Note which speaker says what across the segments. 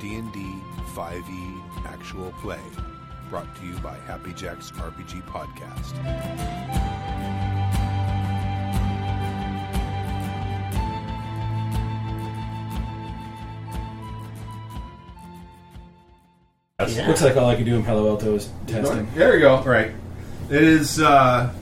Speaker 1: D&D 5e E Actual Play, brought to you by Happy Jack's RPG Podcast.
Speaker 2: Looks like all I can do in Palo Alto is testing.
Speaker 1: There we go. All right. It is uh,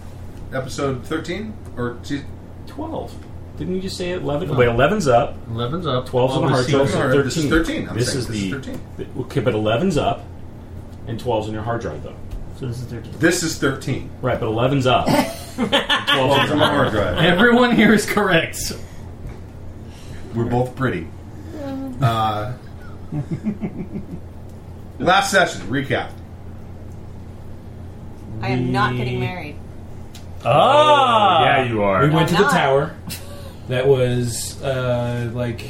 Speaker 1: episode 13 or geez,
Speaker 3: 12. Didn't you just say 11? Wait, 11's up.
Speaker 4: 11's up.
Speaker 3: 12's on the hard drive.
Speaker 1: no,
Speaker 3: So
Speaker 1: no, this is
Speaker 3: 13.
Speaker 1: 13. I'm
Speaker 3: This
Speaker 1: saying
Speaker 3: is
Speaker 1: this is
Speaker 3: the.
Speaker 1: 13.
Speaker 3: th- Okay, but 11's up, and 12's on your hard drive, though.
Speaker 5: So this is 13.
Speaker 1: This is 13.
Speaker 3: Right, but 11's up. and 12's on
Speaker 1: Come
Speaker 3: your
Speaker 1: on, hard
Speaker 3: hard drive.
Speaker 1: drive.
Speaker 4: Everyone here is correct.
Speaker 1: We're both pretty. Uh, last session recap.
Speaker 6: I am not getting married.
Speaker 3: Ah! Oh, Yeah, you are.
Speaker 2: We went to the
Speaker 6: not.
Speaker 2: tower. That was uh, like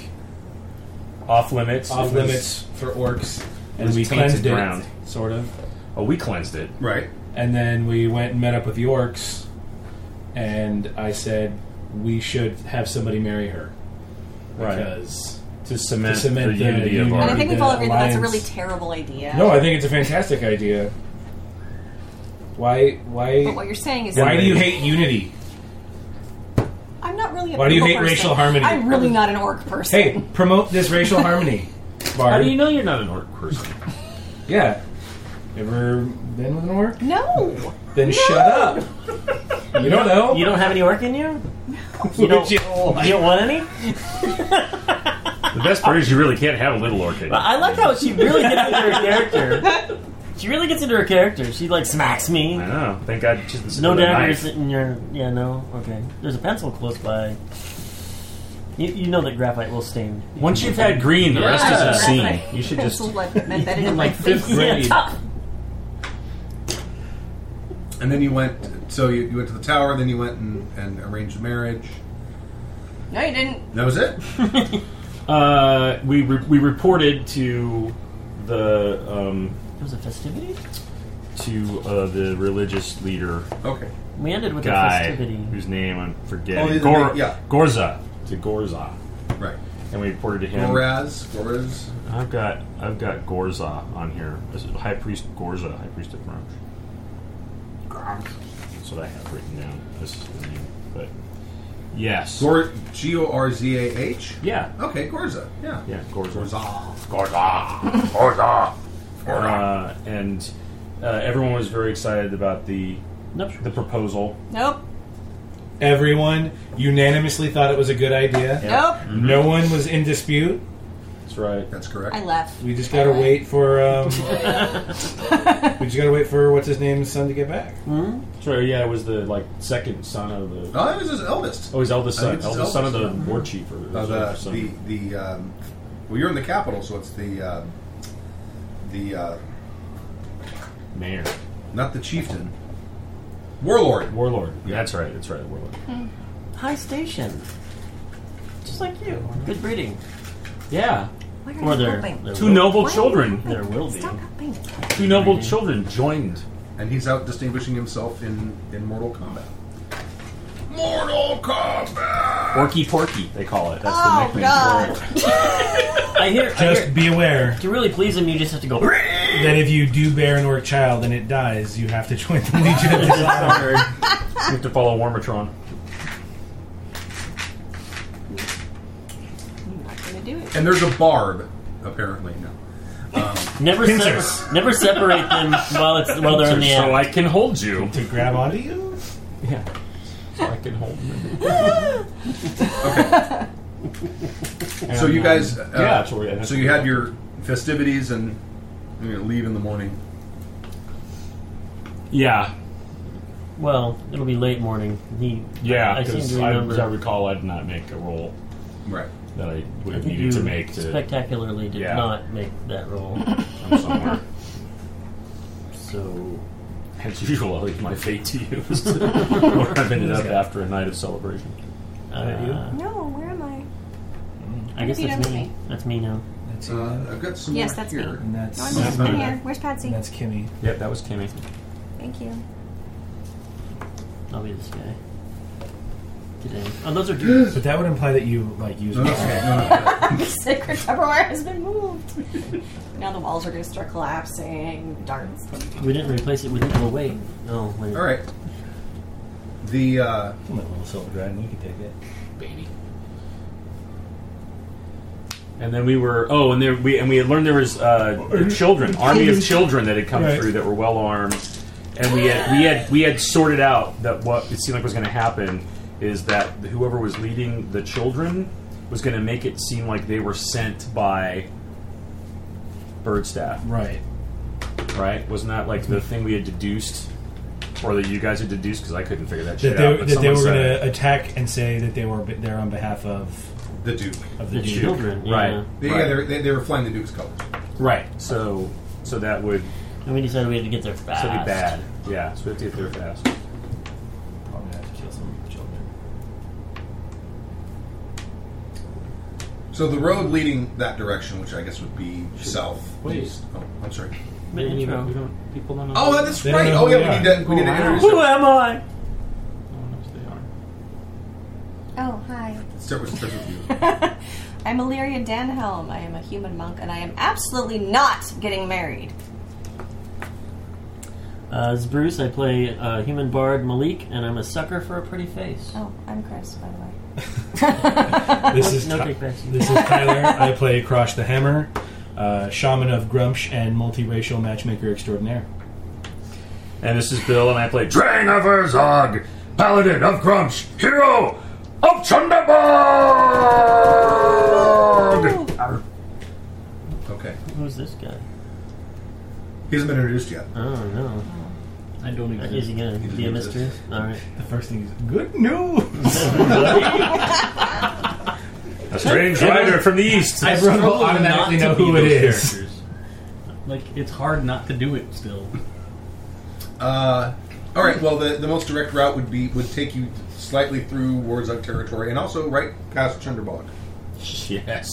Speaker 3: Off limits. It
Speaker 2: off
Speaker 3: was-
Speaker 2: limits for orcs, and
Speaker 3: was
Speaker 2: we
Speaker 3: tainted
Speaker 2: cleansed it,
Speaker 3: ground.
Speaker 2: sort of.
Speaker 3: Oh, we cleansed it.
Speaker 1: Right.
Speaker 2: And then we went and met up with the orcs, and I said we should have somebody marry her because
Speaker 3: To cement,
Speaker 2: To cement
Speaker 3: the
Speaker 2: the
Speaker 3: unity of
Speaker 2: union.
Speaker 6: And I
Speaker 3: our.
Speaker 2: Alright,
Speaker 6: think we've
Speaker 2: the
Speaker 6: all agreed that that's a
Speaker 2: alliance-
Speaker 6: really terrible idea.
Speaker 2: no, I think it's a fantastic idea. Why? Why?
Speaker 6: but what you're saying is,
Speaker 2: Why do you hate unity?
Speaker 6: I'm not really. A
Speaker 2: Why do you hate
Speaker 6: people person.
Speaker 2: racial harmony?
Speaker 6: I'm really not an orc person.
Speaker 2: Hey, promote this racial harmony. Bard.
Speaker 3: How do you know you're not an orc person?
Speaker 2: Yeah. Ever been with an orc?
Speaker 6: no,
Speaker 2: Then shut up. You don't know.
Speaker 5: You don't have any work in you? You
Speaker 2: Would
Speaker 5: don't,
Speaker 2: you
Speaker 5: you don't want any?
Speaker 3: the best part is you really can't have a little orc in you.
Speaker 5: I like how she really gets into her character. She really gets into her character. She like smacks me.
Speaker 3: I know. Thank God. Just
Speaker 5: No
Speaker 3: the
Speaker 5: daggers
Speaker 3: knife.
Speaker 5: in your yeah no okay. There's a pencil close by. You, you know that graphite will stain.
Speaker 3: Once you've had green, the rest is
Speaker 6: Yeah.
Speaker 3: obscene. You should just.
Speaker 6: pencil left embedded in my
Speaker 2: like fifth
Speaker 6: face.
Speaker 2: grade.
Speaker 6: Tough.
Speaker 1: And then you went. So you, you went to the tower. Then you went and, and arranged the marriage.
Speaker 6: No, you didn't.
Speaker 1: That was it.
Speaker 3: Uh, we re- we reported to the um,
Speaker 5: It was a festivity.
Speaker 3: to uh, the religious leader
Speaker 1: Okay.
Speaker 5: We ended with a
Speaker 3: guy
Speaker 5: festivity.
Speaker 3: whose name I'm
Speaker 1: Oh,
Speaker 3: forgetting.
Speaker 1: the-
Speaker 3: Gor-
Speaker 1: yeah.
Speaker 3: Gorza to Gorza,
Speaker 1: Right.
Speaker 3: and we reported to him.
Speaker 1: Goraz. Goraz.
Speaker 3: I've got I've got Gorza on here. This is High priest Gorza, High priest of Grunge. That's what I have written down. This is the name, but yes,
Speaker 1: Gor. G O R Z A H.
Speaker 3: yeah,
Speaker 1: Okay. Gorza. Yeah.
Speaker 3: yeah, Gorza.
Speaker 1: Gorza.
Speaker 3: Gorza, Gorza, Uh, and uh, everyone was very excited about the
Speaker 5: Nope.
Speaker 3: the proposal.
Speaker 6: Nope.
Speaker 2: Everyone unanimously thought it was a good idea.
Speaker 6: Nope.
Speaker 2: No one was in dispute.
Speaker 3: That's right.
Speaker 1: That's correct.
Speaker 6: I left.
Speaker 2: We just gotta wait for. Um, we just gotta wait for what's his name's son to get back.
Speaker 3: That's right. Yeah, it was the like second son of the
Speaker 1: oh, that was his eldest.
Speaker 3: Oh, his eldest
Speaker 1: I think it's
Speaker 3: son.
Speaker 1: his
Speaker 3: Eldest son of
Speaker 1: eldest,
Speaker 3: the war chief. Or
Speaker 1: Uh,
Speaker 3: his eldest
Speaker 1: the
Speaker 3: son.
Speaker 1: the, the um, well, you're in the capital, so it's the uh, the uh,
Speaker 3: mayor.
Speaker 1: not the chieftain, warlord.
Speaker 3: Warlord. That's right. That's right. Warlord.
Speaker 5: High station. Just like you. Good breeding.
Speaker 3: Yeah.
Speaker 6: Why
Speaker 5: Or
Speaker 6: are you
Speaker 5: there,
Speaker 6: helping?
Speaker 5: there
Speaker 3: Two
Speaker 5: will-
Speaker 3: noble
Speaker 6: Why are you
Speaker 3: children.
Speaker 6: helping?
Speaker 5: There will be.
Speaker 6: Stop helping.
Speaker 3: Two noble
Speaker 5: Mm-hmm.
Speaker 3: children joined.
Speaker 1: and he's out distinguishing himself in, in Mortal Kombat. Mortal Kombat.
Speaker 3: Orky Porky, they call it. That's the
Speaker 6: Oh
Speaker 3: nickname.
Speaker 6: God.
Speaker 3: for
Speaker 5: I hear. I
Speaker 2: Just
Speaker 5: hear
Speaker 2: be aware
Speaker 5: to really please him, you just have to go.
Speaker 2: that if you do bear an orc child and it dies, you have to join the Legion of Dishonor.
Speaker 3: it. You have to follow Warmatron.
Speaker 6: I'm not gonna do it.
Speaker 1: And there's a barb, apparently. No.
Speaker 5: Never,
Speaker 2: Pincers.
Speaker 5: se- never separate them while it's while they're in the
Speaker 3: so
Speaker 5: air.
Speaker 3: I can hold you.
Speaker 2: to grab onto you.
Speaker 3: Yeah. So I can hold you.
Speaker 1: So you guys, uh,
Speaker 3: yeah, that's what we- that's
Speaker 1: so
Speaker 3: what
Speaker 1: you
Speaker 3: we
Speaker 1: had
Speaker 3: did.
Speaker 1: your festivities and you know, leave in the morning.
Speaker 3: Yeah.
Speaker 5: Well, it'll be late morning. He,
Speaker 3: Yeah.
Speaker 5: I seem
Speaker 3: Because
Speaker 5: to
Speaker 3: I,
Speaker 5: remember-
Speaker 3: as I recall, I did not make a roll
Speaker 1: Right.
Speaker 3: that I would
Speaker 5: I
Speaker 3: have
Speaker 5: think
Speaker 3: needed
Speaker 5: you
Speaker 3: to make to
Speaker 5: spectacularly did
Speaker 3: Yeah.
Speaker 5: not make that roll. Uh,
Speaker 3: come somewhere.
Speaker 5: so
Speaker 3: As usual, I'll leave my fate to you as to where I've ended up after a night of celebration.
Speaker 2: that
Speaker 6: No. Where am I?
Speaker 5: I guess
Speaker 6: If you
Speaker 5: that's
Speaker 6: don't
Speaker 5: me.
Speaker 6: see.
Speaker 5: That's me now.
Speaker 2: That's you.
Speaker 1: Uh, I've got some
Speaker 6: Yes,
Speaker 1: more
Speaker 6: that's me.
Speaker 1: here.
Speaker 2: And that's
Speaker 6: No, I'm just
Speaker 1: not
Speaker 6: in
Speaker 1: it.
Speaker 6: here. Where's Patsy?
Speaker 2: and that's Kimmy.
Speaker 3: Yeah, that was Kimmy.
Speaker 6: Thank you.
Speaker 5: I'll be this guy. today. Oh, those are dudes.
Speaker 2: But that would imply that you like use.
Speaker 1: No, no, no, no, no.
Speaker 6: the sacred Tupperware has been moved. now the walls are going to start collapsing. Darts.
Speaker 5: We didn't replace it with equal weight. No. Wait. Oh,
Speaker 1: All right. The uh,
Speaker 2: I'm a little silver dragon. You can take it, baby.
Speaker 3: And then we were oh, and there we and we had learned there was uh, children, army of children that had come
Speaker 2: Right.
Speaker 3: through that were well armed, and we had we had we had sorted out that what it seemed like was going to happen is that whoever was leading the children was going to make it seem like they were sent by Birdstaff,
Speaker 2: Right.
Speaker 3: right? Wasn't that like the thing we had deduced, or that you guys had deduced because I couldn't figure that shit
Speaker 2: That they,
Speaker 3: out? but
Speaker 2: that they
Speaker 3: someone
Speaker 2: were going
Speaker 3: said
Speaker 2: to attack and say that they were b- there on behalf of
Speaker 1: the Duke.
Speaker 2: of the,
Speaker 5: The
Speaker 2: Duke.
Speaker 5: children. Yeah.
Speaker 3: Right.
Speaker 1: They, Yeah, they were, they, they were flying the Duke's colors.
Speaker 3: it. right, so so that would
Speaker 5: And we decided we had to get there fast.
Speaker 3: so be bad, yeah. So we have to get there fast.
Speaker 2: Probably have to kill some of the children.
Speaker 1: So the road leading that direction, which I guess would be south.
Speaker 3: Wait.
Speaker 1: Oh, I'm sorry.
Speaker 5: But
Speaker 3: We don't- we
Speaker 5: anyway.
Speaker 3: don't- people don't know.
Speaker 1: Oh,
Speaker 7: uh,
Speaker 1: that is
Speaker 2: They don't
Speaker 1: right.
Speaker 2: know
Speaker 1: Oh,
Speaker 2: who
Speaker 1: yeah,
Speaker 2: they
Speaker 1: we
Speaker 2: are.
Speaker 1: need to, we need to
Speaker 6: Oh, wow.
Speaker 1: introduce
Speaker 5: Who
Speaker 1: her.
Speaker 5: am I?
Speaker 3: No one knows who they are.
Speaker 6: Oh, hi.
Speaker 1: Start with, start with you.
Speaker 6: I'm Illyria Danhelm. I am a human monk, and I am absolutely not getting married.
Speaker 5: Uh, it's Bruce. I play uh, human bard Malik, and I'm a sucker for a pretty face.
Speaker 6: Oh, I'm Chris, by the way.
Speaker 2: This is
Speaker 5: No
Speaker 2: Ty-
Speaker 5: kickbacks.
Speaker 2: this is Tyler. I play Crosh the Hammer, uh, shaman of Grumsh and multiracial matchmaker extraordinaire.
Speaker 3: And this is Bill, and I play Drang of Herzog, Paladin of Grumps, Hero of Chunderbog!
Speaker 1: Okay.
Speaker 5: Who's this guy?
Speaker 1: He hasn't been introduced yet.
Speaker 5: I don't know.
Speaker 2: I don't
Speaker 5: Is he gonna be a mystery? All right.
Speaker 2: The first thing is good news.
Speaker 3: A strange rider from the east.
Speaker 2: Everyone will automatically know who it is.
Speaker 4: Characters. Like it's hard not to do it still.
Speaker 1: Uh, all right. Well, the, the most direct route would be would take you slightly through Warzug territory and also right past Chunderbog.
Speaker 3: Yes.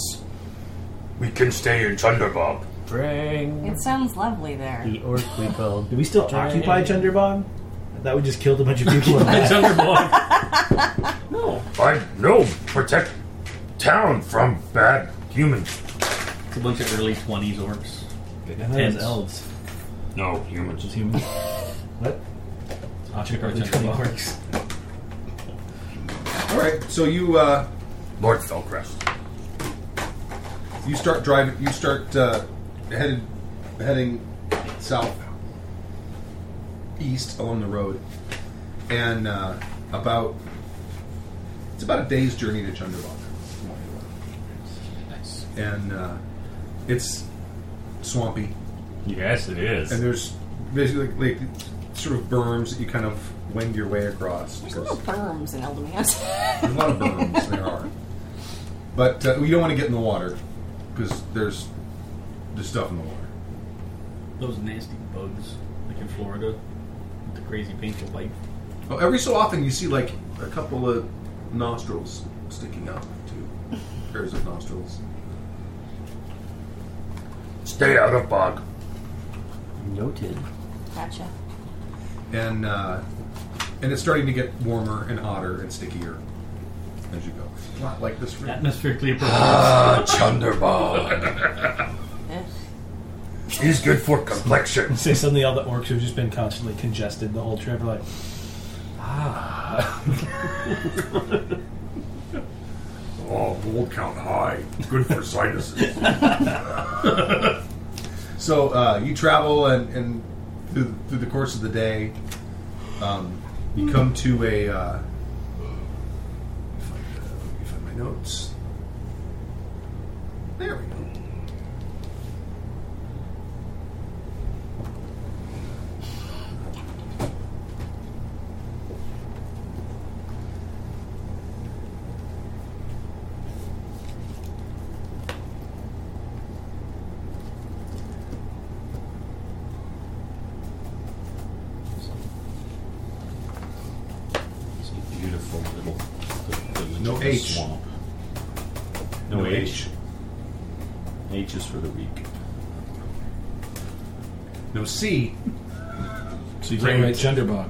Speaker 3: We can stay in Chunderbog.
Speaker 5: Bring
Speaker 6: It sounds lovely there.
Speaker 5: the orc we called.
Speaker 2: Do we still
Speaker 5: Try
Speaker 2: occupy
Speaker 5: it.
Speaker 2: Chunderbog? That would just kill a bunch of people. in that.
Speaker 3: No.
Speaker 7: I know protect town from bad humans.
Speaker 4: It's a bunch of early twenties orcs.
Speaker 2: I thought it was
Speaker 4: Tents.
Speaker 2: elves.
Speaker 7: No humans.
Speaker 2: Just humans. what?
Speaker 4: Occupy
Speaker 2: Early 20
Speaker 4: Chunderbog.
Speaker 2: orcs.
Speaker 1: All right. So you uh,
Speaker 7: Lord Felcrest.
Speaker 1: you start driving. You start uh, headed heading south east along the road, and uh, about it's about a day's journey to Chunderbog.
Speaker 3: Nice.
Speaker 1: and uh, it's swampy.
Speaker 3: Yes, it
Speaker 1: And
Speaker 3: is.
Speaker 1: there's basically like sort of berms that you kind of wend your way across.
Speaker 6: There's
Speaker 1: because
Speaker 6: no berms in Eldamias.
Speaker 1: there's a lot of berms there are, but uh, you don't want to get in the water because there's there's stuff in the water.
Speaker 4: Those nasty bugs, like in Florida, with the crazy painful bite.
Speaker 1: Oh, every so often you see like a couple of nostrils sticking out, two pairs of nostrils.
Speaker 7: Stay out of bog.
Speaker 5: Noted.
Speaker 6: Gotcha.
Speaker 1: and uh, and it's starting to get warmer and hotter and stickier as you go. Not like this room.
Speaker 4: Atmospherically appropriate.
Speaker 7: Ah, Chunderbog.
Speaker 6: Eh.
Speaker 7: He's good for complexion.
Speaker 2: Say suddenly all the orcs who've just been constantly congested the whole trip are like,
Speaker 7: Oh, gold count high. Good for sinuses.
Speaker 1: So uh, you travel and, and through, through the course of the day, um, you come to a. Uh, let me find, uh, let me find my notes. There we go.
Speaker 3: It's a beautiful little village
Speaker 1: No
Speaker 3: in the
Speaker 1: H.
Speaker 3: swamp. No,
Speaker 1: No
Speaker 3: H.
Speaker 1: H.
Speaker 3: H is for the weak.
Speaker 1: No C.
Speaker 2: so you
Speaker 1: Great.
Speaker 2: can't write Chunderbog.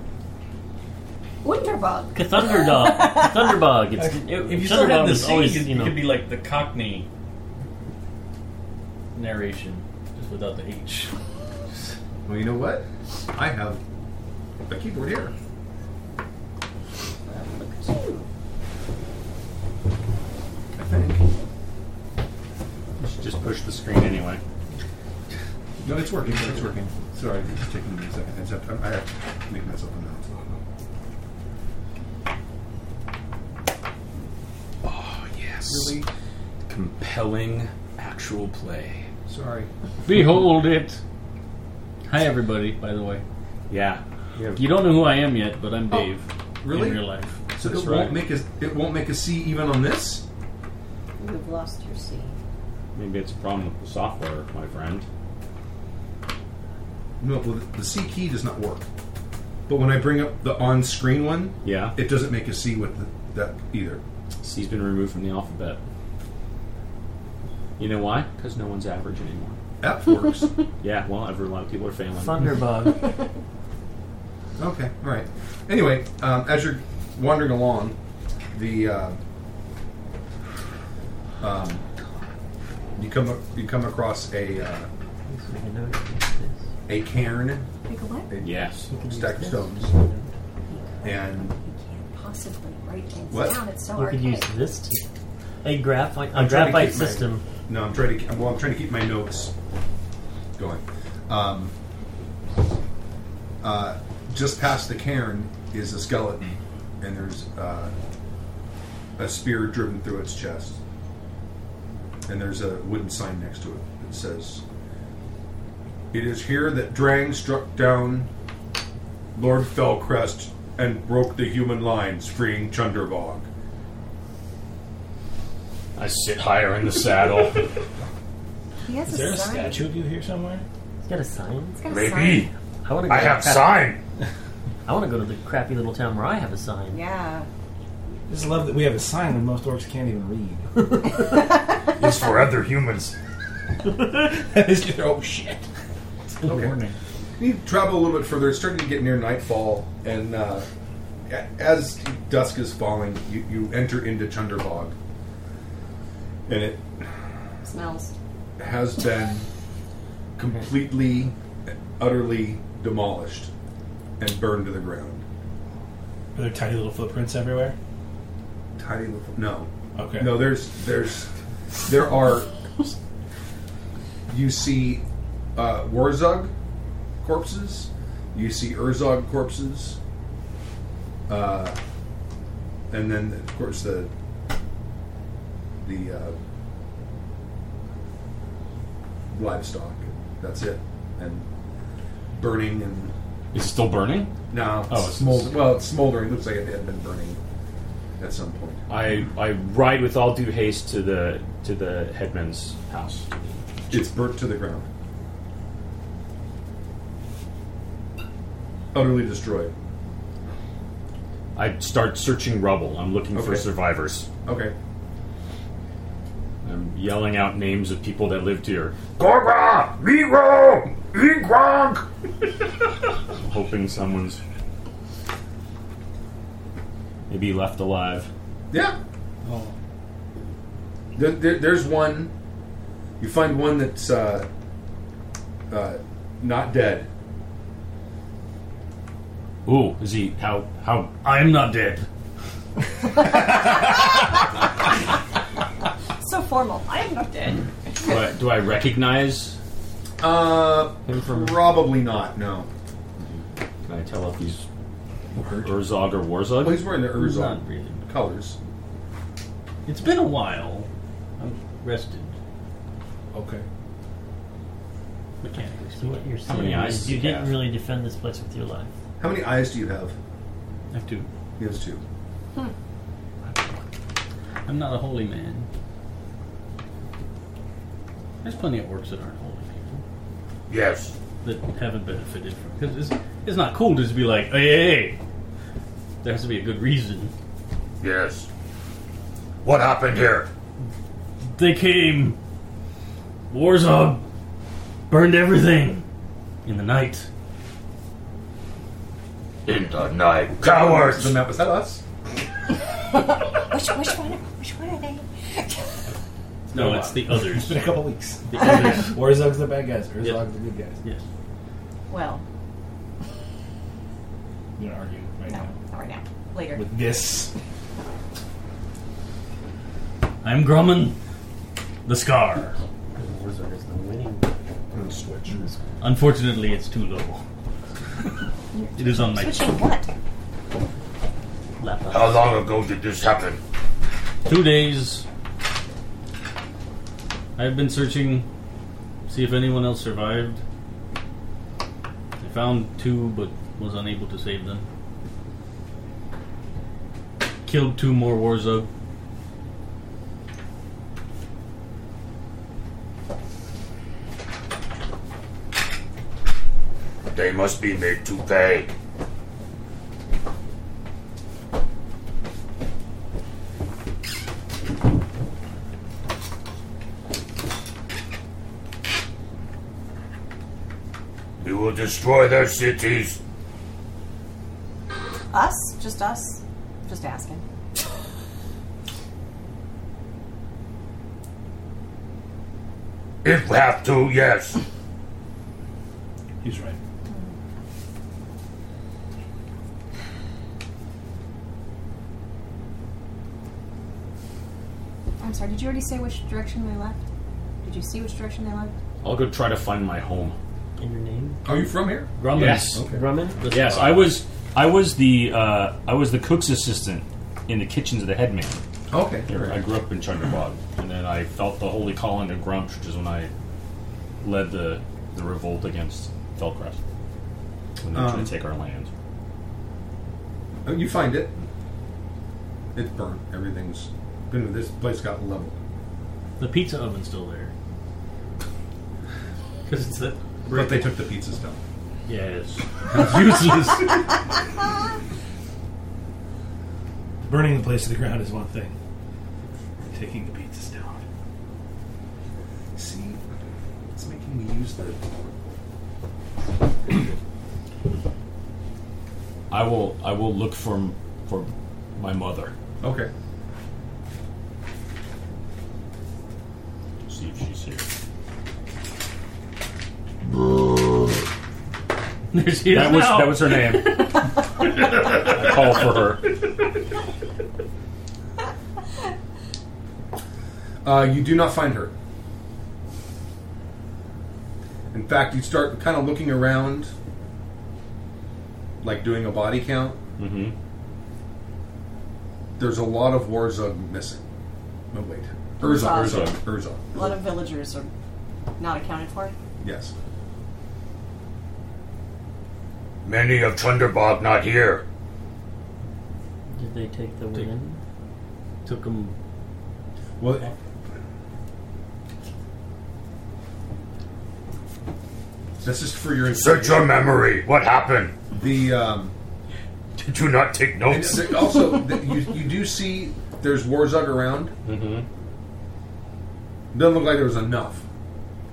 Speaker 6: Wunderbug.
Speaker 5: Thunderdog. Thunderbug. It's, it,
Speaker 8: If you still
Speaker 5: Thunderdog
Speaker 8: had the
Speaker 5: is
Speaker 8: scene,
Speaker 5: always,
Speaker 8: it,
Speaker 5: you know.
Speaker 8: could be like the Cockney narration, just without the H.
Speaker 3: Well, you know what? I have a keyboard here. I think.
Speaker 4: Just push the screen anyway.
Speaker 3: No, it's working. It's working. Sorry, it's taking me a second. I just have to, I have to make myself a note.
Speaker 4: Oh yes.
Speaker 3: Really?
Speaker 4: Compelling actual play.
Speaker 3: Sorry.
Speaker 9: Behold it. Hi, everybody, by the way.
Speaker 4: Yeah. Oh.
Speaker 9: You don't know who I am yet, but I'm Dave.
Speaker 3: Really?
Speaker 9: In real life.
Speaker 3: So it
Speaker 9: That's
Speaker 3: won't
Speaker 9: right.
Speaker 3: make a it won't make a C even on this.
Speaker 6: You've lost your C.
Speaker 4: Maybe it's a problem with the software, my friend.
Speaker 3: No, well, the C key does not work. But when I bring up the on-screen one,
Speaker 4: Yeah.
Speaker 3: it doesn't make a C with the, that either.
Speaker 4: C's been removed from the alphabet. You know why? Because no one's average anymore.
Speaker 3: F works.
Speaker 4: Yeah, well, every, a lot of people are failing.
Speaker 5: Thunderbug.
Speaker 3: Okay, all right. Anyway, um, as you're wandering along, the uh, um, you come you come across a uh, a cairn,
Speaker 6: Like what?
Speaker 3: a
Speaker 4: Yes.
Speaker 3: stack of stones, and
Speaker 6: You can't possibly write things
Speaker 3: What?
Speaker 6: down. It's so
Speaker 5: we
Speaker 6: archaic.
Speaker 5: could use this too. A graphite, a
Speaker 3: I'm trying to
Speaker 5: graphite
Speaker 3: keep my-
Speaker 5: system.
Speaker 3: no, I'm trying to ke- well, I'm trying to keep my notes going. Um, uh, just past the cairn is a skeleton, and there's uh, a spear driven through its chest, and there's a wooden sign next to it that says, "It is here that Drang struck down Lord Felcrest and broke the human lines, freeing Chunderbog."
Speaker 4: I sit higher in the saddle.
Speaker 6: He has
Speaker 2: Is
Speaker 6: a
Speaker 2: there a
Speaker 6: sign.
Speaker 2: statue of you here somewhere?
Speaker 5: It's got a sign.
Speaker 6: He's got a
Speaker 10: Maybe.
Speaker 6: sign.
Speaker 5: I want to.
Speaker 10: I have sign.
Speaker 5: I want to go to the crappy little town where I have a sign.
Speaker 6: Yeah.
Speaker 2: I just love that we have a sign that most orcs can't even read.
Speaker 10: It's for other humans.
Speaker 2: It's just, oh shit.
Speaker 3: Okay.
Speaker 2: Warning.
Speaker 3: You travel a little bit further. It's starting to get near nightfall, and uh, a- as dusk is falling, you, you enter into Chunderbog, and it
Speaker 6: Smells.
Speaker 3: has been completely, utterly demolished and burned to the ground.
Speaker 2: Are there tiny little footprints everywhere?
Speaker 3: Tiny little no,
Speaker 2: Okay.
Speaker 3: no. There's there's there are. You see uh, Warzug corpses. You see Urzog corpses. Uh, and then, of course, the the uh, livestock. That's it. And burning and
Speaker 4: Is it still burning?
Speaker 3: now
Speaker 4: Oh, it's-
Speaker 3: smoldering. Well, it's smoldering. Looks like it had been burning at some point.
Speaker 4: I, I ride with all due haste to the to the headman's house.
Speaker 3: It's burnt to the ground. Utterly destroyed.
Speaker 4: I start searching rubble. I'm looking for
Speaker 3: Okay.
Speaker 4: survivors.
Speaker 3: Okay.
Speaker 4: I'm yelling out names of people that lived here,
Speaker 10: Gorga! Miro! Ingronk!
Speaker 4: hoping someone's maybe left alive.
Speaker 3: Yeah. There, there, there's one. You find one that's uh, uh, not dead.
Speaker 4: Ooh, is he? How? How? I'm not dead.
Speaker 6: So formal. I am not dead.
Speaker 4: Do I, do I recognize?
Speaker 3: Uh,
Speaker 5: Him from-
Speaker 3: probably not. No.
Speaker 4: Can I tell if he's Urzog or Warzog?
Speaker 3: Well, he's wearing the Urzon
Speaker 8: Not really.
Speaker 3: colors.
Speaker 8: It's been a while. I'm rested,
Speaker 2: Okay.
Speaker 8: mechanically
Speaker 5: So what
Speaker 8: speaking.
Speaker 5: you're saying
Speaker 4: many eyes
Speaker 5: is
Speaker 4: does
Speaker 5: you
Speaker 4: it
Speaker 5: didn't
Speaker 4: have?
Speaker 5: really defend this place with your life.
Speaker 3: How many eyes do you have?
Speaker 8: I have to.
Speaker 3: He has two.
Speaker 8: I'm not a holy man. There's plenty of orcs that aren't holy people
Speaker 10: Yes.
Speaker 8: that haven't benefited from because it's, it's not cool to just be like, hey, hey, hey. There has to be a good reason.
Speaker 10: Yes. What happened here?
Speaker 8: They came. Warzog burned everything in the night.
Speaker 3: in the night. Cowards!
Speaker 8: The map was that us?
Speaker 6: Which, which one? Which one are they?
Speaker 11: No, it's the
Speaker 2: It's
Speaker 11: others.
Speaker 2: been a couple weeks.
Speaker 11: The others.
Speaker 2: Warzog's the bad guys. Warzog's
Speaker 11: Yeah.
Speaker 2: the good guys.
Speaker 11: Yes.
Speaker 6: Well,
Speaker 2: You're not arguing right
Speaker 6: no,
Speaker 2: now
Speaker 6: not right now. Later.
Speaker 2: with this.
Speaker 11: I'm Grumman, the Scar.
Speaker 12: Warzone is the winning.
Speaker 8: And switch.
Speaker 11: Unfortunately, it's too low. It is on my
Speaker 6: Switching what?
Speaker 5: Left
Speaker 3: How long ago did this happen?
Speaker 11: two days. I've been searching, see if anyone else survived. I found two, but was unable to save them. Killed two more Warzug.
Speaker 3: They must be made to pay. We will destroy their cities.
Speaker 6: Us? Just us? Just asking.
Speaker 3: If we have to, yes.
Speaker 2: He's right.
Speaker 6: I'm sorry, did you already say which direction they left? Did you see which direction they left?
Speaker 4: I'll go try to find my home.
Speaker 10: Oh.
Speaker 5: in your name.
Speaker 8: Are you from here?
Speaker 11: Grumman.
Speaker 4: Yes.
Speaker 5: Grumman?
Speaker 4: Oh. Yes, I was. I was the. Uh, I was the cook's assistant in the kitchens of the headman.
Speaker 8: Okay.
Speaker 4: I grew up in Chandrabad, and then I felt the holy calling to Grumsh, which is when I led the the revolt against Felcrest when they were trying
Speaker 8: Um,
Speaker 4: to take our land.
Speaker 8: Oh, You find it. It's burnt. Everything's been. This place got leveled.
Speaker 11: The pizza oven's still there. Because it's the.
Speaker 8: But they took the pizza stuff.
Speaker 11: Yes. It's useless.
Speaker 2: Burning the place to the ground is one thing. Taking the pizzas down.
Speaker 8: See, it's making me use the.
Speaker 4: I will. I will look for for my mother.
Speaker 8: Okay.
Speaker 4: See if she's here.
Speaker 11: there she is
Speaker 4: That was
Speaker 11: now.
Speaker 4: that was her name. I call for her.
Speaker 8: Uh, you do not find her. In fact, you start kind of looking around, like doing a body count.
Speaker 4: Mm-hmm.
Speaker 8: There's a lot of Warzug missing. No, wait. Urzog.
Speaker 6: Urzog.
Speaker 8: Urzog.
Speaker 6: A
Speaker 8: Urzog.
Speaker 6: lot of villagers are not accounted for.
Speaker 8: Yes.
Speaker 3: Many of Chunderbog not here.
Speaker 5: Did they take the women?
Speaker 11: Took him.
Speaker 8: Well, this is for your
Speaker 3: Search your memory. What happened?
Speaker 8: The um,
Speaker 3: Did you not take
Speaker 8: and
Speaker 3: notes?
Speaker 8: th- also th- you you do see there's Warzug around.
Speaker 4: Mm-hmm.
Speaker 8: Doesn't look like there was enough.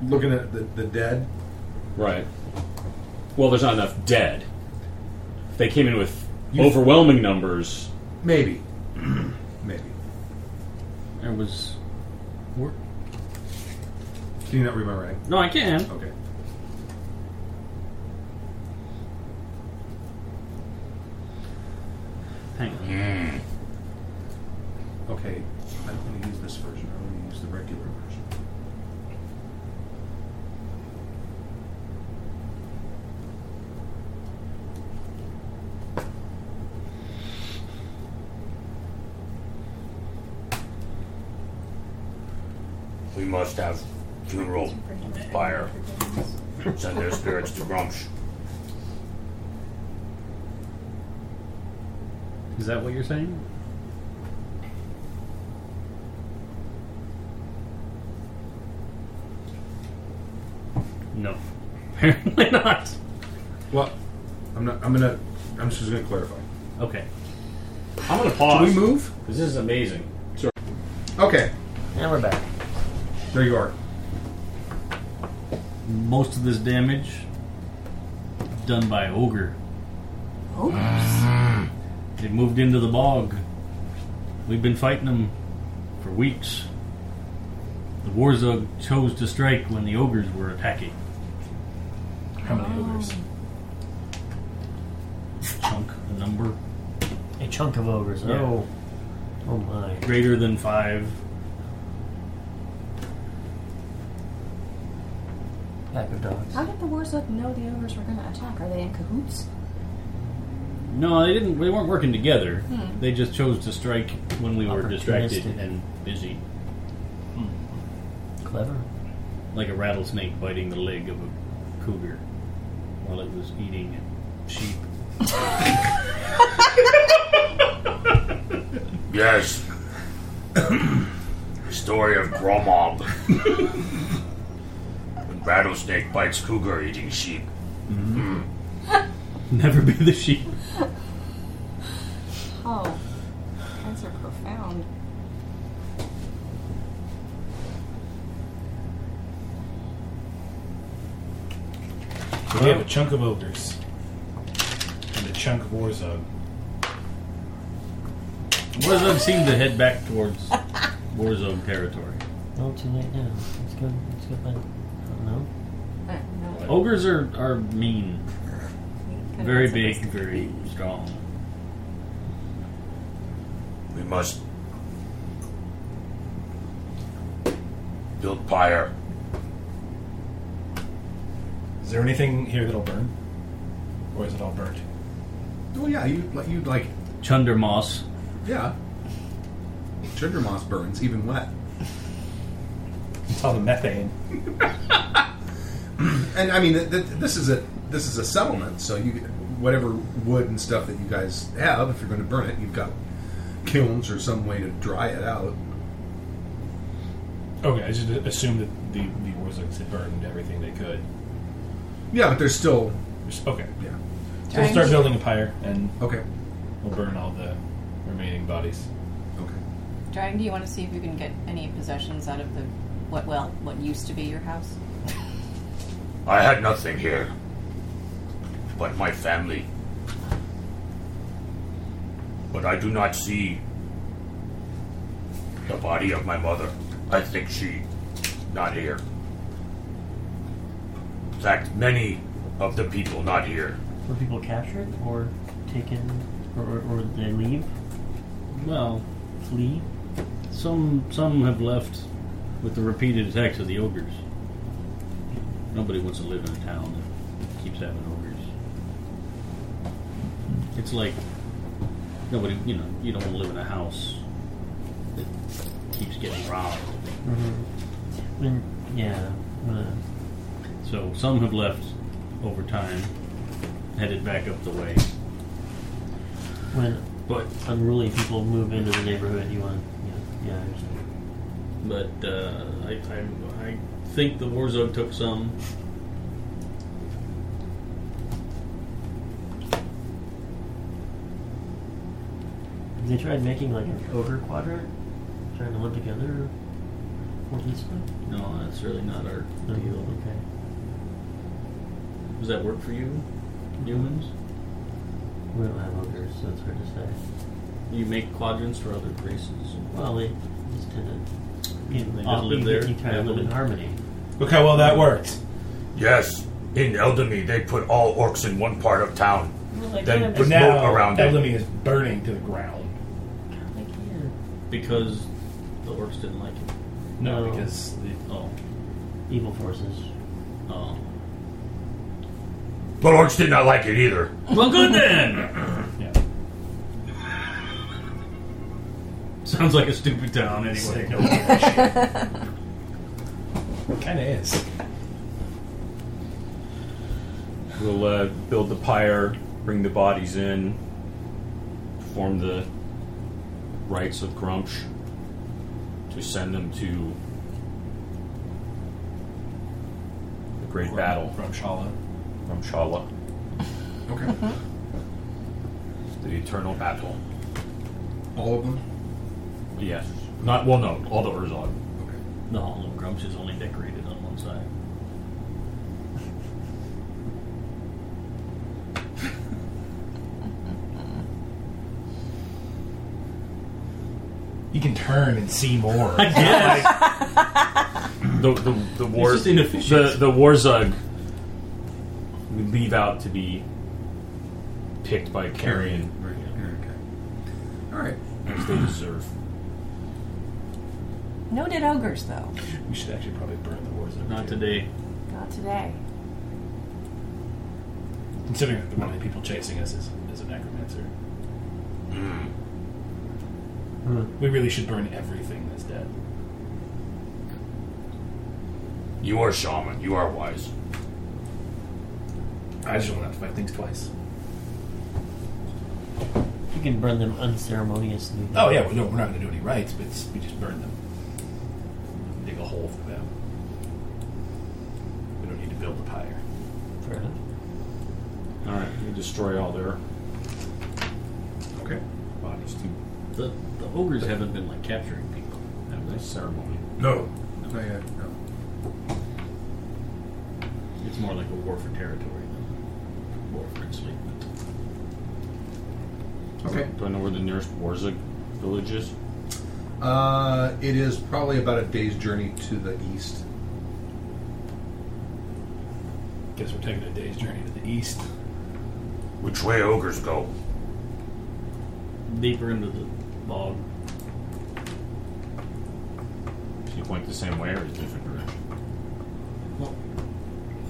Speaker 8: Looking at the, the dead,
Speaker 4: Right. Well, there's not enough dead. If they came in with
Speaker 8: You-
Speaker 4: overwhelming numbers.
Speaker 8: maybe, maybe.
Speaker 11: There was.
Speaker 8: Can you not read my writing?
Speaker 11: No, I can.
Speaker 8: Okay.
Speaker 11: Hang on.
Speaker 8: Hmm. Okay. I'm going to use this version. I'm going to use the regular version.
Speaker 3: We must have funeral fire. Send their spirits to Grumsh.
Speaker 11: Is that what you're saying? No. Apparently not.
Speaker 8: Well, I'm not. I'm gonna. I'm just going to clarify.
Speaker 11: Okay.
Speaker 4: I'm gonna pause.
Speaker 8: we move?
Speaker 4: This is amazing.
Speaker 8: Okay.
Speaker 5: And we're back.
Speaker 8: There you are.
Speaker 11: Most of this damage done by ogre.
Speaker 6: Oh, Oops.
Speaker 4: They moved into the bog. We've been fighting them for weeks. The Warzug chose to strike when the ogres were attacking.
Speaker 2: How many ogres?
Speaker 4: Chunk, a number
Speaker 5: A chunk of ogres.
Speaker 4: Yeah.
Speaker 5: Oh. Oh my.
Speaker 4: greater than five.
Speaker 5: Pack of dogs.
Speaker 6: How did the Warzug know the ogres were going to attack? Are they in cahoots?
Speaker 4: No, they didn't. They weren't working together. They just chose to strike when we were distracted
Speaker 5: Opportunistic.
Speaker 4: and busy,
Speaker 5: Clever.
Speaker 4: like a rattlesnake biting the leg of a cougar while it was eating sheep.
Speaker 3: Yes. the story of Gromob. when rattlesnake bites cougar eating sheep.
Speaker 4: Never be the sheep.
Speaker 6: Oh, that's are profound.
Speaker 2: So we have a chunk of ogres and a chunk of warzone.
Speaker 4: Warzog seemed to head back towards Warzone territory.
Speaker 5: No, too late now. Let's go. Let's go find. I don't know.
Speaker 6: I don't know.
Speaker 4: Ogres are, are mean, Oh, very big, very strong.
Speaker 3: We must build pyre.
Speaker 2: Is there anything here that'll burn, or is it all burnt?
Speaker 8: Oh yeah, you like you like
Speaker 4: Chunder moss.
Speaker 8: yeah. Sugar moss burns even wet,
Speaker 2: It's all the methane.
Speaker 8: and I mean th- th- this is a this is a settlement, so you whatever wood and stuff that you guys have, if you're going to burn it, you've got kilns or some way to dry it out.
Speaker 2: Okay, I just assumed that the the warzogs had burned everything they could.
Speaker 8: Yeah, but there's still
Speaker 2: Just- Okay,
Speaker 8: yeah.
Speaker 2: so we'll start building a pyre and
Speaker 8: Okay,
Speaker 2: we'll burn all the remaining bodies.
Speaker 8: okay.
Speaker 6: Dragon, do you want to see if you can get any possessions out of the what? Well, what used to be your house?
Speaker 3: I had nothing here but my family. But I do not see the body of my mother. I think she not here. In fact, many of the people not here.
Speaker 5: Were people captured or taken, or, or, or they leave,
Speaker 4: Well,
Speaker 5: flee?
Speaker 4: some some have left with the repeated attacks of the ogres. Nobody wants to live in a town that keeps having ogres. It's like nobody, you know, you don't want to live in a house that keeps getting robbed.
Speaker 5: When, yeah. Uh,
Speaker 4: So some have left over time, headed back up the way.
Speaker 5: when
Speaker 4: But
Speaker 5: unruly people move into the neighborhood, you want. Yeah. Yeah. I understand.
Speaker 4: but uh, I, I I think the Warzug took some.
Speaker 5: Have They tried making like an ogre quadrant, trying to live together. Or this way?
Speaker 4: No, that's really not our
Speaker 5: No,
Speaker 4: deal.
Speaker 5: okay.
Speaker 4: Does that work for you, humans?
Speaker 5: We don't have ogres, so it's hard to say.
Speaker 4: You make quadrants for other races.
Speaker 5: Well, they just tend to. You,
Speaker 4: They just live
Speaker 5: you-
Speaker 4: there
Speaker 5: You try to live in
Speaker 4: happily.
Speaker 5: harmony.
Speaker 2: Okay, well that worked.
Speaker 3: Yes, in Eldamy they put all orcs in one part of town. Then put
Speaker 2: And
Speaker 3: moat
Speaker 2: now
Speaker 3: around it.
Speaker 2: Elimi is burning to the ground.
Speaker 5: Like here.
Speaker 4: Because the orcs didn't like it.
Speaker 2: No,
Speaker 5: No.
Speaker 2: because the,
Speaker 4: Oh.
Speaker 5: Evil forces.
Speaker 4: Oh.
Speaker 3: But orcs did not like it either.
Speaker 4: Well, good then!
Speaker 2: yeah,
Speaker 4: Sounds like a stupid town anyway.
Speaker 2: kind of is.
Speaker 13: We'll uh, build the pyre, bring the bodies in, perform the rites of Grumsh to send them to the great battle
Speaker 2: from Shala.
Speaker 13: from Shala,
Speaker 8: Okay.
Speaker 13: the eternal battle.
Speaker 8: All of them?
Speaker 13: Yes. Not well. No, all the Urzog.
Speaker 8: Okay.
Speaker 4: The Hall of Grumps is only decorated on one side.
Speaker 2: You can turn and see more.
Speaker 4: The the the war
Speaker 11: just inefficient.
Speaker 4: the the warzug we leave out to be picked by Carrion
Speaker 8: Right. Okay. All right.
Speaker 4: as they deserve.
Speaker 6: No dead ogres, though.
Speaker 2: we should actually probably burn the wars. over
Speaker 11: Not
Speaker 2: too.
Speaker 11: today.
Speaker 6: Not today.
Speaker 2: Considering that the one of the people chasing us is, is a necromancer. Hmm. We really should burn everything that's dead.
Speaker 3: You are shaman. You are wise.
Speaker 2: I just don't have to fight things twice.
Speaker 5: You can burn them unceremoniously.
Speaker 2: Oh yeah, well, no, we're not going to do any rites, but it's, we just burn them. Dig a hole for them. We don't need to build a pyre.
Speaker 5: Fair enough.
Speaker 4: All right, we destroy all their
Speaker 8: Okay.
Speaker 4: bodies too.
Speaker 11: The, the ogres haven't been like capturing people.
Speaker 4: Have a nice ceremony.
Speaker 8: No. Not yet. No.
Speaker 11: It's more like a war for territory than war for enslavement.
Speaker 8: Okay.
Speaker 4: Do I know where the nearest warzug village is?
Speaker 8: Uh, it is probably about a day's journey to the east.
Speaker 2: Guess we're taking a day's journey to the east.
Speaker 3: Which way ogres go?
Speaker 11: Deeper into the bog.
Speaker 4: If you point the same way or a different direction?
Speaker 11: Well,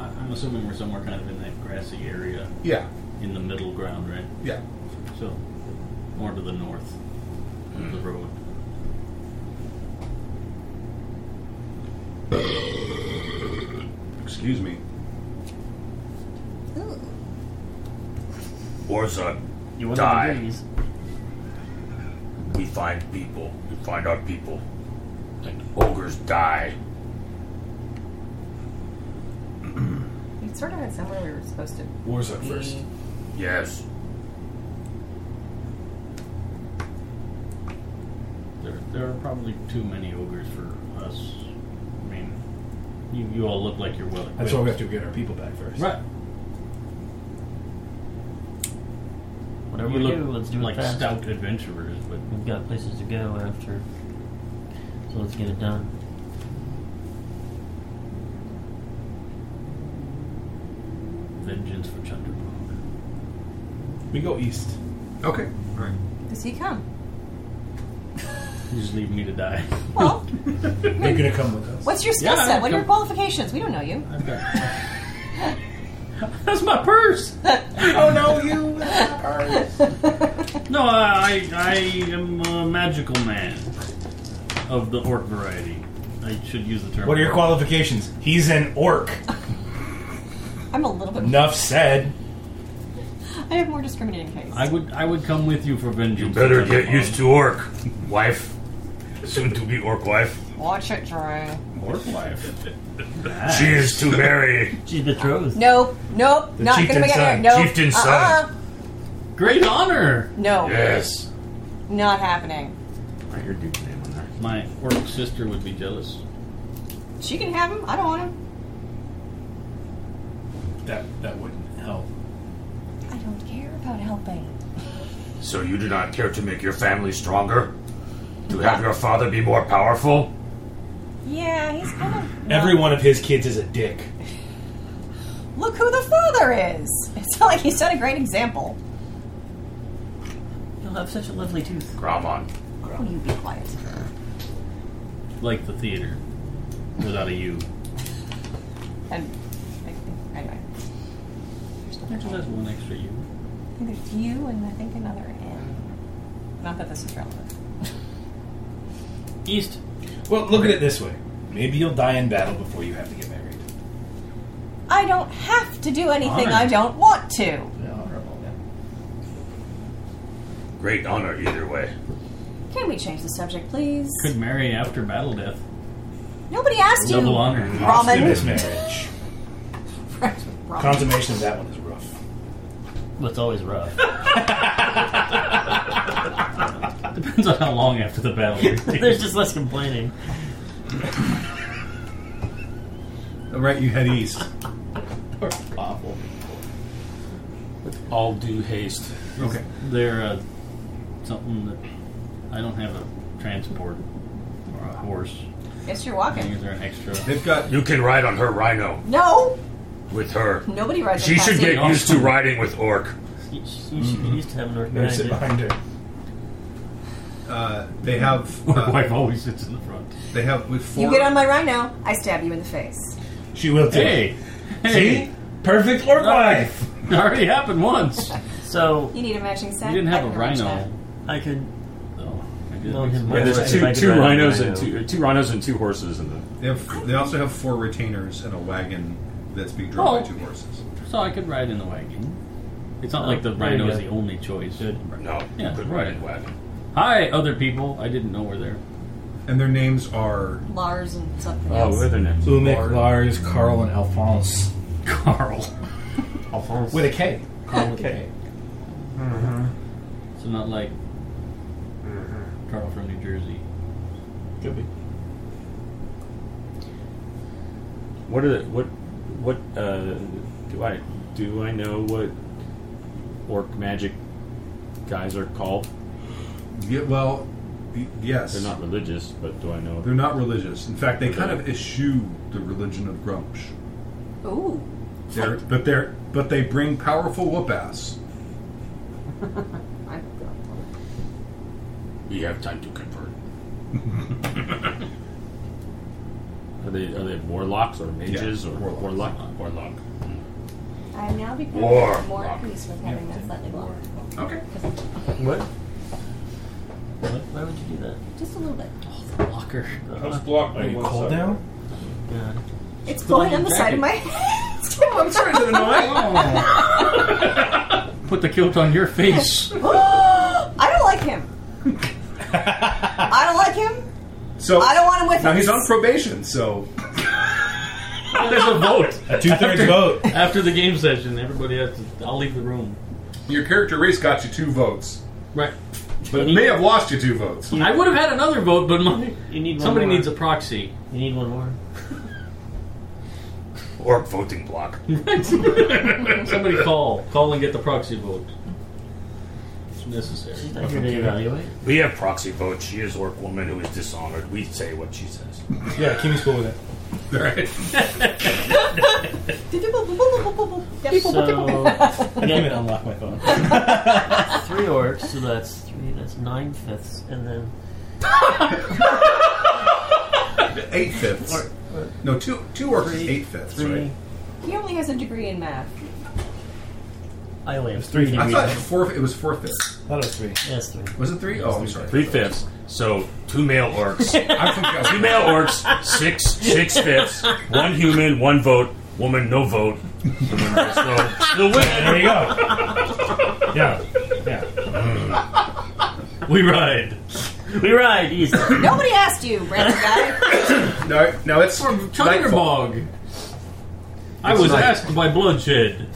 Speaker 11: I, I'm assuming we're somewhere kind of in that grassy area
Speaker 8: Yeah.
Speaker 11: in the middle ground, right?
Speaker 8: Yeah.
Speaker 11: So, more to the north of the road.
Speaker 8: Excuse me.
Speaker 3: Warzug.
Speaker 5: You want
Speaker 3: Die.
Speaker 5: the degrees?
Speaker 3: We find people. We find our people. And ogres die.
Speaker 6: You sort of had somewhere we were supposed to.
Speaker 2: War's up
Speaker 6: be.
Speaker 2: first.
Speaker 3: Yes.
Speaker 11: There, there are probably too many ogres for us. I mean, you, you all look like you're well equipped.
Speaker 2: That's why we have to get our people back first.
Speaker 11: Right.
Speaker 5: Whatever we
Speaker 11: You look
Speaker 5: do, let's do it
Speaker 11: like
Speaker 5: fast.
Speaker 11: stout adventurers, but
Speaker 5: We've got places to go after, so let's get it done.
Speaker 11: vengeance for Chunderbog.
Speaker 2: We go east.
Speaker 8: Okay. All right.
Speaker 6: Does he come?
Speaker 11: You just leave me to die.
Speaker 6: Well,
Speaker 2: They're going to come with us.
Speaker 6: what's your skill
Speaker 11: Yeah,
Speaker 6: set? What are your
Speaker 11: come-
Speaker 6: qualifications? We don't know you.
Speaker 11: I've got. That's my purse. oh no, you. No, I, I am a magical man of the orc variety. I should use the term.
Speaker 2: What are your
Speaker 11: orc.
Speaker 2: qualifications? He's an orc.
Speaker 6: I'm a little bit.
Speaker 2: Enough said.
Speaker 6: I have more discriminating case.
Speaker 11: I would I would come with you for vengeance.
Speaker 3: You better
Speaker 11: Chunderbog.
Speaker 3: get used to orc wife. Soon to be orc wife.
Speaker 6: Watch it, Drew.
Speaker 4: Orc life.
Speaker 3: She is to marry.
Speaker 5: She's betrothed.
Speaker 6: Nope, nope,
Speaker 2: The
Speaker 6: not gonna
Speaker 2: chieftain's
Speaker 6: make it there.
Speaker 2: son.
Speaker 6: Nope.
Speaker 3: Chieftain's
Speaker 6: uh-uh.
Speaker 3: son.
Speaker 11: Great honor.
Speaker 6: No,
Speaker 3: Yes.
Speaker 6: not happening.
Speaker 4: Write your dude's name on there.
Speaker 11: My orc sister would be jealous.
Speaker 6: She can have him. I don't want him.
Speaker 2: That that wouldn't help.
Speaker 6: I don't care about helping.
Speaker 3: So you do not care to make your family stronger? To have your father be more powerful?
Speaker 6: Yeah, he's kind of. not-
Speaker 2: Every one of his kids is a dick.
Speaker 6: Look who the father is. It's not like he's set a great example.
Speaker 5: You'll have such a lovely tooth.
Speaker 3: Gramon.
Speaker 6: Oh, you be quiet.
Speaker 11: Like the theater, without a U.
Speaker 6: And I think, anyway,
Speaker 11: Actually, that's one extra U.
Speaker 6: I think there's you and I think another N. Not that this is relevant.
Speaker 11: East.
Speaker 2: Well, look at it this way. Maybe you'll die in battle before you have to get married.
Speaker 6: I don't have to do anything
Speaker 11: Honor.
Speaker 6: I don't want to.
Speaker 3: Great honor either way.
Speaker 6: Can we change the subject, please?
Speaker 11: Could marry after battle death.
Speaker 6: Nobody asked you.
Speaker 11: Double honor.
Speaker 2: This
Speaker 6: Ramen.
Speaker 2: marriage.
Speaker 6: Ramen.
Speaker 2: Consummation of that one is rough.
Speaker 5: Well, it's always rough.
Speaker 11: Depends on how long after the battle. you're taking.
Speaker 5: There's just less complaining.
Speaker 8: All right. You head east.
Speaker 11: awful.
Speaker 4: All due haste.
Speaker 8: Okay.
Speaker 11: There, uh, something that I don't have a transport or a horse.
Speaker 6: Guess you're
Speaker 12: I think
Speaker 6: walking.
Speaker 12: is there an extra?
Speaker 8: They've got
Speaker 3: You can ride on her rhino
Speaker 6: No,
Speaker 3: with her.
Speaker 6: nobody rides.
Speaker 3: She
Speaker 6: on
Speaker 3: should
Speaker 6: taxi.
Speaker 3: get used to riding with orc.
Speaker 5: You should be
Speaker 8: Mm-hmm.
Speaker 5: used to having an orc
Speaker 2: They sit
Speaker 5: behind
Speaker 2: behind her.
Speaker 8: uh, they have
Speaker 11: My
Speaker 8: uh,
Speaker 11: wife always sits in the front.
Speaker 8: they have with four
Speaker 6: You get on my rhino, I stab you in the face.
Speaker 2: She will do
Speaker 11: Hey, hey,
Speaker 2: See? Perfect orc wife!
Speaker 11: it already happened once.
Speaker 5: you. So
Speaker 6: You need a matching set.
Speaker 12: You didn't have
Speaker 6: I
Speaker 12: a
Speaker 6: can arrange
Speaker 12: rhino.
Speaker 5: I could
Speaker 11: Oh, I did.
Speaker 5: loan him.
Speaker 4: Yeah,
Speaker 5: my horse
Speaker 4: there's
Speaker 5: if
Speaker 4: two
Speaker 5: I could
Speaker 4: two
Speaker 5: ride on a
Speaker 4: rhinos
Speaker 5: rhino.
Speaker 4: and two or two rhinos and two horses in the.
Speaker 8: They, have, they also have four retainers and a wagon that's being driven
Speaker 6: Oh.
Speaker 8: by two horses.
Speaker 11: So I could ride in the wagon. It's not
Speaker 5: Oh,
Speaker 11: like the
Speaker 5: there you
Speaker 11: rhino is
Speaker 5: go.
Speaker 11: the only choice.
Speaker 3: No,
Speaker 11: Yeah,
Speaker 3: you could
Speaker 11: right.
Speaker 3: ride in wagon.
Speaker 11: Hi, other people. I didn't know we're there.
Speaker 8: And their names are
Speaker 6: that. Lars and something
Speaker 4: Oh,
Speaker 6: else.
Speaker 4: what are their names?
Speaker 8: Lars.
Speaker 2: Umek, Lars, Carl, and Alphonse.
Speaker 11: Carl.
Speaker 5: Alphonse.
Speaker 2: With a K.
Speaker 5: Carl with a K.
Speaker 11: So not like Carl from New Jersey.
Speaker 2: Could be.
Speaker 4: What are the, what what uh, do I do I know what orc magic guys are called?
Speaker 8: yeah, well, y- yes,
Speaker 4: They're not religious, but do I know?
Speaker 8: They're not religious. In fact, they
Speaker 4: Okay.
Speaker 8: kind of eschew the religion of Grumsh.
Speaker 6: Ooh,
Speaker 8: They're, but they're but they bring powerful whoop ass.
Speaker 6: I,
Speaker 3: We have time to convert.
Speaker 4: Are they are they warlocks or mages
Speaker 8: Yeah,
Speaker 4: or
Speaker 8: warlocks.
Speaker 4: warlock?
Speaker 3: Or luck.
Speaker 6: I'm now becoming
Speaker 3: War.
Speaker 6: more at peace with having that slightly long.
Speaker 8: Okay.
Speaker 4: What?
Speaker 5: Why would you do that?
Speaker 6: Just a little bit.
Speaker 11: Locker.
Speaker 4: Uh-huh.
Speaker 5: Uh,
Speaker 3: blocked
Speaker 2: Are you cold now?
Speaker 5: yeah.
Speaker 6: It's blowing on the side of my head.
Speaker 8: Sorry, did annoy?
Speaker 11: Put the kilt on your face.
Speaker 6: I don't like him. I don't like him.
Speaker 8: So
Speaker 6: I don't want him with
Speaker 8: now
Speaker 6: us.
Speaker 8: he's on probation. So
Speaker 11: There's a vote.
Speaker 2: A two thirds vote.
Speaker 11: After the game session, everybody has to. I'll leave the room.
Speaker 8: your character race got you two votes,
Speaker 11: Right.
Speaker 8: but may have lost you two votes.
Speaker 11: I would have had another vote, but my,
Speaker 5: You need one
Speaker 11: somebody
Speaker 5: more.
Speaker 11: needs a proxy.
Speaker 5: You need one more.
Speaker 3: Orc voting block.
Speaker 11: somebody call. Call and get the proxy vote. It's necessary.
Speaker 5: She's not here to evaluate.
Speaker 3: We have proxy votes. She is orc woman who is dishonored. We say what she says.
Speaker 2: Yeah, Kimmy's cool with it.
Speaker 8: All right.
Speaker 5: So
Speaker 2: I'm going to unlock my phone.
Speaker 5: three orcs, so that's three. That's nine fifths, and then
Speaker 8: Eight fifths.
Speaker 5: or, or
Speaker 8: No, two two orcs is
Speaker 5: three,
Speaker 8: eight fifths,
Speaker 5: three.
Speaker 8: right?
Speaker 6: He only has a degree in math.
Speaker 5: I only have
Speaker 2: three
Speaker 5: three
Speaker 8: I
Speaker 5: degrees.
Speaker 8: thought four. It was four fifths.
Speaker 2: That was three.
Speaker 5: Yes, three.
Speaker 8: Was it three? Oh, I'm sorry.
Speaker 3: Three fifths. So two male orcs,
Speaker 8: I'm confused.
Speaker 3: two male orcs, six six fifths, one human, one vote, woman no vote. So the
Speaker 2: There
Speaker 3: women.
Speaker 2: you go. Yeah. Yeah.
Speaker 3: Mm.
Speaker 11: We ride.
Speaker 5: We ride easy.
Speaker 6: Nobody asked you, Brandon guy.
Speaker 8: No, no, it's nightfall.
Speaker 11: Tigerbog. I was
Speaker 8: night.
Speaker 11: asked by bloodshed.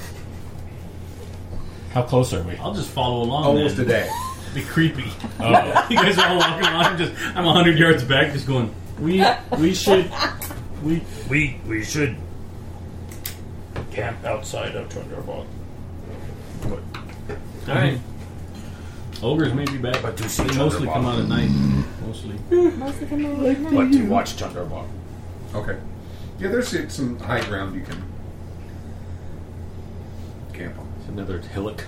Speaker 2: How close are we?
Speaker 11: I'll just follow along.
Speaker 8: Almost a
Speaker 11: then.
Speaker 8: day.
Speaker 11: Be creepy.
Speaker 12: Oh.
Speaker 11: you guys are all walking along. I'm just. I'm hundred yards back, just going.
Speaker 4: We we should we
Speaker 3: We we should camp outside of Thunderbolt.
Speaker 11: All right.
Speaker 12: Mm-hmm.
Speaker 11: Ogres may be back,
Speaker 3: But
Speaker 11: but
Speaker 3: to see
Speaker 11: they mostly come out
Speaker 3: Thunderbolt.
Speaker 11: at night. Mostly.
Speaker 3: But to watch Thunderbolt.
Speaker 8: Okay. Yeah, there's some high ground you can camp on.
Speaker 4: another hillock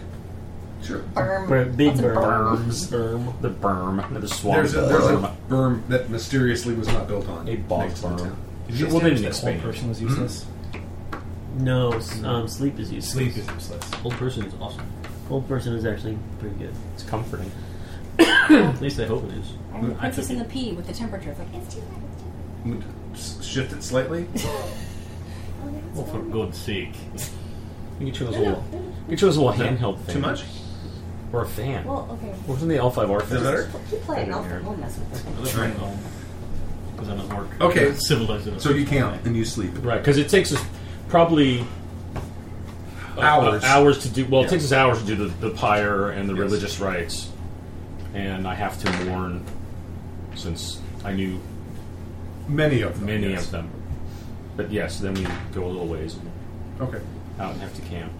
Speaker 8: Sure.
Speaker 5: We're a
Speaker 6: Berm.
Speaker 5: big
Speaker 6: That's a
Speaker 5: bird.
Speaker 4: berms berm the berm another swamp
Speaker 8: There's a
Speaker 4: berm.
Speaker 8: there's a berm that mysteriously was not built on.
Speaker 4: A bog
Speaker 8: next to the
Speaker 4: berm.
Speaker 8: town.
Speaker 4: Is it- well, they
Speaker 2: That
Speaker 4: didn't
Speaker 2: whole
Speaker 4: expand. it.
Speaker 2: person was useless.
Speaker 5: No, s- um, sleep is useless.
Speaker 2: Sleep is useless.
Speaker 11: Old person is awesome.
Speaker 5: Old person is actually pretty good.
Speaker 4: It's comforting.
Speaker 11: At least I hope it is.
Speaker 6: I don't know, Princess in the pea with the temperature. It's like, it's too hot. It's too
Speaker 8: S- Shift it slightly.
Speaker 11: Oh, for God's sake.
Speaker 4: You can chose a
Speaker 6: hot. No,
Speaker 4: little.
Speaker 6: no, no.
Speaker 4: You chose a little handheld thing.
Speaker 8: Too much.
Speaker 4: Or a fan. Well,
Speaker 6: Well, okay.
Speaker 4: Wasn't the L5R
Speaker 8: Is that better?
Speaker 6: Keep playing. I'll,
Speaker 4: I don't
Speaker 6: I'll mess with it.
Speaker 11: Because
Speaker 8: Right.
Speaker 11: I'm at work.
Speaker 8: Okay.
Speaker 11: Civilized enough.
Speaker 8: So you camp and you sleep.
Speaker 4: Right, because it takes us probably uh,
Speaker 8: Hours.
Speaker 4: uh, hours to do. Well, it takes us hours to do the, the pyre and the
Speaker 8: Yes.
Speaker 4: religious rites, and I have to mourn since I knew
Speaker 8: Many of them.
Speaker 4: many
Speaker 8: yes.
Speaker 4: of them. But yes, then we go a little ways and
Speaker 8: Okay.
Speaker 4: out and have to camp.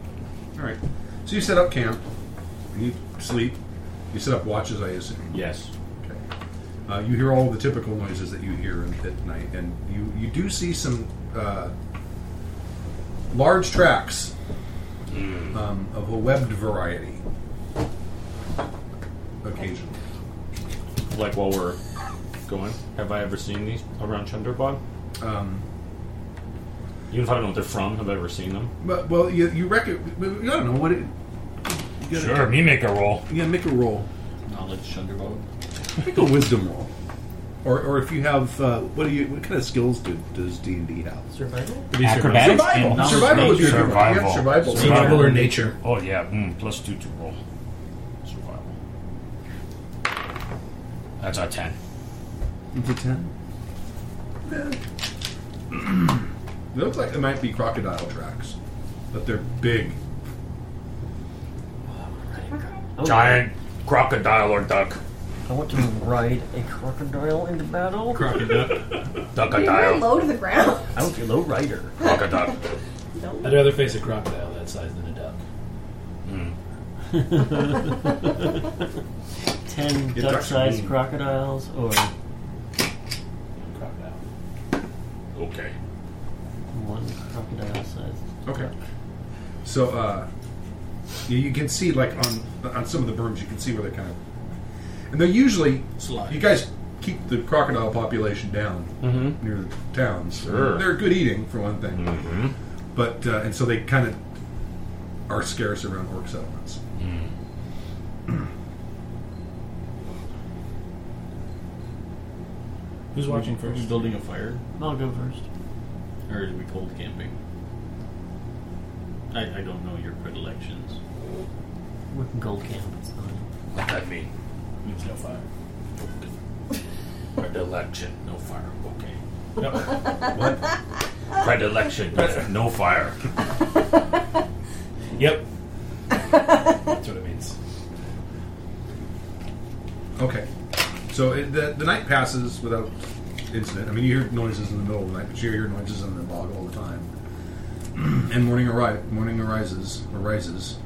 Speaker 8: All right. So you set up camp. And you sleep. You set up watches, I assume.
Speaker 4: Yes,
Speaker 8: Okay. Uh, you hear all the typical noises that you hear in- at night, and you, you do see some uh, large tracks
Speaker 4: Mm.
Speaker 8: um, of a webbed variety occasionally.
Speaker 12: Like while we're going, have I ever seen these around Chunderbog?
Speaker 8: Um,
Speaker 12: Even if I don't know what they're from, have I ever seen them?
Speaker 8: but, well, you, you reckon, I don't know what it. You gotta,
Speaker 3: Sure, me make a roll.
Speaker 8: You gotta make a roll.
Speaker 12: Knowledge Chunderbog.
Speaker 8: Make a wisdom roll. Or, or if you have, uh, what do you? What kind of skills do, does D and D have?
Speaker 5: Survival?
Speaker 12: Acrobatics
Speaker 8: Survival.
Speaker 12: and knowledge
Speaker 8: Survival would be a
Speaker 12: nature.
Speaker 8: good one. Yeah,
Speaker 3: Survival.
Speaker 8: survival.
Speaker 2: Survival or nature?
Speaker 3: Oh yeah, mm, plus two to roll. Survival. That's a ten.
Speaker 8: Into ten. they look like they might be crocodile tracks, but they're big.
Speaker 5: Oh,
Speaker 3: Giant crocodile or duck.
Speaker 5: I want to ride a crocodile into battle.
Speaker 3: Duckadile.
Speaker 6: low to the ground.
Speaker 5: I would be a low rider.
Speaker 3: Crocodile.
Speaker 2: I'd rather face a crocodile that size than a duck.
Speaker 5: Ten
Speaker 8: Get Dr.
Speaker 5: duck-sized
Speaker 8: Bean.
Speaker 5: crocodiles or
Speaker 2: Crocodile.
Speaker 3: Okay.
Speaker 5: one crocodile-sized.
Speaker 8: Okay. So uh, you, you can see, like on on some of the berms, you can see where they kind of, and they're usually
Speaker 2: Slide.
Speaker 8: you guys keep the crocodile population down near the towns.
Speaker 3: Sure.
Speaker 8: They're good eating for one thing, but uh, and so they kind of are scarce around orc settlements.
Speaker 2: Who's watching first?
Speaker 12: Who's building a fire?
Speaker 5: I'll go first.
Speaker 12: Or are we cold camping?
Speaker 11: I, I don't know your predilections.
Speaker 5: We can gold camp. It's fine.
Speaker 3: What that mean?
Speaker 2: There's no fire.
Speaker 3: Predilection, no fire. Okay. what? Predilection, no fire.
Speaker 2: Yep. That's what it means.
Speaker 8: Okay. So it, the, the night passes without incident. I mean, you hear noises in the middle of the night, but you hear noises in the bog all the time. and morning arri- morning arises, arises.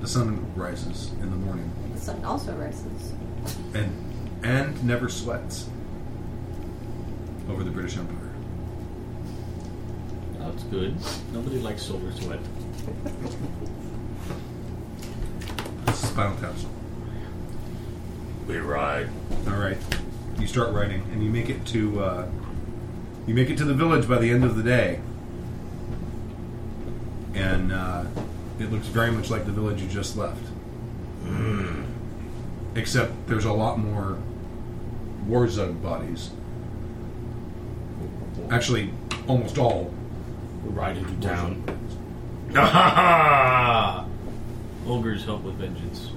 Speaker 8: The sun rises in the morning,
Speaker 6: The sun also rises.
Speaker 8: and and never sweats over the British Empire.
Speaker 12: That's Oh, good.
Speaker 11: Nobody likes solar sweat.
Speaker 8: This is Spinal Tap's.
Speaker 3: We ride.
Speaker 8: All right, you start riding, and you make it to uh, you make it to the village by the end of the day, and uh, it looks very much like the village you just left,
Speaker 3: Hmm.
Speaker 8: except there's a lot more war zone bodies. Actually, almost all.
Speaker 3: We ride into
Speaker 8: town.
Speaker 3: Ah!
Speaker 11: Ogres help with vengeance.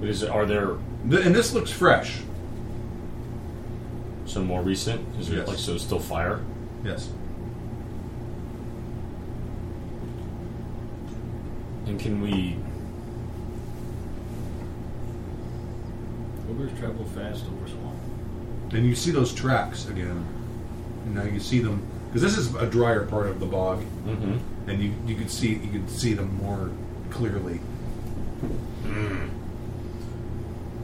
Speaker 12: But is it, are there
Speaker 8: Th- And this looks fresh.
Speaker 12: some more recent? Is there
Speaker 8: Yes.
Speaker 12: like so still fire?
Speaker 8: Yes.
Speaker 12: And can we?
Speaker 11: Ogres travel fast over swamp.
Speaker 8: And you see those tracks again. And now you see them because this is a drier part of the bog.
Speaker 12: Mm-hmm.
Speaker 8: and you you could see you could see them more clearly.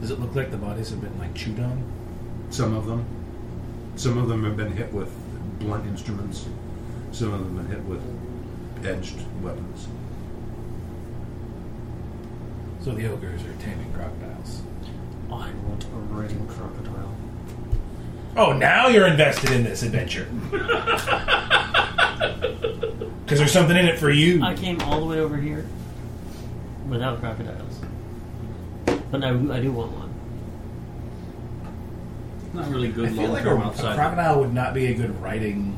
Speaker 2: Does it look like the bodies have been like chewed on?
Speaker 8: Some of them, some of them have been hit with blunt instruments. Some of them have been hit with edged weapons.
Speaker 2: So the ogres are taming crocodiles.
Speaker 5: I want a riding crocodile.
Speaker 2: Oh, now you're invested in this adventure. Because there's something in it for you.
Speaker 5: I came all the way over here without crocodiles, but I, I do want one.
Speaker 11: Not really
Speaker 2: I
Speaker 11: good
Speaker 2: feel
Speaker 11: long
Speaker 2: like a,
Speaker 11: term
Speaker 2: a
Speaker 11: outside.
Speaker 2: crocodile would not be a good riding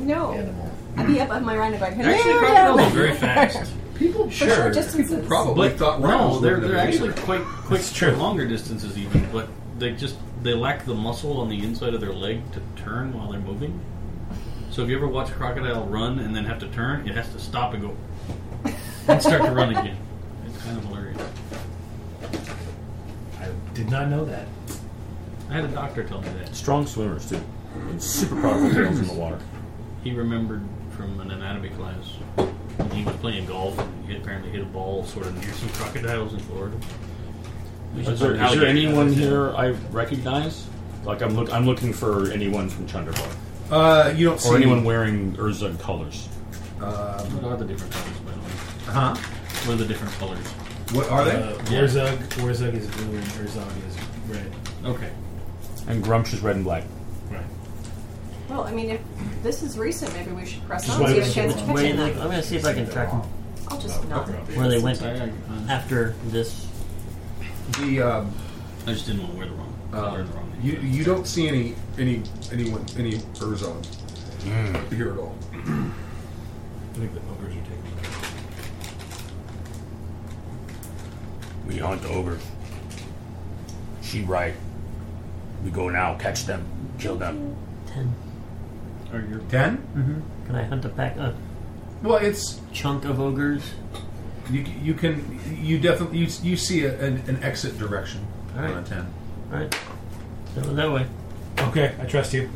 Speaker 6: No.
Speaker 2: animal.
Speaker 6: I'd be up on my rhino going,
Speaker 11: Actually,
Speaker 6: "Hilaria!"
Speaker 11: crocodiles are very fast.
Speaker 6: People for short distances.
Speaker 8: Probably thought
Speaker 11: no,
Speaker 8: rhinos
Speaker 11: they're,
Speaker 8: were
Speaker 11: they're
Speaker 8: the
Speaker 11: actually quite quick
Speaker 2: That's true.
Speaker 11: for longer distances even, but they just they lack the muscle on the inside of their leg to turn while they're moving. So if you ever watch a crocodile run and then have to turn, it has to stop and go and start to run again. It's kind of hilarious.
Speaker 2: I did not know that.
Speaker 11: I had a doctor tell me that.
Speaker 12: Strong swimmers too. And super powerful tails in the water.
Speaker 11: He remembered from an anatomy class. And he was playing golf and he apparently hit a ball sort of near some crocodiles in Florida. We should
Speaker 4: Is there,
Speaker 11: find
Speaker 4: is there
Speaker 11: alligators
Speaker 4: anyone
Speaker 11: out there.
Speaker 4: here I recognize? Like I'm look, I'm looking for anyone from Chunderbar
Speaker 3: Uh, you don't see
Speaker 4: or anyone wearing Urza colors.
Speaker 11: What are the different colors, by the way?
Speaker 3: Huh?
Speaker 11: What are the different colors?
Speaker 3: What are they?
Speaker 2: Uh,
Speaker 11: Yeah.
Speaker 2: Warzug, Warzug is blue and Urzog is red.
Speaker 11: Okay.
Speaker 4: And Grumsh is red and black.
Speaker 2: Right.
Speaker 6: Well, I mean, if this is recent, maybe we should press
Speaker 2: Just
Speaker 6: on and see
Speaker 2: wait
Speaker 6: a chance to catch
Speaker 5: Wait,
Speaker 6: him.
Speaker 5: look,
Speaker 6: then.
Speaker 5: I'm gonna see if I can track them
Speaker 6: I'll just not.
Speaker 5: where they went
Speaker 11: I, I,
Speaker 5: after this.
Speaker 3: the um,
Speaker 11: I just didn't want to wear the wrong color.
Speaker 3: uh,
Speaker 11: the wrong
Speaker 3: you you don't see any any anyone any Urzon
Speaker 14: Mm.
Speaker 3: here at all.
Speaker 2: I think the ogres are taking that.
Speaker 14: We hunt ogres. She right. We go now, catch them, kill them.
Speaker 5: Ten.
Speaker 11: Or your
Speaker 3: Ten?
Speaker 5: Can I hunt a pack a
Speaker 3: Well, it's
Speaker 5: chunk of ogres?
Speaker 3: you. You can you definitely you, you see a, an, an exit direction
Speaker 5: All right.
Speaker 3: on a ten.
Speaker 5: All right. That was that way
Speaker 2: Okay, I trust you.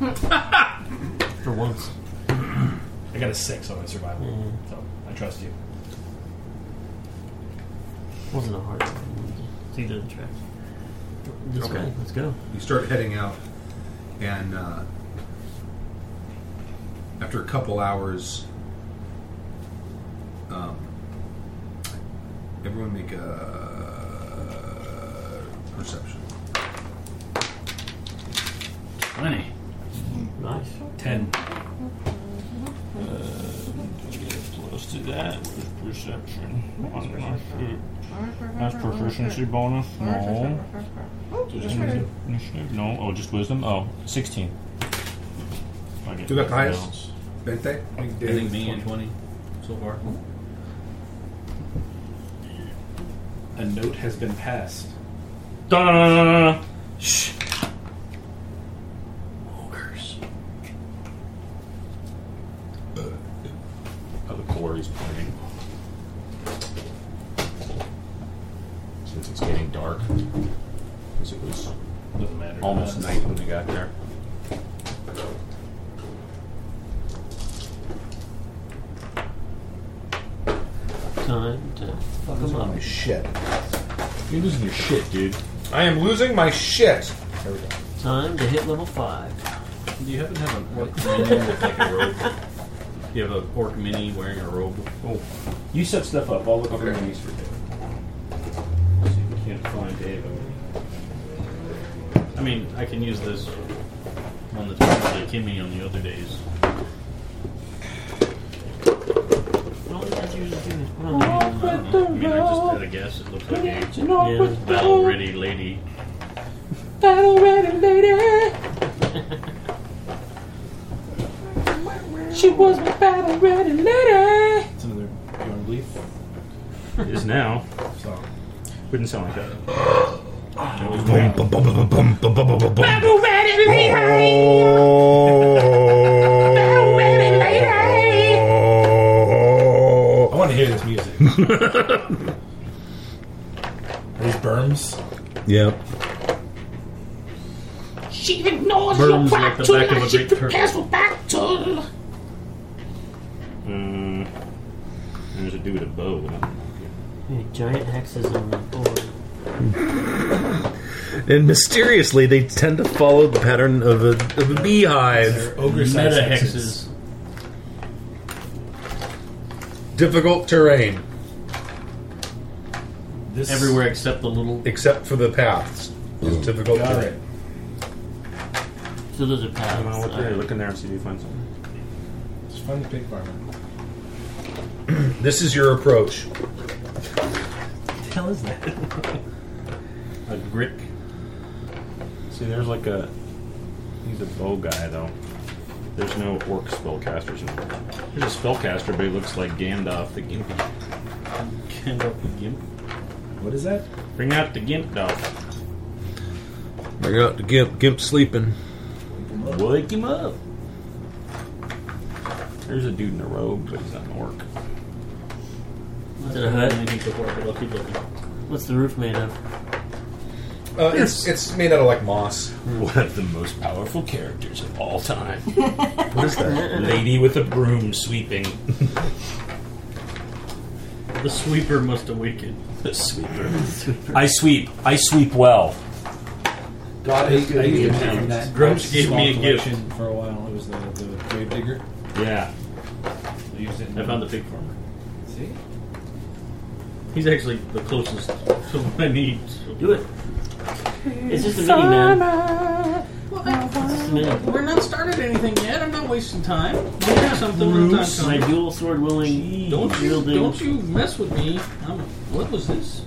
Speaker 5: for once.
Speaker 2: I got a six on my survival, so I trust you.
Speaker 5: Wasn't a hard. one. See the tracks. This
Speaker 3: Okay.
Speaker 5: way. Let's go.
Speaker 3: You start heading out, and uh, after a couple hours, um, everyone make a
Speaker 8: uh,
Speaker 3: perception.
Speaker 11: 20.
Speaker 5: Nice.
Speaker 2: Ten.
Speaker 4: Let's do that with perception. That's proficiency bonus. No. Initiative? No. Oh, just wisdom. Oh, 16. I get
Speaker 3: Who got the
Speaker 4: nothing
Speaker 3: highest?
Speaker 4: else.
Speaker 3: Bente?
Speaker 11: I think me and 20 so far.
Speaker 2: A note has been passed.
Speaker 4: Da-da-da-da-da-da.
Speaker 11: Ogres.
Speaker 4: Oh, the glory's pointing. Since it's getting dark, because it was
Speaker 2: Doesn't matter.
Speaker 4: almost
Speaker 2: Uh,
Speaker 4: night when we got there.
Speaker 5: Time to fuck them up.
Speaker 3: My shit.
Speaker 4: You're losing your shit, dude.
Speaker 3: I am losing my shit. There we go.
Speaker 5: Time to hit level five.
Speaker 11: Do you happen to have an orc mini with like a robe? Do you have an orc mini wearing a robe?
Speaker 4: Oh, you set stuff up. I'll look
Speaker 3: Okay.
Speaker 4: for minis for Dave. See if we can't find Dave.
Speaker 11: I mean, I can use this one that's probably like Kimmy on the other days.
Speaker 5: What do you guys usually do? What do you guys
Speaker 11: I, don't know. I mean, I just had a guess. It looks like a
Speaker 5: do? Yeah.
Speaker 11: battle ready lady.
Speaker 2: It's another Bjorn Leaf
Speaker 4: It is now.
Speaker 2: song.
Speaker 4: Wouldn't sound like that.
Speaker 2: Oh, I want to hear this music. Are these berms?
Speaker 8: Yep.
Speaker 15: She ignores your
Speaker 11: Burns like the
Speaker 15: prattle
Speaker 11: back of a
Speaker 15: as she
Speaker 11: big turtle.
Speaker 15: prepares for battle.
Speaker 4: Uh, there's a dude with a bow.
Speaker 5: Hey, giant hexes on the board.
Speaker 8: And mysteriously, they tend to follow the pattern of a, of a beehive.
Speaker 2: They're ogre sized
Speaker 11: Meta hexes.
Speaker 8: Difficult terrain,
Speaker 2: This
Speaker 11: Everywhere except the little.
Speaker 8: except for the paths. It's difficult
Speaker 2: Got it.
Speaker 8: terrain.
Speaker 5: So those are
Speaker 4: I don't know what
Speaker 5: paths.
Speaker 4: they're
Speaker 5: Alright.
Speaker 4: looking there and see if you find something.
Speaker 2: Just find the big farmer.
Speaker 8: This is your approach.
Speaker 5: What the hell is that?
Speaker 4: A grick. See, there's like a. He's a bow guy though. There's no orc spellcasters in here. There's a spellcaster, but he looks like Gandalf the Gimp.
Speaker 11: Kind of a gimp.
Speaker 2: What is that?
Speaker 4: Bring out the Gimp dog.
Speaker 8: I got the gimp, gimp sleeping.
Speaker 4: Wake him up. There's a dude in a robe, but he's not an orc.
Speaker 5: it a hood?
Speaker 11: I think the orc will keep looking.
Speaker 5: What's the roof made of?
Speaker 8: Uh, it's, it's made out of like moss.
Speaker 3: One of the most powerful characters of all time.
Speaker 8: What is that?
Speaker 3: Lady with a broom sweeping.
Speaker 11: The sweeper must awaken.
Speaker 3: The sweeper. I sweep. I sweep well.
Speaker 2: God is good. I
Speaker 11: you
Speaker 2: used
Speaker 11: can
Speaker 2: it
Speaker 11: have
Speaker 2: from that
Speaker 11: Grumps gave
Speaker 2: small
Speaker 11: me a gift.
Speaker 2: collection for a while. It was the the grave digger.
Speaker 3: Yeah.
Speaker 2: I used it. In
Speaker 11: I found the pig farmer.
Speaker 2: See,
Speaker 11: He's actually the closest to what I need. So
Speaker 5: Do it. It's just a mini man. It's a mini.
Speaker 11: We're not started anything yet. I'm not wasting time. We'll do something when the time
Speaker 5: My
Speaker 11: comes.
Speaker 5: dual sword willing.
Speaker 11: Don't you,
Speaker 5: wielding-
Speaker 11: don't you mess with me. I'm, what was this?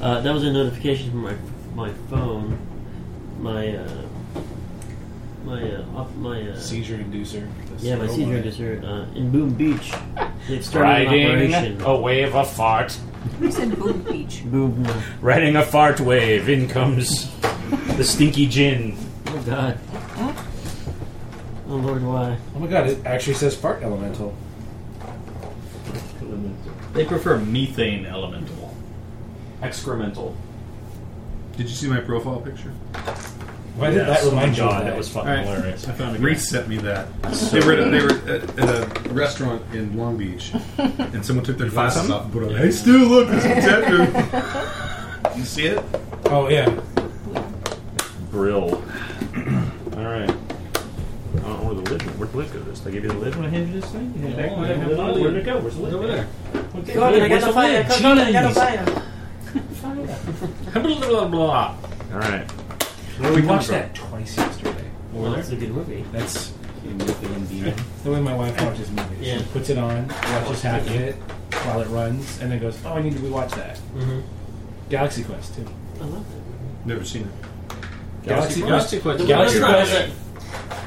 Speaker 5: Uh, that was a notification from my my phone. My uh, my uh, op- my uh,
Speaker 2: seizure inducer.
Speaker 5: yeah, my
Speaker 2: Oh,
Speaker 5: seizure inducer uh, in Boom Beach. They've started an
Speaker 3: Riding
Speaker 5: operation.
Speaker 3: a oh, wave of fart.
Speaker 6: Who said Boom Beach?
Speaker 5: Boom!
Speaker 3: Riding a fart wave. In comes the stinky gin.
Speaker 5: Oh God! Oh Lord, why?
Speaker 2: Oh my god! It actually says fart elemental.
Speaker 11: They prefer methane elemental.
Speaker 4: Excremental.
Speaker 8: Did you see my profile picture?
Speaker 2: Why did
Speaker 4: Oh
Speaker 2: that remind you?
Speaker 3: God,
Speaker 2: of
Speaker 3: that was fucking
Speaker 11: Alright.
Speaker 3: hilarious.
Speaker 11: I found a
Speaker 8: Reese sent me that. they were, at a, they were at, at a restaurant in Long Beach, and someone took their glasses off and put on. Hey, Stu, look, it's Detective. you see it?
Speaker 2: Oh yeah.
Speaker 4: Brill.
Speaker 12: All right.
Speaker 4: I don't know where oh, the lid went. Where'd the lid go? This? Did I give you the lid?
Speaker 12: When I hand you this thing, you hand
Speaker 11: Yeah,
Speaker 12: back my
Speaker 11: I have
Speaker 12: lid
Speaker 11: the
Speaker 12: on.
Speaker 11: lid.
Speaker 12: Where'd it go? Where's the lid?
Speaker 11: over there.
Speaker 12: Okay,
Speaker 5: God,
Speaker 12: lid.
Speaker 5: I
Speaker 12: Where's
Speaker 5: got
Speaker 12: the
Speaker 5: a fire!
Speaker 12: lid?
Speaker 5: God, I got a
Speaker 12: Jeez.
Speaker 5: fire!
Speaker 11: Blah, blah, blah.
Speaker 4: All right.
Speaker 2: We watched that twice yesterday.
Speaker 5: Well, that's a good movie.
Speaker 2: That's in with the Indian. The way my wife watches movies.
Speaker 5: Yeah.
Speaker 2: She puts it on, watches half of it while it runs, and then goes, Oh, I need to rewatch that.
Speaker 5: Mm-hmm.
Speaker 2: Galaxy Quest, too.
Speaker 5: I love that.
Speaker 8: Never seen it.
Speaker 2: Galaxy,
Speaker 11: Galaxy Quest.
Speaker 5: The
Speaker 2: Galaxy
Speaker 5: one about
Speaker 2: Quest.
Speaker 5: that-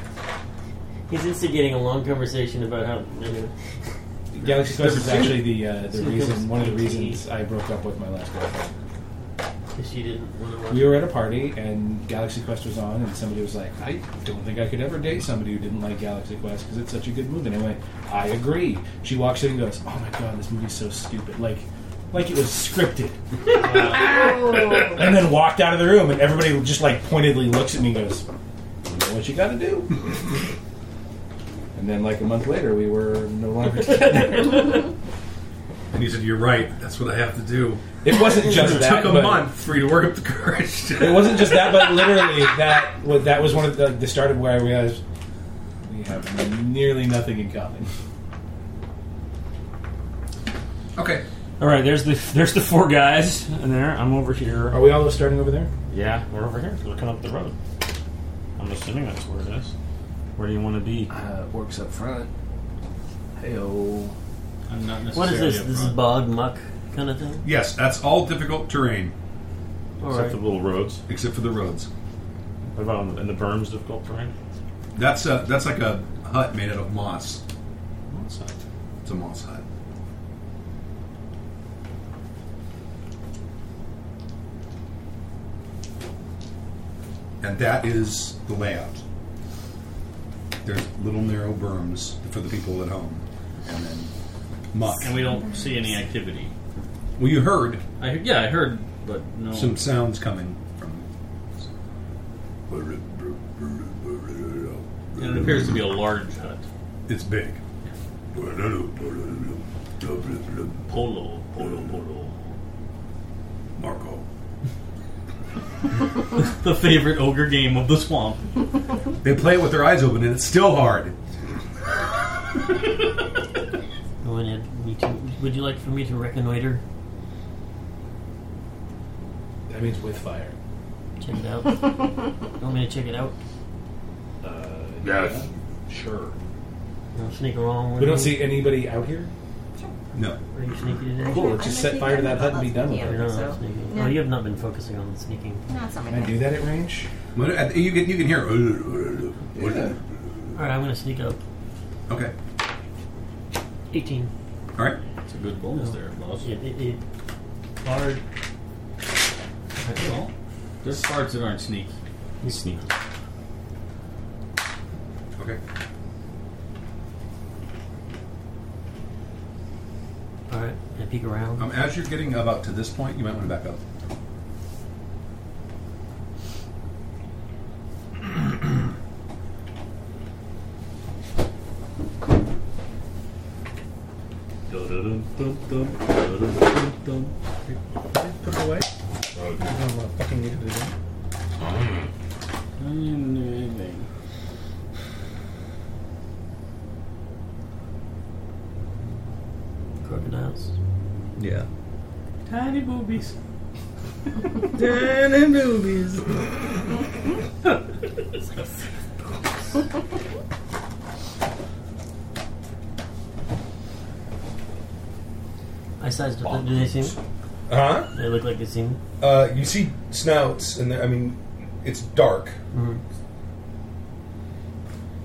Speaker 5: He's instigating a long conversation about how. Anyway.
Speaker 2: Galaxy Quest is
Speaker 8: seen
Speaker 2: actually the uh, the
Speaker 5: Seen it.
Speaker 2: reason one of the reasons I broke up with my last girlfriend.
Speaker 5: Because she didn't want to watch.
Speaker 2: We were at a party and Galaxy Quest was on, and somebody was like, "I don't think I could ever date somebody who didn't like Galaxy Quest because it's such a good movie." And I went, "I agree." She walks in and goes, "Oh my god, this movie's so stupid!" Like, like it was scripted.
Speaker 6: Oh.
Speaker 2: and then walked out of the room, and everybody just like pointedly looks at me and goes, you know "What you got to do?" and then, like a month later, we were no longer. together.
Speaker 8: And he said, "You're right. That's what I have to do."
Speaker 2: It wasn't just
Speaker 8: it
Speaker 2: that.
Speaker 8: took a
Speaker 2: but-
Speaker 8: month for you to work up the courage.
Speaker 2: It wasn't just that, but literally that was that was one of the, the start of where I realized we have nearly nothing in common.
Speaker 8: okay.
Speaker 4: All right. There's the there's the four guys in there. I'm over here.
Speaker 2: Are we all starting over there?
Speaker 4: Yeah, we're over here. We're coming up the road. I'm assuming that's where it is. Where do you want to be?
Speaker 2: Uh, works up front. Heyo.
Speaker 11: I'm not
Speaker 5: What
Speaker 11: necessarily
Speaker 5: is this?
Speaker 11: up
Speaker 5: This is
Speaker 11: front.
Speaker 5: bog muck kind of thing.
Speaker 8: Yes, that's all difficult terrain
Speaker 5: All
Speaker 12: Except
Speaker 5: right.
Speaker 12: for the little roads.
Speaker 8: except for the roads.
Speaker 4: What about on the, in the berms difficult terrain?
Speaker 8: That's a that's like a hut made out of moss.
Speaker 4: That's not-
Speaker 8: It's a moss hut. And that is the layout. There's little narrow berms for the people at home, and then muck.
Speaker 11: And we don't see any activity.
Speaker 8: Well, you heard
Speaker 11: I yeah, I heard, but no.
Speaker 8: some sounds coming from.
Speaker 11: And it appears to be a large hut.
Speaker 8: It's big.
Speaker 11: Polo, polo, polo.
Speaker 8: Marco.
Speaker 11: The favorite ogre game of the swamp.
Speaker 8: They play it with their eyes open, and it's still hard.
Speaker 5: I wanted me to. Would you like for me to reconnoiter?
Speaker 2: That means with fire.
Speaker 5: Check it out. you want me to check it out?
Speaker 3: Yes.
Speaker 2: Sure.
Speaker 5: I'll sneak along. with
Speaker 2: Uh, We don't
Speaker 5: you.
Speaker 2: see anybody out here.
Speaker 8: No.
Speaker 5: Are you sneaky today?
Speaker 2: Cool. Let's just set fire to that hut and be done with
Speaker 5: You're
Speaker 2: it.
Speaker 5: not
Speaker 6: So-
Speaker 5: sneaking.
Speaker 6: No.
Speaker 5: Oh, you have not been focusing on sneaking.
Speaker 6: No, it's not my
Speaker 2: Can I
Speaker 6: thing.
Speaker 2: do that at range?
Speaker 8: What- at the- uh, You can, you can hear.
Speaker 5: All right, I'm gonna sneak up.
Speaker 8: Okay.
Speaker 5: 18.
Speaker 8: All right.
Speaker 11: It's a good bonus there, boss.
Speaker 5: It, Oh, it, it. Hard.
Speaker 11: Well, there's parts that aren't sneaky.
Speaker 4: He's sneaky.
Speaker 8: Okay.
Speaker 5: All right, I peek around.
Speaker 8: Um, as you're getting about to this point, you might want to back up.
Speaker 11: dum, dum, dum, dum, dum.
Speaker 2: Put it away. I don't want to fucking need to do that.
Speaker 11: I didn't do anything.
Speaker 5: Crocodiles.
Speaker 16: Yeah.
Speaker 11: Tiny boobies.
Speaker 2: Tiny boobies.
Speaker 5: I sized up. Do they see me?
Speaker 8: Huh?
Speaker 5: They look like they see me.
Speaker 8: Uh-huh. Uh, you see snouts, and there- I mean, it's dark.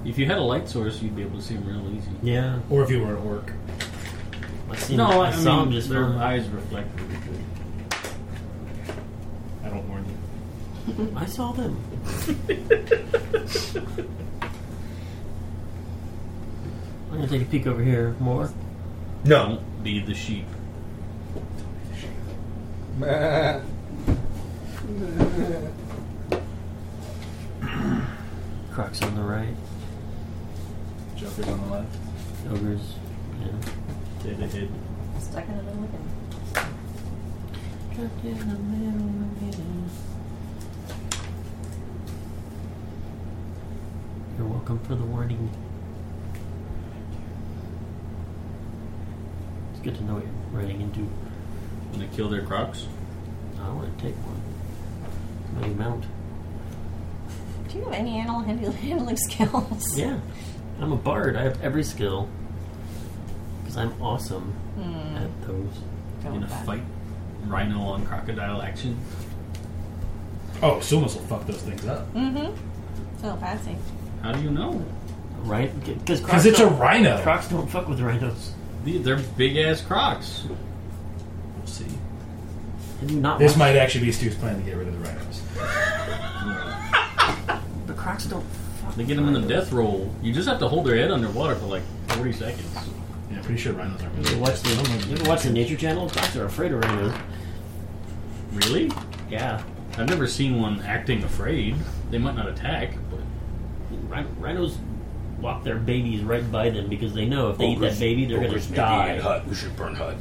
Speaker 11: If you had a light source, you'd be able to see them real easy.
Speaker 5: Yeah.
Speaker 2: Or if you were an orc.
Speaker 5: I see.
Speaker 11: No,
Speaker 5: I,
Speaker 11: I, I
Speaker 5: saw
Speaker 11: mean,
Speaker 5: them just
Speaker 11: their
Speaker 5: fine.
Speaker 11: eyes reflect really good.
Speaker 2: I don't warn you.
Speaker 5: I saw them. I'm gonna take a peek over here more.
Speaker 16: No.
Speaker 11: Don't be the sheep.
Speaker 5: Crocs on the right,
Speaker 2: Joker's on the left.
Speaker 5: ogres. Yeah.
Speaker 11: They the head.
Speaker 6: Stuck in the middle again.
Speaker 5: You're welcome for the warning. It's good to know what you're running into.
Speaker 11: When they kill their crocs.
Speaker 5: I want to take one. Maybe mount.
Speaker 6: Do you have any animal handle- handling skills?
Speaker 5: Yeah, I'm a bard. I have every skill because I'm awesome at those.
Speaker 6: Go
Speaker 11: In
Speaker 6: with
Speaker 11: a
Speaker 6: that.
Speaker 11: fight, rhino on crocodile action.
Speaker 2: Oh, Sumas will fuck those things up.
Speaker 6: So fancy.
Speaker 11: How do you know?
Speaker 5: Right? Because
Speaker 2: Because it's a rhino.
Speaker 5: Crocs don't fuck with rhinos.
Speaker 11: The- They're big ass crocs.
Speaker 2: We'll see.
Speaker 5: Have you not
Speaker 2: This
Speaker 5: watched-
Speaker 2: might actually be Stu's plan to get rid of the rhinos.
Speaker 5: The Crocs don't fuck.
Speaker 11: They get them in the death roll. You just have to hold their head underwater for like 40 seconds.
Speaker 2: Yeah, I'm pretty sure rhinos aren't
Speaker 5: You
Speaker 2: really.
Speaker 5: ever watch the, you ever watch the Nature Channel? Crocs are afraid of rhinos.
Speaker 11: Really?
Speaker 5: Yeah.
Speaker 11: I've never seen one acting afraid. They might not attack, but
Speaker 5: Rhin- Rhinos walk their babies right by them because they know if they eat
Speaker 3: Ogres-
Speaker 5: that baby, they're going
Speaker 3: ogres
Speaker 5: to
Speaker 3: may be
Speaker 5: die.
Speaker 3: in Hut. We should burn hut.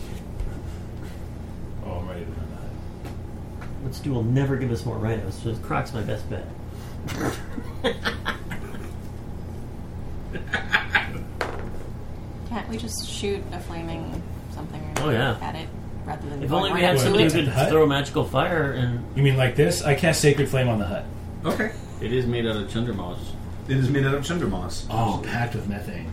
Speaker 2: Oh, I'm ready to run that.
Speaker 5: Let's do. will never give us more rhinos, so Croc's my best bet.
Speaker 6: Can't we just shoot a flaming something or
Speaker 5: Oh, yeah.
Speaker 6: at it rather than
Speaker 5: If
Speaker 6: going
Speaker 5: only we
Speaker 6: right
Speaker 5: had
Speaker 6: at
Speaker 5: somebody who
Speaker 6: it?
Speaker 5: could
Speaker 2: Hut?
Speaker 5: throw magical fire and
Speaker 2: You mean like this? I cast Sacred Flame on the hut.
Speaker 8: Okay.
Speaker 11: it is made out of chundermoss.
Speaker 8: It is made out of cinder moss.
Speaker 2: Oh, packed with methane.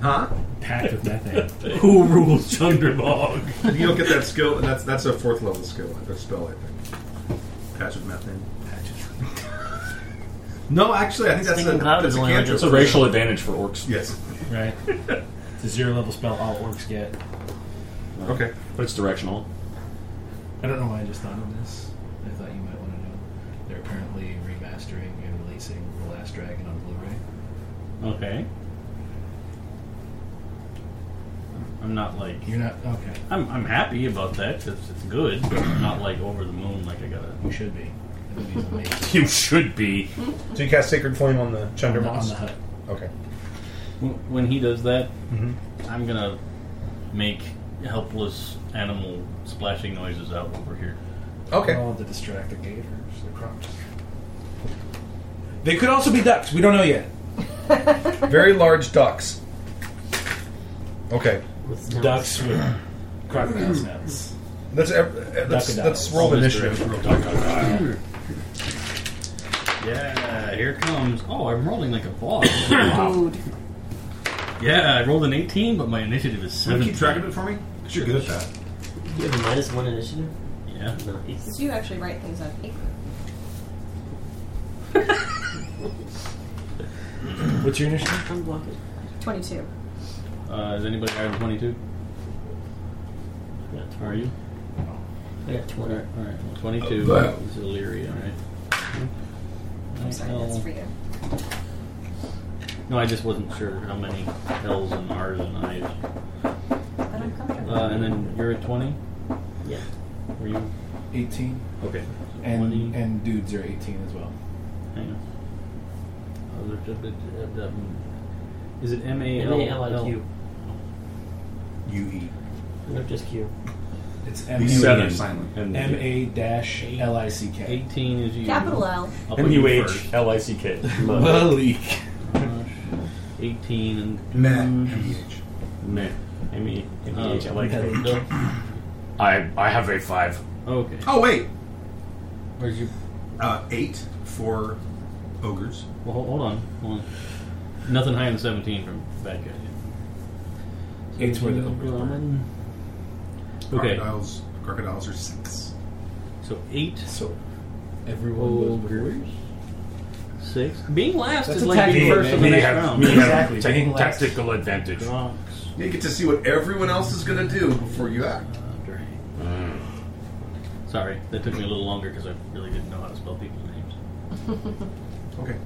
Speaker 8: Huh?
Speaker 2: Packed with methane.
Speaker 11: Who rules chundermog?
Speaker 8: You don't get that skill, and that's that's a fourth level skill, a spell, I think. Patch of methane. No, actually, I think that's
Speaker 5: Stinging
Speaker 8: a,
Speaker 5: cloud
Speaker 8: that's
Speaker 5: is
Speaker 8: a
Speaker 5: only like
Speaker 8: cantrip.
Speaker 4: It's a racial advantage for orcs,
Speaker 8: Yes.
Speaker 2: Right? It's a zero level spell all orcs get.
Speaker 8: Okay.
Speaker 4: but it's directional.
Speaker 2: I don't know why I just thought of this. I thought you might want to know. They're apparently remastering and releasing The Last Dragon on Blu ray.
Speaker 11: Okay. I'm not like
Speaker 2: You're not. Okay.
Speaker 11: I'm, I'm happy about that because it's good, but I'm not like over the moon like I gotta.
Speaker 2: You should be. That movie's amazing.
Speaker 4: You should be.
Speaker 8: So you cast Sacred Flame on the Chunder
Speaker 2: on the hut.
Speaker 8: Okay.
Speaker 11: Wh- When he does that,
Speaker 5: Mm-hmm.
Speaker 8: Mhm.
Speaker 11: I'm gonna make helpless animal splashing noises out over here.
Speaker 8: Okay.
Speaker 2: Oh, to distract the gators, the crocs. They could also be ducks. We don't know yet.
Speaker 8: Very large ducks. Okay.
Speaker 4: Uh,
Speaker 5: with snouts.
Speaker 2: Ducks with crocodile snouts.
Speaker 8: Let's ev- let's, let's roll initiative.
Speaker 11: Yeah, here comes. Oh, I'm rolling like a boss.
Speaker 6: Dude.
Speaker 11: yeah, I rolled an 18, but my initiative is 7.
Speaker 8: it for me? You're good at that.
Speaker 5: You have a minus one initiative.
Speaker 11: Yeah.
Speaker 5: Nice.
Speaker 6: Did you actually write things on paper?
Speaker 2: What's your initiative?
Speaker 5: Unblock it.
Speaker 6: 22.
Speaker 11: Uh, is anybody higher than 22?
Speaker 5: I got tw-
Speaker 11: Are you?
Speaker 5: I got twenty.
Speaker 11: Alright, alright. 22 is Illyria, alright.
Speaker 6: I'm sorry, that's for you.
Speaker 11: No, I just wasn't sure how many L's and R's and I's.
Speaker 6: But I'm comfortable.
Speaker 11: Uh, and then you're at 20?
Speaker 5: Yeah.
Speaker 11: Were you?
Speaker 2: 18.
Speaker 11: Okay.
Speaker 2: And
Speaker 11: 20.
Speaker 2: and dudes are 18 as well.
Speaker 11: Hang on. Oh, there's just a- a- a- Is it um, M A
Speaker 5: M A L I
Speaker 11: L
Speaker 5: Q.
Speaker 8: U E.
Speaker 5: Not just Q.
Speaker 2: It's
Speaker 8: The U
Speaker 2: M
Speaker 8: Seven. is silent.
Speaker 2: A dash L I C K.
Speaker 11: 18 is you.
Speaker 6: Capital L.
Speaker 11: I'll put
Speaker 4: M U
Speaker 11: you
Speaker 4: H
Speaker 11: first.
Speaker 4: L I C K.
Speaker 2: Malik.
Speaker 11: 18 and
Speaker 8: Matt. M-E-H.
Speaker 4: Meh. M E M E H L I K.
Speaker 5: No.
Speaker 3: I I have a five.
Speaker 11: Okay.
Speaker 8: Oh wait,
Speaker 2: Where's your
Speaker 8: uh, eight for ogres.
Speaker 11: Well, ho- hold on. Hold on. Nothing higher than 17 from bad guy.
Speaker 2: eight's where the ogres were.
Speaker 11: Okay.
Speaker 8: Crocodiles, crocodiles are six.
Speaker 11: So 8,
Speaker 2: So everyone was warriors.
Speaker 11: 6. Being last
Speaker 2: That's
Speaker 11: is like being
Speaker 2: attacking,
Speaker 11: first in the
Speaker 2: man.
Speaker 11: next
Speaker 2: Yeah.
Speaker 11: round.
Speaker 3: Me have
Speaker 2: Exactly,
Speaker 3: tac-
Speaker 2: being last.
Speaker 3: tactical advantage.
Speaker 11: Rocks.
Speaker 8: You get to see what everyone else is going to do before you act.
Speaker 11: Uh, Sorry, that took me a little longer because I really didn't know how to spell people's names.
Speaker 8: Okay.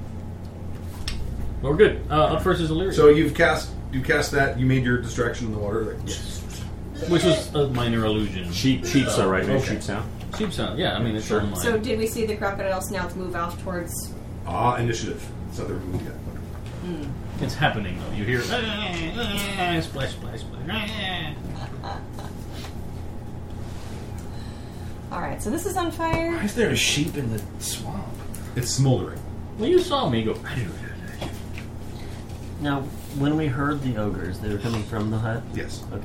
Speaker 11: But we're good. Uh, up first is Illyria,
Speaker 8: So you've cast you cast that. You made your distraction in the water. Like,
Speaker 11: which was a minor illusion.
Speaker 4: Sheep, sheep's all right. Make
Speaker 8: Okay.
Speaker 4: sheep sound.
Speaker 11: Sheep sound. Yeah, I mean it's
Speaker 8: Sure.
Speaker 11: online.
Speaker 6: So did we see the crocodile snouts move off towards?
Speaker 8: Ah, initiative. So they're moving yet.
Speaker 11: it's happening though. You hear splash, splash, ah." splash.
Speaker 6: All right, so this is on
Speaker 2: Why
Speaker 6: fire.
Speaker 2: is there a sheep in the swamp?
Speaker 8: It's smoldering.
Speaker 11: Well, you saw me go. "Ah,
Speaker 5: Now, when we heard the ogres, they were coming from the hut.
Speaker 8: Yes.
Speaker 5: Okay.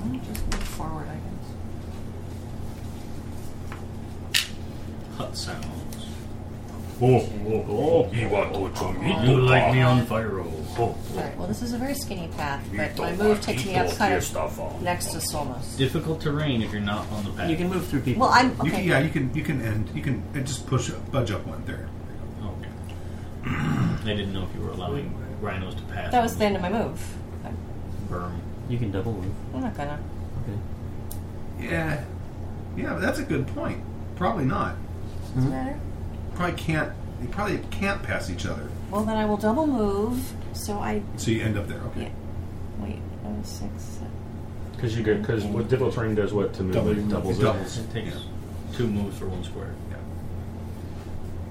Speaker 6: Let me Just move forward, I guess.
Speaker 11: Hut sounds.
Speaker 3: Oh, oh, oh. You want to come eat
Speaker 11: You
Speaker 3: the
Speaker 11: like
Speaker 3: pie?
Speaker 11: me on fire roll.
Speaker 3: Oh,
Speaker 6: All right. Well, this is a very skinny path, but
Speaker 3: eat
Speaker 6: my
Speaker 3: the
Speaker 6: move
Speaker 3: pie,
Speaker 6: takes
Speaker 3: eat
Speaker 6: me up
Speaker 3: the
Speaker 6: kind of
Speaker 3: Mustafa.
Speaker 6: next to Solmos.
Speaker 11: Difficult terrain if you're not on the path.
Speaker 5: You can move through people.
Speaker 6: Well, I'm okay.
Speaker 8: You can, yeah, you can you can end you can uh, just push up, budge up one there.
Speaker 11: Okay. I didn't know if you were allowing rhinos to pass.
Speaker 6: That was the end of my move.
Speaker 11: berm.
Speaker 5: You can double move.
Speaker 6: I'm not gonna.
Speaker 5: Okay.
Speaker 8: Yeah, yeah, but that's a good point. Probably not.
Speaker 6: Doesn't matter.
Speaker 8: Probably can't. They probably can't pass each other.
Speaker 6: Well, then I will double move. So I
Speaker 8: So you end up there. Okay.
Speaker 6: wait. That was six. seven.
Speaker 4: Because you get because what difficult terrain does what to move
Speaker 2: Double
Speaker 4: It
Speaker 2: your
Speaker 4: doubles
Speaker 8: It
Speaker 4: it.
Speaker 8: doubles.
Speaker 11: It takes two moves for one square.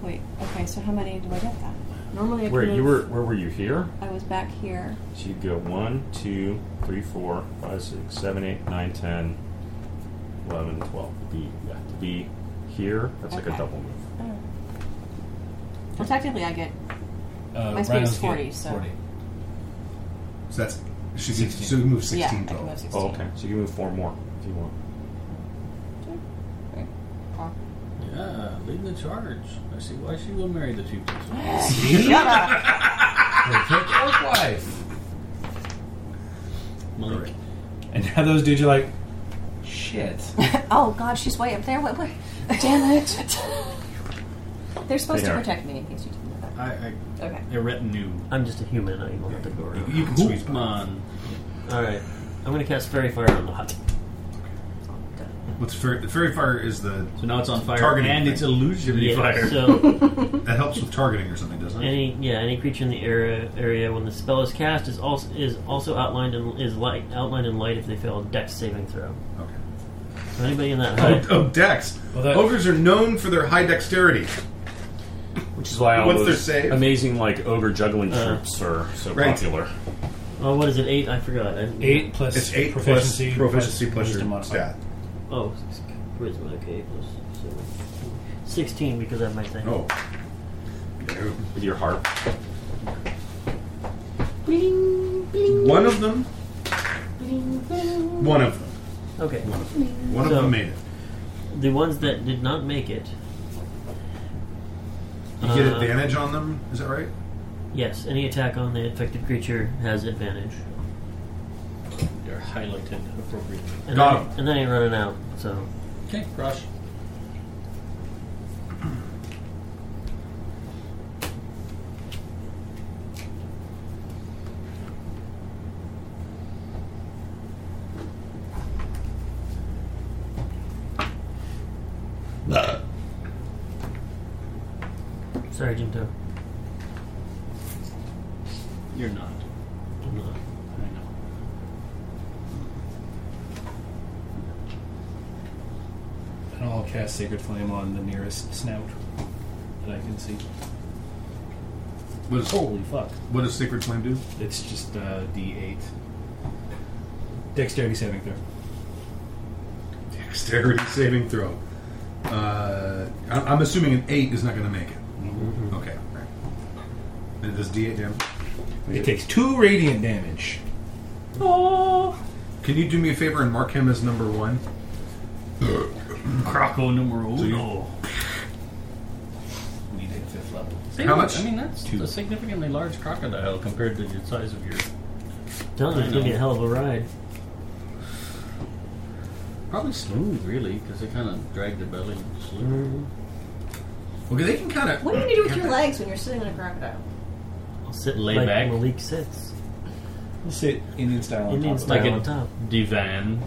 Speaker 6: Wait. Okay. So how many do I get then? Normally I can
Speaker 4: Wait, you were
Speaker 6: move-
Speaker 4: where were you here?
Speaker 6: I was back here.
Speaker 4: So you go one, two, three, four, five, six, seven, eight, nine, ten, eleven, twelve. Be yeah, to be here. That's like
Speaker 6: Okay.
Speaker 4: a double move.
Speaker 6: Oh. Well, technically I get
Speaker 2: Uh,
Speaker 6: My speed's
Speaker 2: rhinos get
Speaker 6: 40, so-
Speaker 8: So that's she said-
Speaker 2: 16.
Speaker 8: so you move
Speaker 6: yeah.
Speaker 8: sixteen
Speaker 6: I can
Speaker 8: total.
Speaker 6: move sixteen.
Speaker 4: Oh, okay. So you can move four more if you want.
Speaker 11: Yeah, leading the charge. I see why she will marry the cheapest.
Speaker 6: Shut up.
Speaker 2: Perfect elf wife.
Speaker 11: Malik.
Speaker 2: And now those dudes are like, shit.
Speaker 6: Oh God, she's way up there. Wait, wait. Damn it. They're supposed
Speaker 4: They
Speaker 6: to
Speaker 4: are.
Speaker 6: protect me in case you didn't know
Speaker 11: I, I
Speaker 6: that. Okay.
Speaker 11: a retinue.
Speaker 5: I'm just a human. I won't have to go around.
Speaker 8: You can squeeze by.
Speaker 11: Hoopman.
Speaker 5: All right. I'm gonna cast fairy fire on the hut.
Speaker 8: What's fairy, the fairy fire is the
Speaker 11: So now it's on fire
Speaker 8: Targeting
Speaker 11: and it's
Speaker 8: thing.
Speaker 11: illusion
Speaker 5: Yeah,
Speaker 11: fire.
Speaker 5: So
Speaker 8: that helps with targeting or something, doesn't it?
Speaker 5: any yeah any creature in the area area when the spell is cast is also is also outlined in is light outlined in light if they fail a dex saving throw.
Speaker 8: Okay.
Speaker 5: So anybody in that
Speaker 8: Oh,
Speaker 5: hut,
Speaker 8: oh, Dex.
Speaker 2: Well, that-
Speaker 8: Ogres are known for their high dexterity.
Speaker 4: Which is why all
Speaker 8: What's their
Speaker 4: those
Speaker 8: save?
Speaker 4: amazing like ogre juggling
Speaker 5: Uh,
Speaker 4: troops are so
Speaker 8: right.
Speaker 4: popular.
Speaker 5: oh what is it eight? I forgot. I,
Speaker 2: Eight plus
Speaker 8: It's eight
Speaker 2: proficiency
Speaker 8: plus proficiency plus
Speaker 2: wisdom
Speaker 8: your
Speaker 2: modifier.
Speaker 8: stat.
Speaker 5: Oh, six- charisma. Okay, plus seven. Sixteen because I have my thing.
Speaker 8: Oh. No.
Speaker 4: With your harp.
Speaker 8: One of them. One of them.
Speaker 5: Okay.
Speaker 8: One of them. One of
Speaker 5: So-
Speaker 8: them made it.
Speaker 5: The ones that did not make it.
Speaker 8: You get
Speaker 5: Uh,
Speaker 8: advantage on them. Is that right?
Speaker 5: Yes, any attack on the affected creature has advantage.
Speaker 11: They're highlighted appropriately.
Speaker 5: And
Speaker 8: Got
Speaker 5: then, And then you're running out, so.
Speaker 11: Okay, crush.
Speaker 5: Sorry, Jimto.
Speaker 11: You're not.
Speaker 5: I'm not.
Speaker 11: I know.
Speaker 2: And I'll cast Sacred Flame on the nearest snout that I can see.
Speaker 8: What does,
Speaker 2: Holy fuck.
Speaker 8: what does Sacred Flame do?
Speaker 2: It's just uh, D8. Dexterity saving throw.
Speaker 8: Dexterity saving throw. Uh, I- I'm assuming an eight is not going to make it.
Speaker 11: Mm-hmm.
Speaker 8: Okay. all right. And it does D8 damage.
Speaker 2: It takes two radiant damage.
Speaker 11: Oh,
Speaker 8: Can you do me a favor and mark him as number one?
Speaker 11: Croco numero
Speaker 8: So you-
Speaker 11: uno.
Speaker 2: We did fifth level.
Speaker 8: How much?
Speaker 11: I mean, that's
Speaker 2: Two.
Speaker 11: a significantly large crocodile compared to the size of your.
Speaker 5: Tell them it's gonna be a hell of a ride.
Speaker 11: Probably smooth, really, because they kind of drag their belly. and slew.
Speaker 8: Okay, they can kind of.
Speaker 6: What are you gonna do with your legs when you're sitting on a crocodile?
Speaker 5: I'll sit
Speaker 11: Lay
Speaker 5: like
Speaker 11: back.
Speaker 5: Malik sits.
Speaker 2: We'll sit Indian style on
Speaker 5: Indian
Speaker 2: top.
Speaker 5: style
Speaker 11: Like a-
Speaker 5: on top.
Speaker 11: Divan.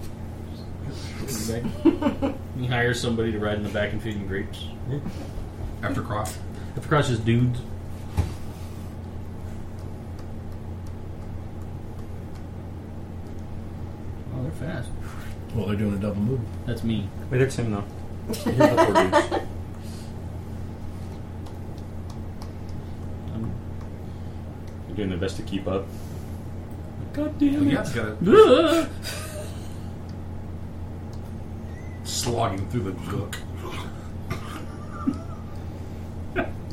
Speaker 2: Of it.
Speaker 11: You hire somebody to ride in the back and feed him grapes.
Speaker 8: After cross.
Speaker 11: If the cross is dudes, oh, they're fast.
Speaker 2: Well, they're doing a double move.
Speaker 11: That's me.
Speaker 4: Wait, there's him though.
Speaker 11: I'm
Speaker 4: You're doing the best to keep up.
Speaker 11: God damn
Speaker 8: Yeah, it's got to
Speaker 11: it.
Speaker 8: slogging through the gook.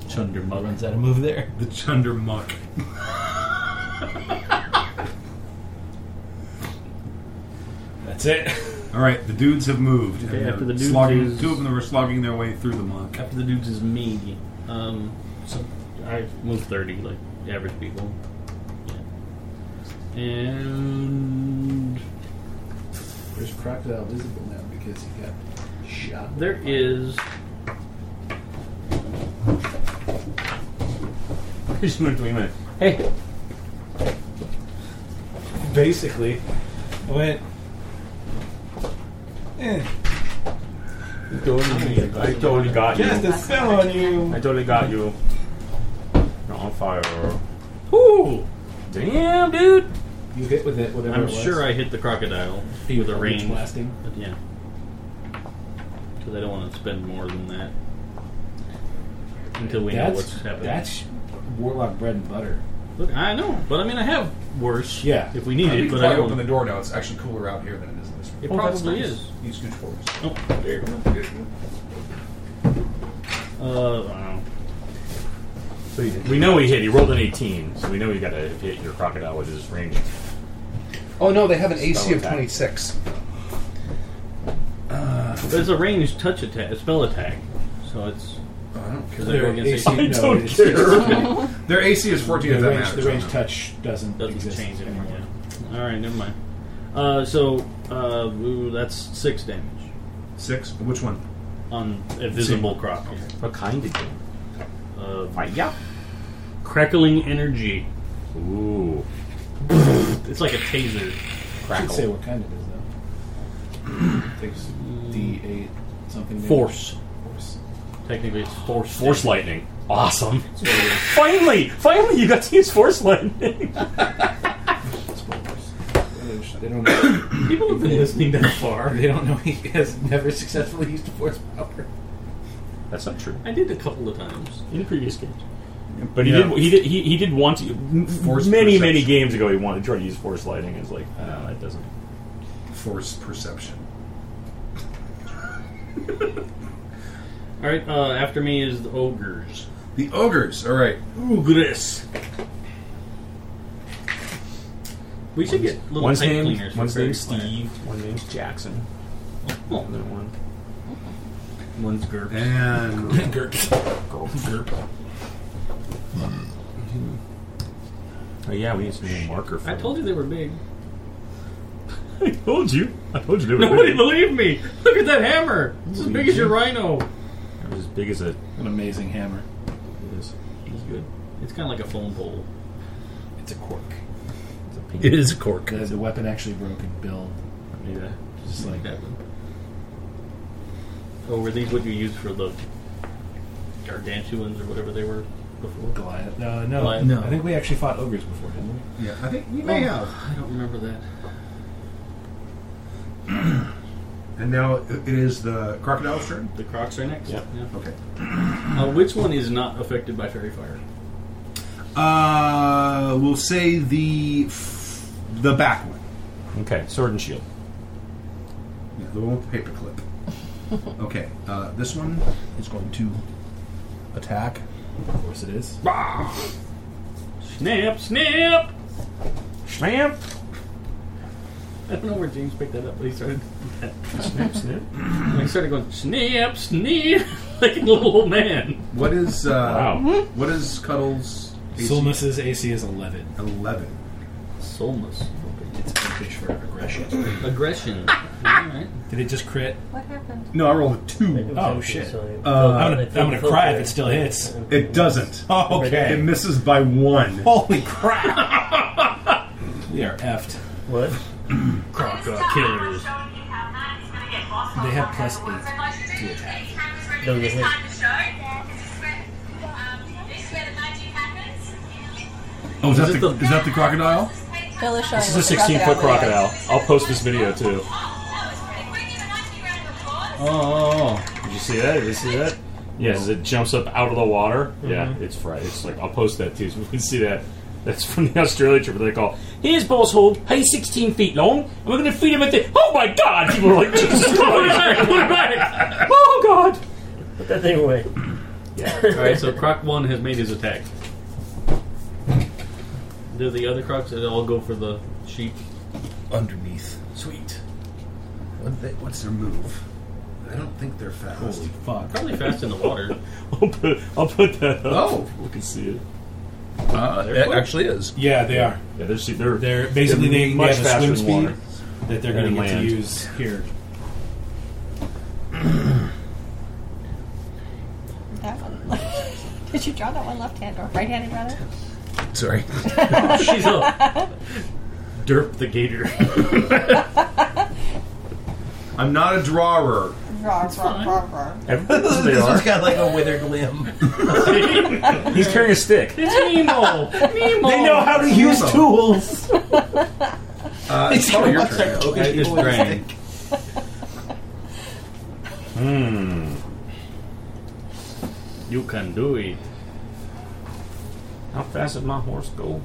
Speaker 11: Chunder
Speaker 2: Runs out of move there.
Speaker 8: The chunder muck.
Speaker 2: That's it.
Speaker 8: All right, the dudes have moved. and
Speaker 11: Okay,
Speaker 8: they're
Speaker 11: after the dudes
Speaker 8: slogging,
Speaker 11: is-
Speaker 8: two of them are slogging their way through the muck.
Speaker 11: After the dudes is me. Um, so I move 30, like the average people. Yeah. And
Speaker 2: There's crocodile visible now because he got shot.
Speaker 11: there is.
Speaker 4: just went to him and,
Speaker 11: Hey!
Speaker 2: Basically, I went. Eh,
Speaker 4: I totally got
Speaker 2: cast
Speaker 4: you.
Speaker 2: a spell on you.
Speaker 4: I totally got you. You're on fire.
Speaker 11: Woo!
Speaker 4: Damn, dude.
Speaker 2: You hit with it, whatever
Speaker 11: I'm
Speaker 2: it was.
Speaker 11: sure I hit the crocodile with a
Speaker 2: Witch
Speaker 11: range.
Speaker 2: blasting.
Speaker 11: But yeah. Because I don't want to spend more than that. Until we know
Speaker 2: That's,
Speaker 11: what's happening.
Speaker 2: that's warlock bread and butter.
Speaker 11: Look, I know, but I mean, I have worse.
Speaker 2: Yeah.
Speaker 11: If we need
Speaker 8: We
Speaker 11: it,
Speaker 8: can
Speaker 11: but
Speaker 8: probably
Speaker 11: I don't.
Speaker 8: open the door now. It's actually cooler out here than it is in this room.
Speaker 11: It
Speaker 5: Oh, that's
Speaker 11: probably
Speaker 5: nice.
Speaker 11: is.
Speaker 8: You scooch forward.
Speaker 11: Oh, there you go. Uh, I don't know.
Speaker 4: We know he hit. He rolled an 18, so we know you got to hit your crocodile with his range.
Speaker 8: Oh no, they have an
Speaker 4: AC of attack.
Speaker 8: 26.
Speaker 11: But it's a ranged touch attack, a spell attack. So it's.
Speaker 8: I don't care.
Speaker 11: Does that go against
Speaker 2: AC
Speaker 11: AC?
Speaker 2: no,
Speaker 4: don't
Speaker 2: it's-
Speaker 4: care.
Speaker 2: it's-
Speaker 8: Their AC is 14 if
Speaker 2: the
Speaker 8: that
Speaker 2: range,
Speaker 8: matters.
Speaker 2: the range touch doesn't,
Speaker 11: Doesn't
Speaker 2: exist
Speaker 11: change anymore. Yeah. Alright, never mind. Uh, so, uh, ooh, that's six damage
Speaker 8: Six? Which one?
Speaker 11: on Invisible Croc.
Speaker 4: What kind of game?
Speaker 11: Uh,
Speaker 4: Fire.
Speaker 11: crackling energy.
Speaker 4: Ooh.
Speaker 11: It's like a taser.
Speaker 2: I should
Speaker 4: Crackle.
Speaker 2: say what kind it is though. Takes D8 something. maybe. Force.
Speaker 11: Technically, it's force.
Speaker 4: Force lightning. Awesome. finally! Finally, you got to use force lightning.
Speaker 2: Spoilers. They don't. Know.
Speaker 11: People have been listening that far.
Speaker 2: They don't know he has never successfully used a force power.
Speaker 4: That's not true.
Speaker 11: I did a couple of times.
Speaker 4: In previous games. But he
Speaker 8: Yeah.
Speaker 4: did. He did. He, he did want to. m-
Speaker 8: Force
Speaker 4: many
Speaker 8: perception.
Speaker 4: many games ago, he wanted to try to use force lightning. It's like no, that doesn't.
Speaker 8: Force perception.
Speaker 11: All right, uh, after me is the ogres.
Speaker 8: The ogres. All right.
Speaker 11: Ogres. We should get little
Speaker 4: One's
Speaker 11: pipe
Speaker 4: name.
Speaker 11: cleaners.
Speaker 4: One's
Speaker 11: for
Speaker 4: named
Speaker 11: fairy plant.
Speaker 4: Steve. One name's Jackson.
Speaker 11: Oh,
Speaker 4: Another one.
Speaker 11: one's Gerp.
Speaker 8: And
Speaker 4: Oh yeah, we need to name a marker. For
Speaker 11: I told you they were big.
Speaker 4: I told you. I told you. They were
Speaker 11: Nobody
Speaker 4: big.
Speaker 11: believed me. Look at that hammer. It's as big as your rhino.
Speaker 4: It was as big as a. It
Speaker 2: An amazing hammer.
Speaker 4: is. It's good.
Speaker 11: It's kind of like a phone pole.
Speaker 2: It's a cork.
Speaker 4: It's a pink.
Speaker 16: It is a cork.
Speaker 2: The, the weapon actually broke and build.
Speaker 4: Yeah.
Speaker 2: Just like
Speaker 11: That one. Oh, were these what you used for the gargantuans or whatever they were before?
Speaker 2: Goliath. No, no,
Speaker 11: Goliath.
Speaker 16: No.
Speaker 2: I think we actually fought ogres before, didn't we?
Speaker 8: yeah, I think we may have.
Speaker 11: I don't remember that.
Speaker 8: And now it is the crocodile's turn.
Speaker 11: The Crocs are next.
Speaker 4: Yeah.
Speaker 8: Okay.
Speaker 11: Uh, which one is not affected by fairy fire?
Speaker 8: Uh, we'll say the f- the back one.
Speaker 4: Okay, sword and shield.
Speaker 8: Yeah, the one with the paperclip. okay, uh, this one
Speaker 2: is going to attack. Of course it is.
Speaker 11: Snap, snap!
Speaker 4: Snap!
Speaker 11: I don't know where James picked that up, but he started.
Speaker 4: Snap, snap.
Speaker 11: He started going snap, snap, like a little old man.
Speaker 8: What is uh,
Speaker 4: Wow.
Speaker 8: what is Cuddles? AC?
Speaker 2: Solmus's AC is 11.
Speaker 8: Eleven.
Speaker 11: Solmus. Okay.
Speaker 2: It's advantage for aggression.
Speaker 11: Aggression. Alright.
Speaker 2: Did it just crit?
Speaker 6: What happened?
Speaker 8: No, I rolled a two.
Speaker 2: Oh, shit. I'm
Speaker 8: Uh,
Speaker 2: gonna, I'm gonna cry if it still hits.
Speaker 8: it doesn't.
Speaker 2: Oh,
Speaker 8: It
Speaker 2: okay.
Speaker 8: misses by one.
Speaker 2: Holy crap! we are effed.
Speaker 5: What?
Speaker 11: Crocodile killers.
Speaker 2: They have plus 8 to attack.
Speaker 5: Don't get hit.
Speaker 8: Oh, is that the,
Speaker 11: the-
Speaker 8: is that the crocodile?
Speaker 4: This is a 16 foot crocodile. I'll post this video too.
Speaker 11: Oh,
Speaker 4: Did you see that? Did you see that? Yes, as it jumps up out of the water.
Speaker 11: Mm-hmm.
Speaker 4: Yeah, it's fried. It's like I'll post that too, so we can see that. That's from the Australia trip. They call. Here's Boss Hog. He's 16 feet long, and we're going to feed him at the. Oh my God! People are like, Jesus Christ! oh God!
Speaker 5: Put that thing away.
Speaker 11: Alright, so Croc 1 has made his attack. Do the other Crocs that all go for the sheep?
Speaker 16: Underneath.
Speaker 11: Sweet.
Speaker 8: What they, what's their move? I don't think they're fast.
Speaker 2: Holy fuck.
Speaker 11: Probably fast in the water.
Speaker 4: I'll put. I'll put that up.
Speaker 8: Oh,
Speaker 4: we can see it.
Speaker 8: uh, that actually is.
Speaker 2: Yeah, they are.
Speaker 4: Yeah, they're they're,
Speaker 2: They're basically they, they
Speaker 4: much
Speaker 2: have a
Speaker 4: faster
Speaker 2: swim
Speaker 4: than water.
Speaker 2: speed that they're going
Speaker 4: And
Speaker 2: to get to
Speaker 4: land.
Speaker 2: use here.
Speaker 6: That one. Did you draw that one left-handed or right-handed rather?
Speaker 8: Sorry.
Speaker 11: She's up. Derp the gator.
Speaker 8: I'm not a drawer.
Speaker 6: Raw, raw, raw, raw.
Speaker 4: Everyone's they are.
Speaker 16: got like a withered limb.
Speaker 4: He's carrying a stick.
Speaker 11: It's Nemo! Nemo!
Speaker 16: They know how to use
Speaker 8: Nemo.
Speaker 16: tools.
Speaker 8: Uh, it's probably your turn.
Speaker 11: I just drank.
Speaker 4: Hmm.
Speaker 11: You can do it.
Speaker 4: How fast did my horse go?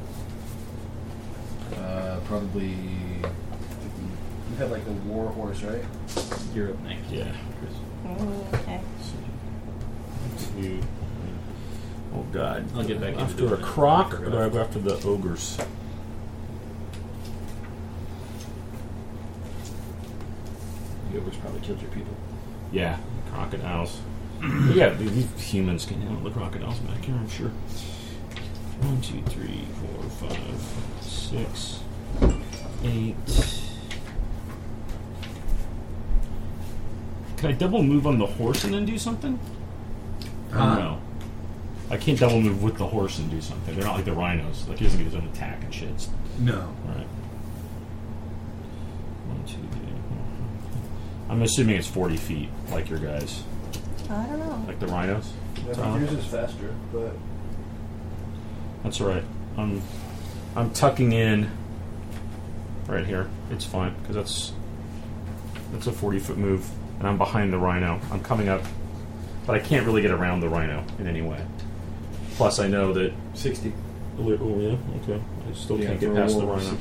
Speaker 2: Uh, probably. You had like a war horse, right?
Speaker 11: You're up next.
Speaker 4: Yeah.
Speaker 6: Mm, okay.
Speaker 4: Two. Oh God!
Speaker 11: I'll get back
Speaker 4: Do I go
Speaker 11: into
Speaker 4: after
Speaker 11: it.
Speaker 4: a croc, or do I go after the ogres?
Speaker 2: The ogre's probably killed your people.
Speaker 4: Yeah, crocodiles. But yeah, th- these humans can handle the crocodiles back here, I'm sure. One, two, three, four, five, six, eight. Can I double move on the horse and then do something?
Speaker 8: Uh,
Speaker 4: no. I can't double move with the horse and do something. They're not like the rhinos. Like he doesn't get his own attack and shit. It's-
Speaker 8: No.
Speaker 4: Alright. One, two, three. I'm assuming it's 40 feet, like your guys.
Speaker 6: I don't know.
Speaker 4: Like the rhinos?
Speaker 16: is faster, but
Speaker 4: That's alright. I'm, I'm tucking in right here. It's fine, because that's, that's a 40 foot move, and I'm behind the rhino. I'm coming up, but I can't really get around the rhino in any way. Plus, I know that.
Speaker 2: 60.
Speaker 4: Oh, yeah, okay. I still can't get past the rhino.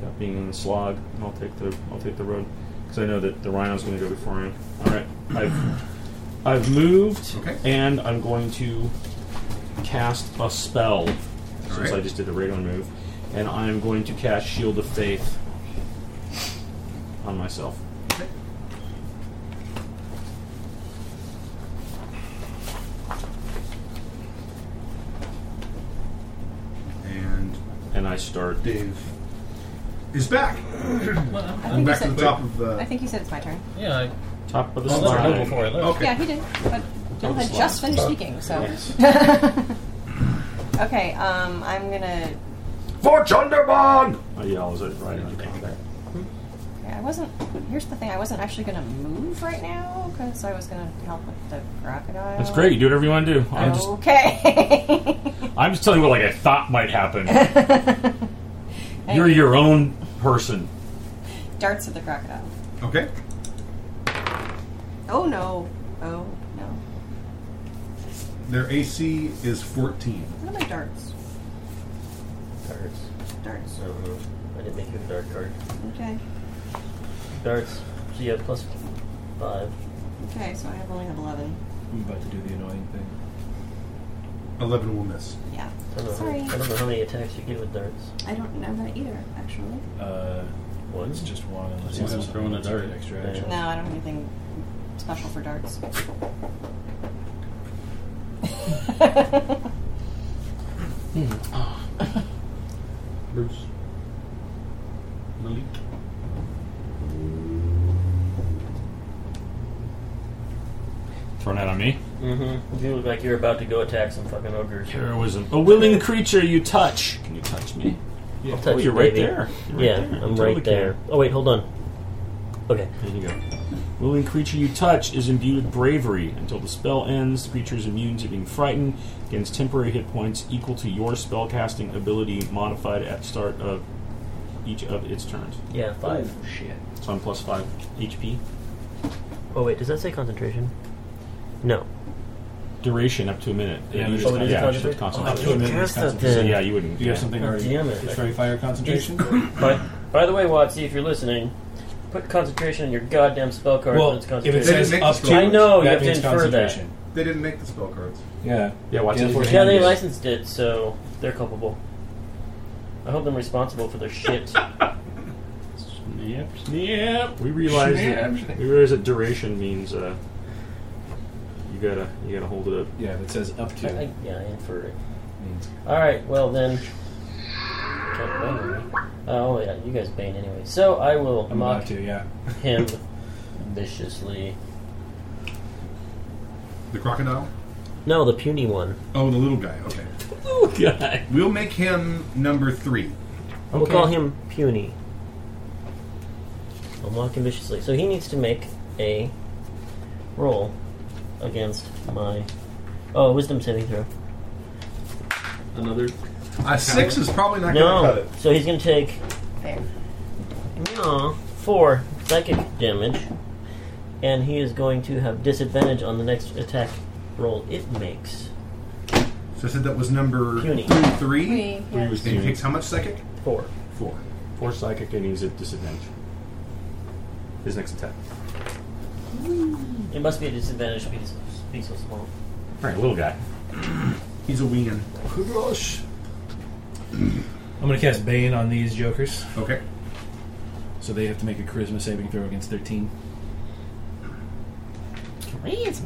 Speaker 4: That being in the slog, I'll take the I'll take the road because I know that the rhino's going to go before him. All right, I've I've moved,
Speaker 8: Okay.
Speaker 4: and I'm going to cast a spell since
Speaker 8: right.
Speaker 4: I just did the regular move, and I'm going to cast Shield of Faith on myself.
Speaker 8: And
Speaker 4: And I start.
Speaker 8: Dave is back.
Speaker 11: Well,
Speaker 6: I
Speaker 8: I'm
Speaker 6: think, you
Speaker 8: back to
Speaker 6: said,
Speaker 8: the top of uh,
Speaker 6: I
Speaker 8: the.
Speaker 6: think you said it's my turn.
Speaker 11: yeah, I
Speaker 4: Top of the
Speaker 11: I'll let her know
Speaker 4: slide.
Speaker 11: before I left.
Speaker 8: Okay.
Speaker 6: Yeah, he did. But Jill had
Speaker 4: slide.
Speaker 6: just finished speaking, so. okay, um, I'm gonna.
Speaker 4: For Thunderbog! Oh, I yell as I ride into combat.
Speaker 6: Yeah, I wasn't. Here's the thing. I wasn't actually gonna move right now because I was gonna help with the crocodile.
Speaker 4: That's great. You do whatever you want to do. I'm just
Speaker 6: Okay.
Speaker 4: I'm just telling you what like I thought might happen. You're your own person.
Speaker 6: Darts at the crocodile.
Speaker 8: Okay.
Speaker 6: Oh no. Oh no.
Speaker 8: Their AC is 14.
Speaker 6: What are my darts? Darts. Darts.
Speaker 5: uh, I didn't make you a dart card.
Speaker 6: Okay.
Speaker 5: Darts. So you have plus five.
Speaker 6: Okay, so I have only have 11.
Speaker 2: I'm about to do the annoying thing.
Speaker 8: 11 will miss.
Speaker 6: Yeah.
Speaker 5: I don't know,
Speaker 6: Sorry.
Speaker 5: How, I don't know how many attacks you get with darts.
Speaker 6: I don't know that either, actually.
Speaker 2: Uh,
Speaker 5: One?
Speaker 2: it's just one. Unless
Speaker 11: Just
Speaker 2: you have
Speaker 11: one
Speaker 2: something
Speaker 11: throwing a
Speaker 2: that's a
Speaker 11: dart.
Speaker 2: good Extra
Speaker 5: Yeah.
Speaker 2: action.
Speaker 6: No, I don't have anything special for darts.
Speaker 11: Bruce. Malik.
Speaker 4: Thrown out on me.
Speaker 5: Mm-hmm. You look like you're about to go attack some fucking ogres.
Speaker 4: Heroism. A willing creature you touch. Can you touch me?
Speaker 5: I'll
Speaker 4: Oh,
Speaker 5: touch
Speaker 4: you're
Speaker 5: you,
Speaker 4: right
Speaker 5: baby.
Speaker 4: there. You're right
Speaker 5: yeah,
Speaker 4: there.
Speaker 5: I'm
Speaker 4: Totally
Speaker 5: right there. Oh wait, hold on. Okay.
Speaker 4: There you go. Willing creature you touch is imbued with bravery. Until the spell ends, the creature is immune to being frightened, gains temporary hit points equal to your spellcasting ability modified at start of each of its turns.
Speaker 5: Yeah, five.
Speaker 2: Shit.
Speaker 4: So I'm plus five HP.
Speaker 5: Oh wait, does that say concentration? No.
Speaker 4: Duration up to a minute.
Speaker 2: Yeah,
Speaker 4: you
Speaker 2: it is
Speaker 4: just-
Speaker 2: concentrate.
Speaker 4: yeah,
Speaker 5: Oh,
Speaker 4: it's just
Speaker 5: it is concentrate?
Speaker 4: concentration.
Speaker 5: Oh, I wouldn't cast that
Speaker 4: So,
Speaker 5: then.
Speaker 4: yeah, you wouldn't.
Speaker 2: Do you have something
Speaker 5: Oh,
Speaker 2: already?
Speaker 5: damn it.
Speaker 2: Fairy fire concentration.
Speaker 5: But by the way, Watsy, if you're listening, put concentration on your goddamn spell card
Speaker 2: well,
Speaker 5: when it's
Speaker 2: if it
Speaker 5: concentration.
Speaker 2: says
Speaker 8: They didn't make
Speaker 2: up
Speaker 8: this
Speaker 2: to,
Speaker 8: I
Speaker 5: know, you
Speaker 2: that
Speaker 5: have to
Speaker 2: means
Speaker 5: infer that.
Speaker 2: concentration.
Speaker 8: They didn't make the spell cards.
Speaker 2: Yeah.
Speaker 4: Yeah, watch
Speaker 2: Yeah,
Speaker 4: it.
Speaker 2: for-
Speaker 5: yeah, they
Speaker 2: Yes.
Speaker 5: licensed it, so they're culpable. I hold them responsible for their shit.
Speaker 11: Snip.
Speaker 4: Yep. We realize that we realize that duration means uh, you gotta you gotta hold it up.
Speaker 2: Yeah, if it says up
Speaker 5: I,
Speaker 2: to.
Speaker 5: I, yeah, I infer it.
Speaker 2: means-
Speaker 5: All right, well then. Can't remember. Oh yeah, you guys bane anyway. So I will
Speaker 2: I'm
Speaker 5: mock
Speaker 2: about to. Yeah.
Speaker 5: him viciously.
Speaker 8: The crocodile?
Speaker 5: No, the puny one.
Speaker 8: Oh, the little guy. Okay.
Speaker 4: God.
Speaker 8: We'll make him number three.
Speaker 5: We'll call him puny. I'll mock him viciously. So he needs to make a roll against my oh wisdom saving throw.
Speaker 11: Another.
Speaker 8: A Uh, six is probably not going to cut
Speaker 5: No,
Speaker 8: it.
Speaker 5: so he's gonna take
Speaker 6: Fair.
Speaker 5: Aw, four psychic damage, and he is going to have disadvantage on the next attack roll it makes.
Speaker 8: So I said that was number
Speaker 5: Puny.
Speaker 8: three.
Speaker 6: Three, yeah.
Speaker 8: And he takes how much psychic?
Speaker 5: Four.
Speaker 8: Four.
Speaker 4: Four psychic and he's at disadvantage. His next attack.
Speaker 5: It must be a disadvantage because it's be so small.
Speaker 4: All right, little guy.
Speaker 8: He's a wingin.
Speaker 2: I'm gonna cast Bane on these jokers,
Speaker 8: Okay.
Speaker 2: so they have to make a Charisma saving throw against 13.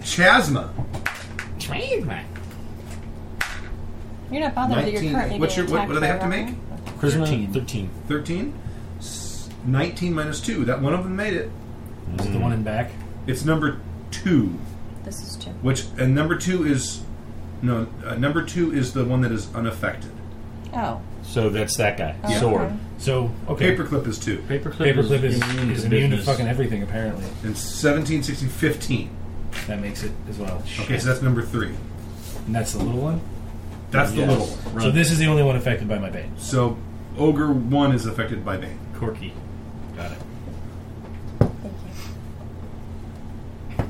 Speaker 8: Chasma.
Speaker 6: You're not bothered that you're
Speaker 8: 19.
Speaker 6: currently
Speaker 8: What's
Speaker 6: being
Speaker 8: your- what- what do they
Speaker 6: attacked
Speaker 8: have
Speaker 6: by
Speaker 8: to
Speaker 6: Rohan.
Speaker 2: 13.
Speaker 4: 13.
Speaker 8: 13? S- 19 minus 2. That one of them made it.
Speaker 2: Is it the one in back?
Speaker 8: It's number 2.
Speaker 6: This is two.
Speaker 8: Which, and number 2 is. No, uh, number 2 is the one that is unaffected.
Speaker 6: Oh.
Speaker 4: So that's that guy.
Speaker 6: Yeah.
Speaker 4: Sword.
Speaker 2: So okay.
Speaker 8: Paperclip is 2.
Speaker 11: Paperclip,
Speaker 2: Paperclip is,
Speaker 11: immune
Speaker 2: is
Speaker 11: to
Speaker 2: immune to
Speaker 11: business.
Speaker 2: fucking everything. Apparently,
Speaker 8: And 17, 16, 15.
Speaker 2: that makes it as well.
Speaker 8: Okay, so that's number 3.
Speaker 2: And that's the little one.
Speaker 8: That's the
Speaker 11: Yes.
Speaker 8: little one.
Speaker 11: Run.
Speaker 2: So this is the only one affected by my Bane.
Speaker 8: So, Ogre 1 is affected by Bane.
Speaker 11: Corky.
Speaker 2: Got it.
Speaker 6: Thank you.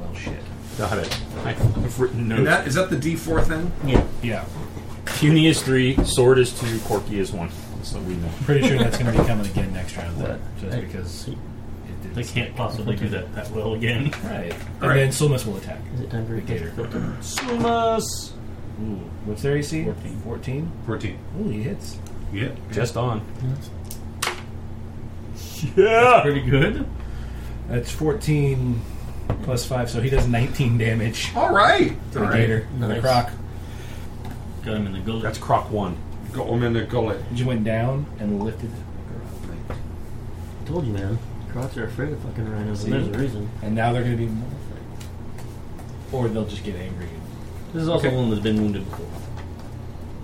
Speaker 2: Well, shit.
Speaker 4: Got it. I- I've written
Speaker 8: And
Speaker 4: notes.
Speaker 8: that, is that the D4 thing?
Speaker 5: Yeah.
Speaker 2: Yeah.
Speaker 4: Puny is three, sword is two, Corky is one. So we know.
Speaker 2: Pretty sure that's going to be coming again next round, though, just because it did.
Speaker 11: They can't possibly do that that well again.
Speaker 2: Right. And
Speaker 8: Alright.
Speaker 2: then Sulmus will attack.
Speaker 5: Is it time for your
Speaker 2: Gator.
Speaker 5: filter?
Speaker 4: Sumas!
Speaker 2: Ooh. What's their AC?
Speaker 11: 14.
Speaker 2: 14?
Speaker 8: 14.
Speaker 2: Ooh, he hits.
Speaker 8: Yeah.
Speaker 4: Just on. Yeah!
Speaker 11: Pretty good.
Speaker 2: That's 14 plus 5, so he does 19 damage
Speaker 8: All right.
Speaker 2: to
Speaker 8: All
Speaker 2: the
Speaker 8: right.
Speaker 2: Gator. and The
Speaker 5: Nice.
Speaker 2: Croc
Speaker 11: Got him in the gullet.
Speaker 4: That's Croc one.
Speaker 8: Got him in the gullet.
Speaker 2: just went down and lifted.
Speaker 5: I told you, man. Crocs are afraid of fucking rhinos, and there's a reason.
Speaker 2: And now they're going to be more afraid. Or they'll just get angry and
Speaker 11: This is also one that's been wounded before.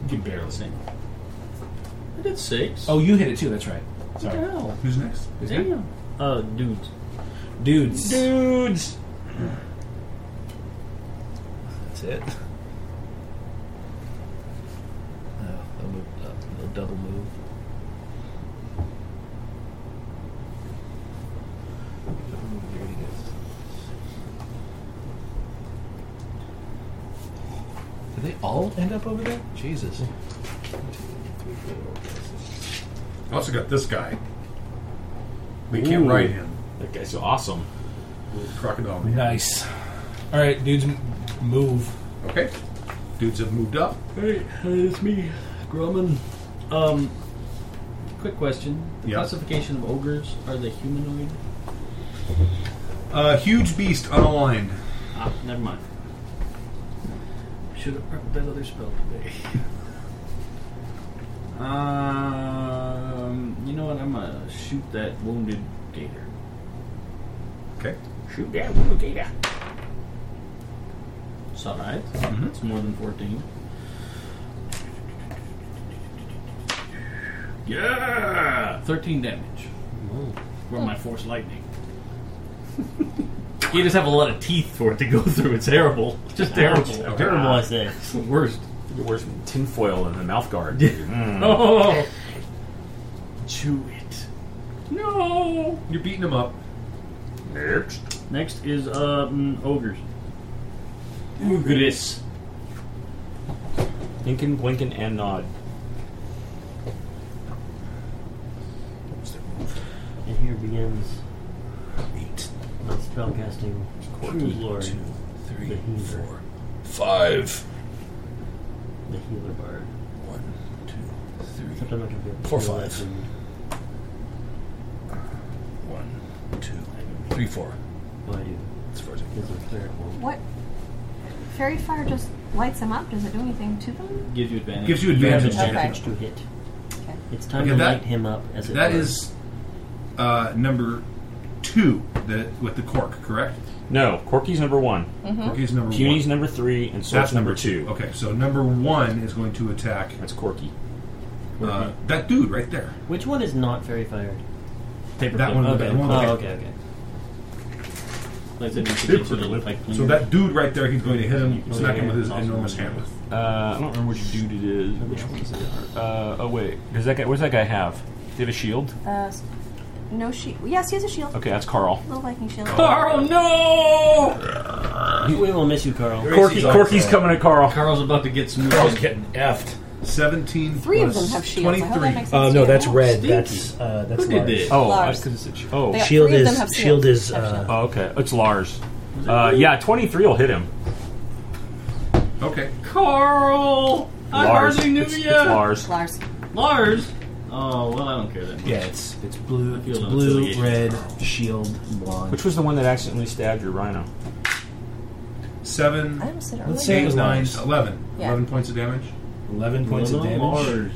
Speaker 2: you can barely
Speaker 11: Same. I did six.
Speaker 2: Oh, you hit it too, that's right.
Speaker 11: what the
Speaker 2: Sorry.
Speaker 11: hell?
Speaker 8: Who's next?
Speaker 11: Damn. Uh,
Speaker 5: Oh, dudes.
Speaker 2: Dudes.
Speaker 11: Dudes.
Speaker 2: That's it. Oh, they'll move up. They'll double move. Double move, there it is. Did they all end up over there? Jesus. One, two, three, four, five, six.
Speaker 8: I also got this guy. We can't ride him.
Speaker 12: That guy's awesome.
Speaker 8: Little crocodile man.
Speaker 2: Nice. All right, dudes, m- move.
Speaker 8: Okay. Dudes have moved up.
Speaker 11: Alright, uh, it's me, Grumman. Um, quick question. The
Speaker 8: Yeah.
Speaker 11: classification of ogres are they humanoid?
Speaker 8: Uh, huge beast unaligned.
Speaker 11: Ah, never mind. Should have prepped that other spell today. um, you know what? I'm gonna shoot that wounded gator.
Speaker 8: Okay.
Speaker 3: Shoot that little gator.
Speaker 11: It's alright. It's more than 14. Yeah! 13 damage. From my force lightning. you just have a lot of teeth for it to go through. It's terrible. It's just terrible.
Speaker 5: Terrible, I say.
Speaker 11: Ah, It's the worst.
Speaker 4: Where's tinfoil and the mouth guard? Mm.
Speaker 11: Oh! Chew it. No!
Speaker 8: You're beating him up.
Speaker 4: Next.
Speaker 11: Next is um, ogres. Ogres.
Speaker 4: Lincoln, Blinken, and Nod.
Speaker 5: And here begins my spellcasting. True Lord, the healer,
Speaker 3: Five.
Speaker 5: the healer bard.
Speaker 3: One, two, three.
Speaker 5: Except I'm not gonna be able to
Speaker 3: Four,
Speaker 5: heal
Speaker 3: five.
Speaker 5: it.
Speaker 3: One, two, three, four.
Speaker 5: Why you?
Speaker 3: That's four.
Speaker 5: Is a cleric one.
Speaker 6: What? Fairy fire just lights them up. Does it do anything to them?
Speaker 11: Gives you advantage.
Speaker 8: Gives you
Speaker 5: You have
Speaker 8: advantage.
Speaker 5: advantage to hit.
Speaker 6: Okay.
Speaker 5: It's time
Speaker 8: Okay,
Speaker 5: to
Speaker 8: that-
Speaker 5: light him up. As it
Speaker 8: That
Speaker 5: were.
Speaker 8: is uh, number two that with the cork, correct?
Speaker 4: No, Corky's number one.
Speaker 3: Mm-hmm.
Speaker 8: Cork is number
Speaker 4: Puny's
Speaker 8: one.
Speaker 4: number three, and Soul's
Speaker 8: That's
Speaker 4: number two.
Speaker 8: Okay, so number one is going to attack
Speaker 4: That's Corky.
Speaker 8: uh, that dude right there.
Speaker 5: Which one is not very fired?
Speaker 11: Paper
Speaker 8: That
Speaker 11: clip.
Speaker 8: one,
Speaker 11: Okay.
Speaker 8: that one.
Speaker 5: Oh, okay, okay.
Speaker 11: Like I said, you
Speaker 8: Paper
Speaker 11: should get you to
Speaker 8: clip.
Speaker 11: look like
Speaker 8: So that dude right there, he's going to hit him,
Speaker 5: Oh,
Speaker 8: smack
Speaker 5: yeah,
Speaker 8: him with his
Speaker 5: awesome.
Speaker 8: enormous hammer.
Speaker 4: Uh, I don't remember which dude it is. Which one is it? Uh, oh wait, does that guy? What does that guy have? Do you have a shield?
Speaker 6: Uh, s- no shield. Yes, he has a shield.
Speaker 4: Okay, that's Carl.
Speaker 6: Little Viking shield.
Speaker 8: Oh.
Speaker 11: no!
Speaker 5: We will miss you, Carl.
Speaker 4: Corky, Corky's coming at Carl.
Speaker 11: Carl's about to get smoothed.
Speaker 3: Carl's getting effed.
Speaker 8: Seventeen.
Speaker 6: Three of
Speaker 8: plus
Speaker 6: them have shields. I hope that
Speaker 8: Twenty-three.
Speaker 6: makes sense.
Speaker 2: Oh,
Speaker 16: Uh,
Speaker 6: Yeah,
Speaker 16: no, that's
Speaker 6: yeah.
Speaker 16: red.
Speaker 11: Stinky.
Speaker 16: That's uh, that's
Speaker 11: Who did
Speaker 16: Lars.
Speaker 11: this?
Speaker 4: Oh,
Speaker 6: Lars.
Speaker 4: because it's a sh- oh.
Speaker 6: They got
Speaker 16: Shield
Speaker 6: three of them
Speaker 16: is-
Speaker 6: have shields.
Speaker 16: shield is, uh,
Speaker 6: Have shields.
Speaker 4: oh, okay. It's Lars. Uh, yeah, twenty three will hit him.
Speaker 8: Okay.
Speaker 11: Carl! I
Speaker 4: Lars.
Speaker 11: hardly knew
Speaker 4: it's, it's
Speaker 11: you!
Speaker 4: Lars.
Speaker 6: Lars.
Speaker 11: Lars! Oh, well, I don't care that much.
Speaker 2: Yeah, it's it's blue,
Speaker 11: feel
Speaker 2: it's
Speaker 11: no
Speaker 2: blue,
Speaker 11: affiliation.
Speaker 2: red, shield, blonde.
Speaker 4: Which was the one that accidentally stabbed your rhino?
Speaker 8: Seven.
Speaker 6: I haven't said
Speaker 2: Let's
Speaker 6: earlier.
Speaker 2: say it
Speaker 8: Eight,
Speaker 2: was
Speaker 8: nine,
Speaker 2: Lars.
Speaker 8: eleven.
Speaker 6: Yeah.
Speaker 8: Eleven points of damage.
Speaker 2: Eleven points of damage.
Speaker 11: Lars.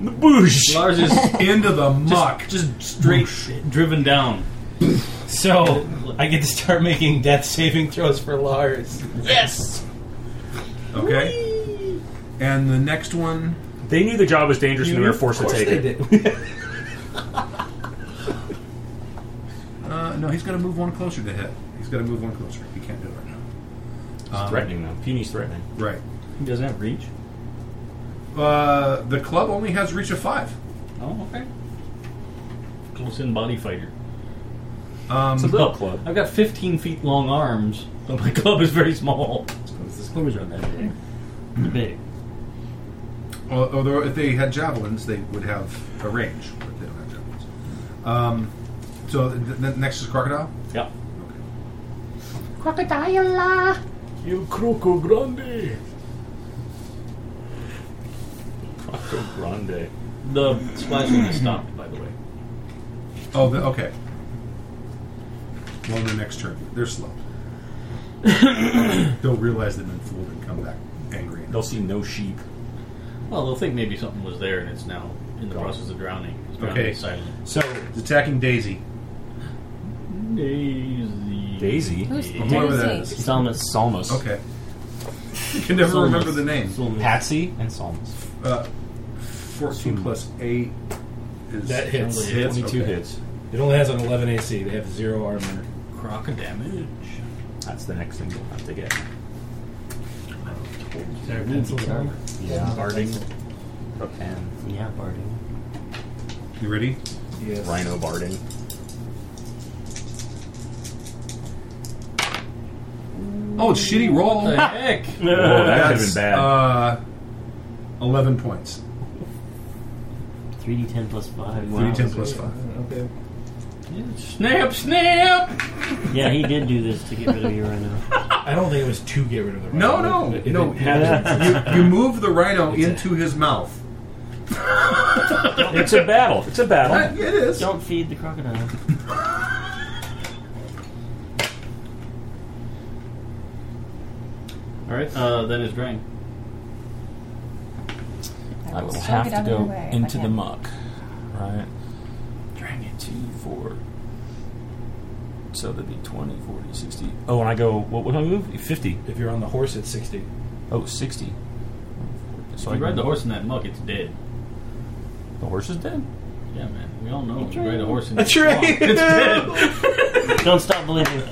Speaker 4: Boosh!
Speaker 11: Lars is
Speaker 8: Into the muck.
Speaker 11: just straight driven down.
Speaker 2: So I get to start making death saving throws for Lars.
Speaker 11: Yes!
Speaker 8: Okay. And the next one.
Speaker 4: They knew the job was dangerous and they were forced to take it.
Speaker 8: Uh, no, he's going to move one closer to hit. He's got to move one closer. He can't do it right now. Um,
Speaker 4: Threatening them. Puny's threatening.
Speaker 8: Right.
Speaker 11: He doesn't have reach.
Speaker 8: Uh, the club only has reach of five.
Speaker 11: Oh, okay. Close in body fighter.
Speaker 8: Um,
Speaker 4: Little club.
Speaker 11: I've got 15 feet long arms, but my club is very small.
Speaker 5: This club is not that big. It's big.
Speaker 8: al- although if they had javelins, they would have a range, but they don't have javelins. Um, so th- th- next is crocodile.
Speaker 11: Yeah.
Speaker 17: Crocodile.
Speaker 4: You Croco Grande! Croco Grande.
Speaker 11: The splash one is stopped, by the way.
Speaker 8: Oh, the, okay. Well, the next turn, they're slow. They'll realize they've been fooled and come back angry.
Speaker 4: They'll see no sheep.
Speaker 11: Well, they'll think maybe something was there and it's now in the
Speaker 4: Gone.
Speaker 11: process of drowning. It's drowning
Speaker 8: Okay.
Speaker 11: silently.
Speaker 4: So,
Speaker 8: It's attacking Daisy.
Speaker 11: Daisy.
Speaker 4: Daisy.
Speaker 6: Who's
Speaker 8: Whoever that
Speaker 6: Daisy?
Speaker 8: is.
Speaker 5: Salmas.
Speaker 4: Salmas.
Speaker 8: Okay. You can never remember the name.
Speaker 4: Patsy and Salmas.
Speaker 8: Uh, 14 plus 8 is
Speaker 2: That hits.
Speaker 8: hits?
Speaker 4: 22
Speaker 8: Okay.
Speaker 4: hits.
Speaker 2: It only has an 11 AC. They have zero armor.
Speaker 11: Croc damage.
Speaker 4: That's the next thing you'll have to get.
Speaker 5: Yeah. Barding.
Speaker 4: A pen.
Speaker 5: Yeah, barding.
Speaker 8: You ready?
Speaker 2: Yes.
Speaker 4: Rhino barding.
Speaker 8: Oh, it's shitty roll.
Speaker 11: The heck?
Speaker 4: Oh, that could have
Speaker 8: That's,
Speaker 4: been bad.
Speaker 8: Uh, 11 points.
Speaker 5: 3d10 plus 5. Wow.
Speaker 8: 3d10 plus 5.
Speaker 2: Okay.
Speaker 11: Snap, snap!
Speaker 5: Yeah, he did do this to get rid of you right now.
Speaker 2: I don't think it was to get rid of the
Speaker 8: No,
Speaker 2: rhino.
Speaker 8: no,
Speaker 2: If it
Speaker 8: no.
Speaker 2: had-
Speaker 8: You, you move the rhino into his mouth.
Speaker 18: It's a battle. It's a
Speaker 8: Uh,
Speaker 18: battle.
Speaker 8: It is.
Speaker 5: Don't feed the crocodile.
Speaker 11: Alright, uh, that is Drain.
Speaker 6: I
Speaker 4: I will
Speaker 6: still
Speaker 4: have
Speaker 6: get
Speaker 4: to
Speaker 6: out of your
Speaker 4: go
Speaker 6: way if I
Speaker 4: into the
Speaker 6: can.
Speaker 4: muck, right? Drag it two, four. So that'd be 20, 40, 60.
Speaker 18: Oh, and I go. What would I move? Fifty.
Speaker 2: If you're on the horse at 60.
Speaker 4: Oh, 60. So
Speaker 11: If you
Speaker 4: I
Speaker 11: ride the horse in that muck, it's dead.
Speaker 4: The horse is dead.
Speaker 11: Yeah, man. We all know. if You ride a horse in
Speaker 2: A
Speaker 11: that swamp,
Speaker 2: tree.
Speaker 11: It's dead.
Speaker 5: Don't stop believing.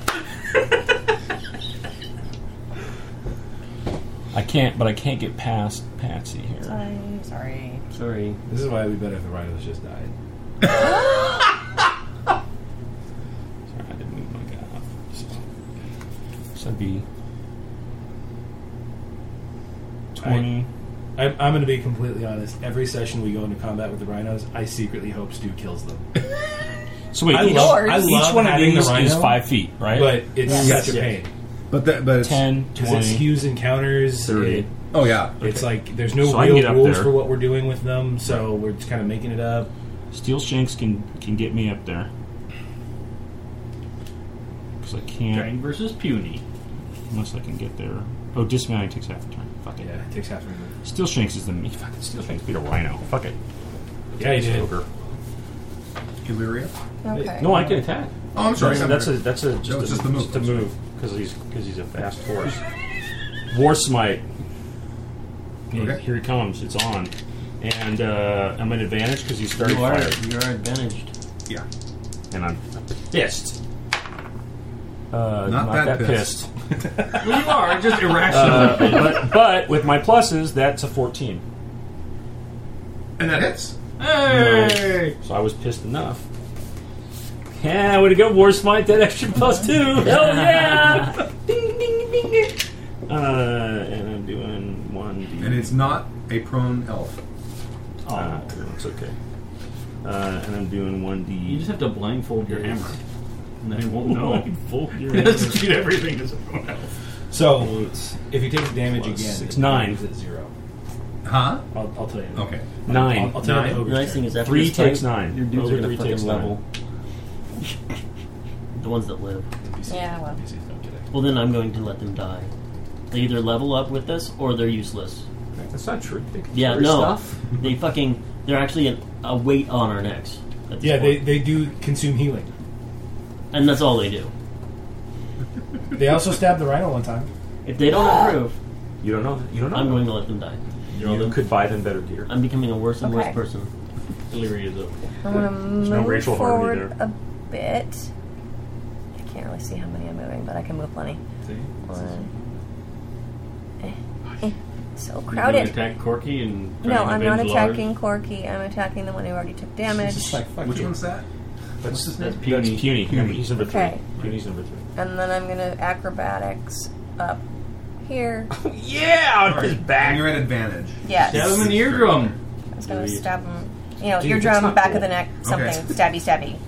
Speaker 4: I can't, but I can't get past Patsy here.
Speaker 6: I'm sorry.
Speaker 5: Sorry.
Speaker 2: This is why it'd be better if the rhinos just died.
Speaker 4: Sorry, I didn't move my guy up. So, so that'd be 20.
Speaker 2: I'm, I'm going to be completely honest. Every session we go into combat with the rhinos, I secretly hope Stu kills them.
Speaker 4: so wait,
Speaker 2: I
Speaker 4: each,
Speaker 2: love- I
Speaker 4: each
Speaker 2: love
Speaker 4: one of
Speaker 2: having the
Speaker 4: these is
Speaker 2: rhino,
Speaker 4: 5 feet, right?
Speaker 2: But it's
Speaker 6: Yes.
Speaker 2: such a pain.
Speaker 8: But that, but it's,
Speaker 4: 10,
Speaker 2: Because it
Speaker 4: 20.
Speaker 2: skews encounters.
Speaker 18: Thirty.
Speaker 2: It,
Speaker 8: oh yeah.
Speaker 2: It's like there's no
Speaker 18: So I can
Speaker 2: real
Speaker 18: get up
Speaker 2: rules
Speaker 18: there.
Speaker 2: for what we're doing with them, so we're just kind of making it up.
Speaker 4: Steel Shanks can, can get me up there. Because I can't,
Speaker 11: Drain versus Puny.
Speaker 4: unless I can get there. Oh, dismounting takes half a turn. Fuck it.
Speaker 2: Yeah, it takes half a minute.
Speaker 4: Steel Shanks is the me. Fucking Steel Shanks beat a rhino. Fuck it.
Speaker 2: Yeah, you did.
Speaker 4: Ogre.
Speaker 8: Illyria.
Speaker 6: Okay.
Speaker 4: No, I can attack.
Speaker 8: Oh, I'm sorry.
Speaker 4: That's, that's a that's a just,
Speaker 8: No,
Speaker 4: a,
Speaker 8: it's
Speaker 4: just
Speaker 8: just the move.
Speaker 4: a move because he's because he's a fast horse. War smite. Here-
Speaker 8: Okay.
Speaker 4: Here he comes. It's on, and uh, I'm at advantage because he's started
Speaker 5: You are,
Speaker 4: fire,
Speaker 5: you are advantaged.
Speaker 8: yeah.
Speaker 4: and I'm pissed. Uh,
Speaker 8: Not that
Speaker 4: pissed.
Speaker 8: pissed.
Speaker 11: Well, you are. Just irrational.
Speaker 4: Uh, but, but with my pluses, that's a 14.
Speaker 8: And that hits.
Speaker 11: hey!
Speaker 4: So I was pissed enough. Yeah, way to go, War Smite. That extra plus two. Hell yeah! ding, ding, ding, ding. Uh, and I'm doing one. D-
Speaker 8: And it's not a prone elf.
Speaker 4: Uh, it's okay. Uh, and I'm doing one D.
Speaker 11: You just have to blindfold your hammer. And then it won't
Speaker 4: no.
Speaker 11: know.
Speaker 4: Full gear.
Speaker 11: It has to treat everything as everyone else.
Speaker 2: So if you take damage
Speaker 4: Plus
Speaker 2: again,
Speaker 4: six,
Speaker 2: it
Speaker 4: nine.
Speaker 2: leaves at zero.
Speaker 8: Huh?
Speaker 2: I'll, I'll tell you.
Speaker 8: Okay.
Speaker 4: Nine.
Speaker 2: I'll, I'll tell
Speaker 8: Nine.
Speaker 2: you.
Speaker 5: The
Speaker 2: the ogre's
Speaker 5: nice
Speaker 2: turn.
Speaker 5: thing is after
Speaker 4: Three
Speaker 5: this fight,
Speaker 4: takes nine.
Speaker 5: Your dudes
Speaker 4: Those
Speaker 5: are
Speaker 4: are
Speaker 5: gonna
Speaker 4: three takes
Speaker 5: fucking
Speaker 4: nine.
Speaker 5: level. the ones that live.
Speaker 2: NPCs-
Speaker 6: Yeah, well.
Speaker 2: NPCs don't get it.
Speaker 5: Well, then I'm going to let them die. They either level up with us or they're useless.
Speaker 4: That's not true. They can
Speaker 5: Yeah,
Speaker 4: carry
Speaker 5: no.
Speaker 4: stuff.
Speaker 5: They fucking. They're actually a, a weight on our necks. at this
Speaker 2: Yeah, they,
Speaker 5: point.
Speaker 2: they do consume healing.
Speaker 5: And that's all they do.
Speaker 2: They also stabbed the rhino one time.
Speaker 5: If they don't improve,
Speaker 4: You don't know. You don't know.
Speaker 5: I'm going to let them die.
Speaker 4: you could buy them better gear.
Speaker 5: I'm becoming a worse and
Speaker 6: Okay.
Speaker 5: worse person.
Speaker 11: Illyria is up.
Speaker 6: I'm gonna move
Speaker 4: no racial harmony
Speaker 6: forward a bit. I can't really see how many I'm moving, but I can move plenty. One. Eh, eh, So
Speaker 11: You're gonna
Speaker 6: crowded.
Speaker 11: attack Corky and. try
Speaker 6: No,
Speaker 11: and
Speaker 6: I'm not
Speaker 11: avenge Lars?
Speaker 6: attacking Corky. I'm attacking the one who already took damage.
Speaker 2: It's just like, fuck
Speaker 8: Which
Speaker 2: you.
Speaker 8: one's that?
Speaker 4: That's, that's
Speaker 11: That's
Speaker 4: puny.
Speaker 11: puny.
Speaker 4: Puny. He's number three.
Speaker 6: Okay.
Speaker 4: Puny's number three.
Speaker 6: And then I'm gonna acrobatics up here.
Speaker 4: Yeah, on his
Speaker 8: And
Speaker 4: back.
Speaker 8: you're at advantage.
Speaker 6: Yes.
Speaker 11: Stab him in the eardrum.
Speaker 6: I was gonna stab him. You know,
Speaker 4: Dude, that's
Speaker 6: eardrum,
Speaker 4: not
Speaker 6: back
Speaker 4: cool.
Speaker 6: of the neck, something.
Speaker 8: Okay.
Speaker 6: Stabby, stabby.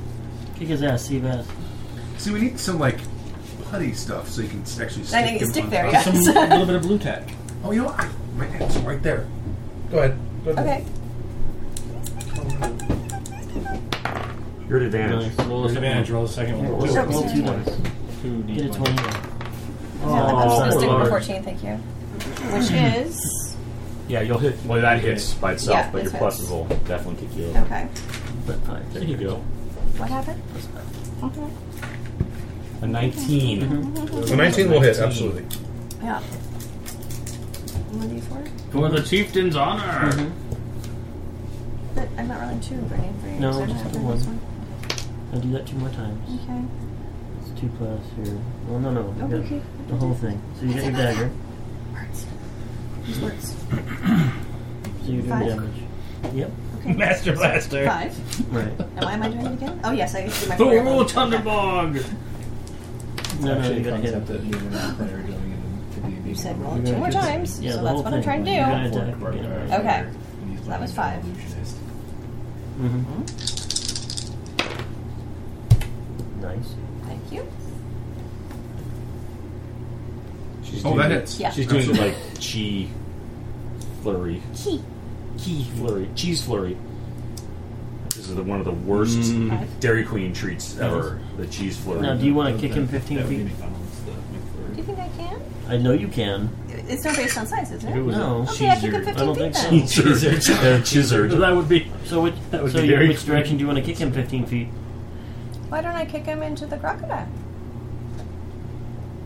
Speaker 5: Kick his ass, see ass.
Speaker 8: See, we need some like bloody stuff so you can s- actually. Stick
Speaker 6: I think you can
Speaker 8: him
Speaker 6: stick
Speaker 8: on
Speaker 6: there,
Speaker 8: top.
Speaker 6: yes.
Speaker 2: Some, a little bit of blue tack.
Speaker 8: Oh, you know what? I, my hand's right there. Go ahead. Go ahead.
Speaker 6: Okay.
Speaker 4: You're at advantage.
Speaker 5: Nice.
Speaker 11: Roll a
Speaker 2: Disadvantage, roll the second one.
Speaker 5: Roll, roll two
Speaker 6: Nice.
Speaker 5: dice.
Speaker 11: Two D.
Speaker 5: Get a 20.
Speaker 6: I'm just
Speaker 4: Oh,
Speaker 6: gonna stick with
Speaker 4: Lord.
Speaker 6: 14, thank you. Which is.
Speaker 4: Yeah, you'll hit. Well, that hits by itself,
Speaker 6: Yeah,
Speaker 4: but your
Speaker 6: that's
Speaker 4: pluses will definitely kick you over.
Speaker 6: Okay.
Speaker 5: But five.
Speaker 4: There you go.
Speaker 6: What happened? Okay.
Speaker 4: A 19.
Speaker 3: So 19 will hit, absolutely.
Speaker 6: Yeah. 1d4?
Speaker 11: For the chieftain's honor.
Speaker 5: Mm-hmm.
Speaker 6: But I'm not rolling two grenade for you.
Speaker 5: No,
Speaker 6: so I'm
Speaker 5: just
Speaker 6: not
Speaker 5: the
Speaker 6: doing this
Speaker 5: I'll do that two more times.
Speaker 6: Okay.
Speaker 5: It's two plus here. Oh, no, no. you
Speaker 6: Oh,
Speaker 5: got
Speaker 6: okay.
Speaker 5: The whole thing. So you got your dagger.
Speaker 6: Words. These words.
Speaker 5: So you're doing
Speaker 6: Five.
Speaker 5: damage. Yep.
Speaker 6: Okay.
Speaker 11: Master Blaster.
Speaker 6: Five.
Speaker 5: Right.
Speaker 6: And why am I doing it again? Oh, yes, I used to do my
Speaker 11: The
Speaker 6: four.
Speaker 11: Roll Thunderbog.
Speaker 5: No, no,
Speaker 2: Actually, a
Speaker 5: you gotta hit
Speaker 2: concept
Speaker 5: him.
Speaker 2: that you and another player are doing in the D&D.
Speaker 6: You said roll it two more times,
Speaker 5: Yeah,
Speaker 6: so
Speaker 5: the
Speaker 6: that's
Speaker 5: whole
Speaker 6: what I'm
Speaker 5: thing.
Speaker 6: trying to do.
Speaker 5: You're gonna attack.
Speaker 2: Right, right,
Speaker 5: again.
Speaker 2: right.
Speaker 6: Okay.
Speaker 2: And he's
Speaker 6: That was
Speaker 2: playing an
Speaker 6: five.
Speaker 2: illusionist.
Speaker 5: Mm-hmm. Nice.
Speaker 6: Thank you.
Speaker 4: She's
Speaker 8: Oh,
Speaker 4: doing
Speaker 8: that
Speaker 4: it-
Speaker 8: hits.
Speaker 6: Yeah.
Speaker 4: She's doing it
Speaker 8: Absolutely.
Speaker 4: like chi flurry.
Speaker 6: Key.
Speaker 4: Key flurry. Cheese flurry. This is the, one of the worst
Speaker 6: Five.
Speaker 4: Dairy Queen treats ever. The cheese flurry.
Speaker 5: Now, do you want to kick him
Speaker 2: That
Speaker 5: 15
Speaker 2: would be
Speaker 5: feet?
Speaker 2: McDonald's, the
Speaker 6: Do you
Speaker 2: McFlurry.
Speaker 6: think I can?
Speaker 5: I know you can.
Speaker 6: It's not based on size, is it?
Speaker 2: If it was a-
Speaker 5: No.
Speaker 6: okay, I think I'm
Speaker 2: Caesar.
Speaker 6: 15
Speaker 5: I don't
Speaker 6: feet
Speaker 5: think so.
Speaker 6: then.
Speaker 4: Chizzard.
Speaker 11: That would be.
Speaker 5: So, which,
Speaker 4: That would
Speaker 5: so
Speaker 4: be
Speaker 5: you,
Speaker 4: very
Speaker 5: which
Speaker 4: cool.
Speaker 5: direction do you want to kick him 15 feet?
Speaker 6: Why don't I kick him into the crocodile?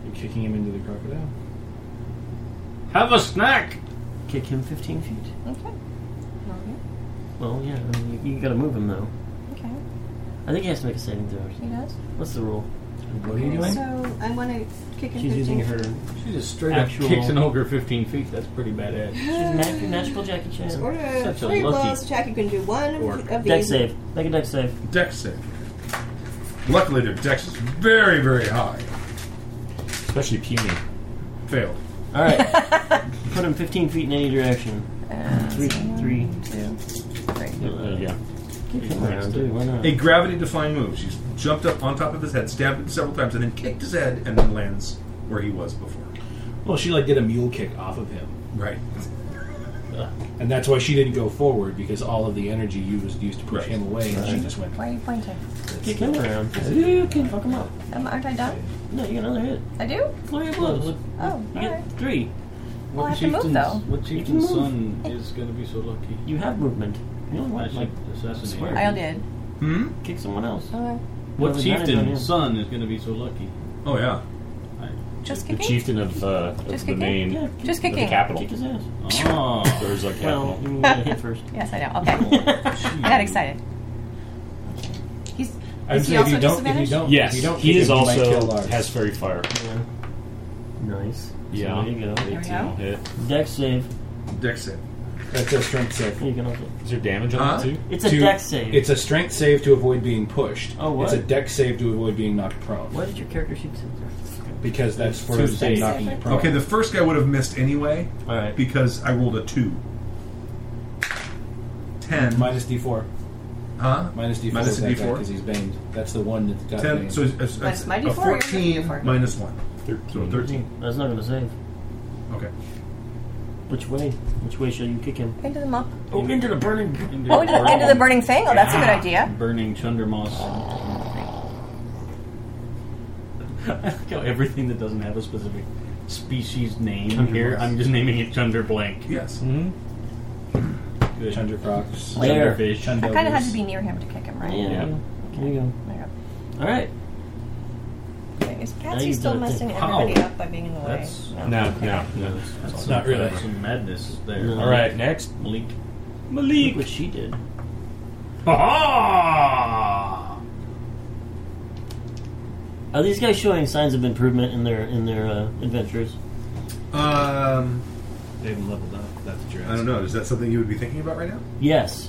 Speaker 2: You're kicking him into the crocodile.
Speaker 11: Have a snack.
Speaker 5: Kick him 15 feet.
Speaker 6: Okay. Okay.
Speaker 5: Well, yeah, I mean, you, you gotta move him though.
Speaker 6: Okay.
Speaker 5: I think he has to make a saving throw.
Speaker 6: He does.
Speaker 5: What's the rule?
Speaker 2: What are you doing?
Speaker 6: So I want to kick him.
Speaker 5: She's
Speaker 6: 15
Speaker 5: using her.
Speaker 6: feet.
Speaker 5: She's
Speaker 11: She just straight
Speaker 5: Actual-
Speaker 11: up kicks an ogre 15 feet. That's pretty badass.
Speaker 5: mag- magical Jackie Chan.
Speaker 6: Order
Speaker 11: Such a
Speaker 6: three
Speaker 11: lucky
Speaker 6: blows attack. You can do one of,
Speaker 8: orc.
Speaker 6: of
Speaker 5: Deck
Speaker 6: these.
Speaker 5: save. Make a deck save.
Speaker 8: Dex save. Luckily, their dex is very, very high.
Speaker 4: Especially puny.
Speaker 8: Failed.
Speaker 5: Alright. Put him 15 feet in any direction. Three, three.
Speaker 6: Uh, Two, three.
Speaker 5: Uh,
Speaker 4: yeah.
Speaker 5: Keep him around, dude. Why not?
Speaker 8: A gravity-defying move. She's jumped up on top of his head, stabbed him several times, and then kicked his head, and then lands where he was before.
Speaker 2: Well, she like did a mule kick off of him,
Speaker 8: Right.
Speaker 2: and that's why she didn't go forward because all of the energy you was used to push
Speaker 8: Right.
Speaker 2: him away, and she just went.
Speaker 6: Why are you pointing?
Speaker 5: Kick him around. You can fuck him up.
Speaker 6: Um, aren't I done?
Speaker 5: No, you got another hit.
Speaker 6: I do?
Speaker 5: Flurry of blows.
Speaker 6: Oh, alright.
Speaker 5: You get three.
Speaker 6: Well, I have to move,
Speaker 11: chieftain's-
Speaker 6: though.
Speaker 11: What
Speaker 5: You can
Speaker 11: chieftain's
Speaker 5: move.
Speaker 11: son is going to be so lucky?
Speaker 5: You have movement. You only
Speaker 11: I
Speaker 5: want like
Speaker 11: should assassinate
Speaker 5: square.
Speaker 11: him.
Speaker 6: I did. Uh,
Speaker 8: Hmm?
Speaker 5: kick someone else.
Speaker 6: Okay.
Speaker 11: What
Speaker 5: Well, the advantage on you.
Speaker 11: chieftain's son is going to be so lucky?
Speaker 8: Oh, yeah.
Speaker 6: Just
Speaker 4: The
Speaker 6: kicking?
Speaker 4: chieftain of, uh,
Speaker 6: Just
Speaker 4: of the
Speaker 6: kicking?
Speaker 4: main.
Speaker 5: Yeah,
Speaker 6: Just
Speaker 4: Of the
Speaker 6: kicking.
Speaker 4: capital.
Speaker 5: kick his ass.
Speaker 11: Oh,
Speaker 4: There's a
Speaker 5: Well,
Speaker 4: capital.
Speaker 5: you got hit first.
Speaker 6: Yes, I know. Okay. I got excited. He's. Is he
Speaker 2: if you
Speaker 6: also
Speaker 2: don't, if you
Speaker 6: disadvantaged?
Speaker 2: don't,
Speaker 4: yes,
Speaker 2: if you don't
Speaker 4: he
Speaker 2: kick
Speaker 4: is
Speaker 2: him, you might kill
Speaker 4: also
Speaker 2: Lars.
Speaker 4: has fairy fire.
Speaker 5: Yeah. Nice.
Speaker 4: Yeah.
Speaker 5: So there you go.
Speaker 6: There we go.
Speaker 4: Hit.
Speaker 5: Deck save.
Speaker 8: Dex save.
Speaker 2: That's a strength save.
Speaker 5: You can also.
Speaker 4: Is there damage on
Speaker 8: Huh?
Speaker 4: that too?
Speaker 5: It's a
Speaker 2: To-
Speaker 5: deck save.
Speaker 2: It's a strength save to avoid being pushed.
Speaker 5: Oh, what?
Speaker 2: It's a deck save to avoid being knocked prone.
Speaker 5: Why did your character sheet sit there?
Speaker 2: Because that's for
Speaker 11: Two
Speaker 2: say
Speaker 11: saves.
Speaker 2: knocking you prone.
Speaker 8: Okay, the first guy would have missed anyway
Speaker 5: All right.
Speaker 8: because I rolled a two. Ten.
Speaker 2: minus D4.
Speaker 8: huh?
Speaker 2: Minus D4.
Speaker 8: Minus a D4?
Speaker 2: Because he's banged. That's the one that's got
Speaker 8: Ten.
Speaker 2: banged.
Speaker 8: So it's, it's,
Speaker 6: Minus
Speaker 8: it's
Speaker 6: my
Speaker 8: a
Speaker 6: D4 or your
Speaker 8: fourteen
Speaker 6: D4?
Speaker 8: minus one. So
Speaker 4: Thirteen.
Speaker 8: thirteen.
Speaker 5: That's not going to save.
Speaker 8: Okay.
Speaker 5: Which way? Which way shall you kick him?
Speaker 6: Into the mop.
Speaker 5: Oh, into the burning.
Speaker 6: Oh, into the, into the burning thing? Oh, that's a good idea.
Speaker 11: burning Chundermoss. Kill everything that doesn't have a specific species name here.
Speaker 5: Chundermoss.
Speaker 11: I'm just naming it Chunder Blank.
Speaker 8: Yes.
Speaker 11: Good.
Speaker 2: Chunder Crocs.
Speaker 5: There.
Speaker 11: Chunderfish.
Speaker 6: I kind of had to be near him to kick him, right?
Speaker 5: Yeah. There you
Speaker 6: There
Speaker 5: go. All right.
Speaker 6: you go. Okay, Is Patsy
Speaker 5: you've
Speaker 6: still
Speaker 5: done a
Speaker 6: messing
Speaker 5: thing.
Speaker 6: everybody
Speaker 11: Wow.
Speaker 6: up by being in the
Speaker 11: That's-
Speaker 6: way?
Speaker 4: No, no, no.
Speaker 11: That's
Speaker 2: Not really.
Speaker 11: Some madness there.
Speaker 5: No.
Speaker 4: All right, next.
Speaker 11: Malik.
Speaker 5: Look what she did.
Speaker 11: Ha
Speaker 5: Are these guys showing signs of improvement in their in their uh, adventures?
Speaker 8: Um,
Speaker 2: They haven't leveled up. That's what you're
Speaker 8: I don't know. Is that something you would be thinking about right now?
Speaker 5: Yes,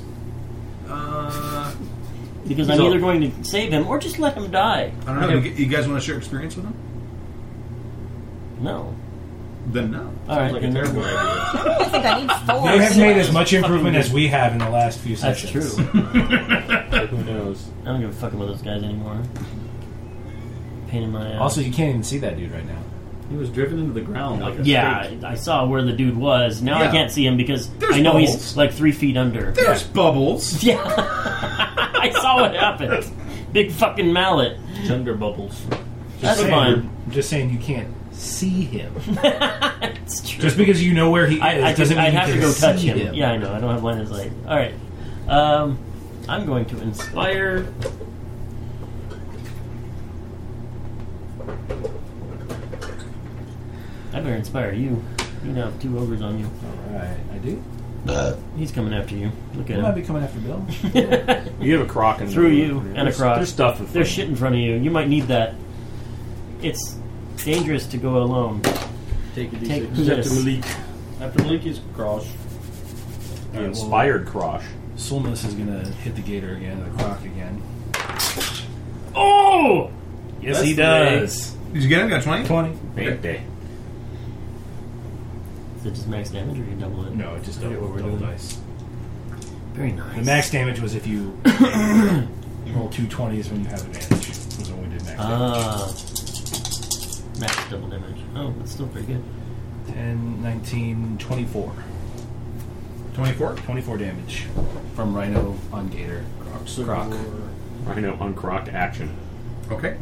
Speaker 8: Uh,
Speaker 5: because I'm
Speaker 8: So-
Speaker 5: either going to save him or just let him die.
Speaker 8: I don't know. You, you guys want to share experience with them?
Speaker 5: No.
Speaker 8: Then no.
Speaker 5: All right.
Speaker 11: Like a
Speaker 5: then-
Speaker 11: terrible idea.
Speaker 6: I think I need four.
Speaker 2: They have made as much improvement as we have in the last few
Speaker 5: That's
Speaker 2: sessions.
Speaker 5: true.
Speaker 4: Who knows?
Speaker 5: I don't give a fuck about those guys anymore. Pain in my ass.
Speaker 2: Also, you can't even see that dude right now.
Speaker 11: He was driven into the ground like a
Speaker 5: yeah,
Speaker 11: snake.
Speaker 5: I I saw where the dude was. Now I
Speaker 8: Yeah.
Speaker 5: can't see him because
Speaker 8: There's
Speaker 5: I know he's
Speaker 8: bubbles.
Speaker 5: like three feet under.
Speaker 8: There's bubbles.
Speaker 5: Yeah, I saw what happened. Big fucking mallet.
Speaker 11: Chunder bubbles.
Speaker 5: That's
Speaker 2: saying,
Speaker 5: fine.
Speaker 2: I'm just saying you can't see him.
Speaker 5: It's true.
Speaker 2: Just because you know where he is
Speaker 5: I, I
Speaker 2: doesn't
Speaker 5: just,
Speaker 2: mean
Speaker 5: I'd
Speaker 2: you
Speaker 5: have to
Speaker 2: can
Speaker 5: go touch
Speaker 2: see
Speaker 5: him. Yeah, I know. I don't have line of sight. All right. Um, I'm going to inspire. I better inspire you. You now have two ogres on you.
Speaker 2: Alright, I do.
Speaker 5: He's coming after you. Look
Speaker 2: You might
Speaker 5: at
Speaker 2: be coming after Bill.
Speaker 5: him.
Speaker 4: You have a croc in
Speaker 5: Through
Speaker 4: the
Speaker 5: you and a
Speaker 4: There's-
Speaker 5: croc.
Speaker 4: There's stuff. in
Speaker 5: There's
Speaker 4: front
Speaker 5: shit in front of you. You might need that. It's dangerous to go alone.
Speaker 11: Take a
Speaker 5: Take
Speaker 11: D6.
Speaker 5: this.
Speaker 11: After Malik is cross.
Speaker 4: of The inspired croc.
Speaker 2: Sulmus is gonna hit the gator again, the croc again.
Speaker 4: Oh, yes, he does.
Speaker 8: Did you get him? Got twenty.
Speaker 2: Twenty.
Speaker 4: Veinte.
Speaker 5: Is it just max damage or you double it?
Speaker 2: No, it just double,
Speaker 5: what we're
Speaker 2: double
Speaker 5: doing.
Speaker 2: dice.
Speaker 6: Very nice.
Speaker 2: The max damage was if you roll two twenties when you have advantage. Was when we did max
Speaker 5: Ah. Max double damage. Oh, that's still pretty good.
Speaker 2: damage. 10, 19, 24.
Speaker 8: 24?
Speaker 2: 24 damage from Rhino on Gator. Croc.
Speaker 4: Rhino uncroc action.
Speaker 8: Okay.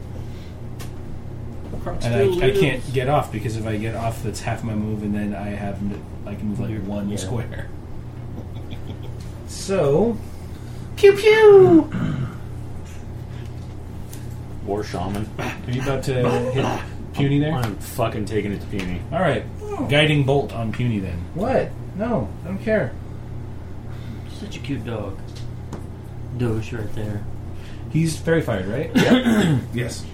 Speaker 2: And I, I can't get off because if I get off, that's half my move, and then I have n- I can move like one
Speaker 5: yeah.
Speaker 2: square. so
Speaker 19: Pew pew!
Speaker 4: War shaman.
Speaker 2: Are you about to hit Puny there?
Speaker 4: I'm fucking taking it to E. puny.
Speaker 2: All right, guiding bolt on Puny then. What? No, I don't care.
Speaker 5: Such a cute dog. Doge right there.
Speaker 2: He's fairy fired, right?
Speaker 8: Yes.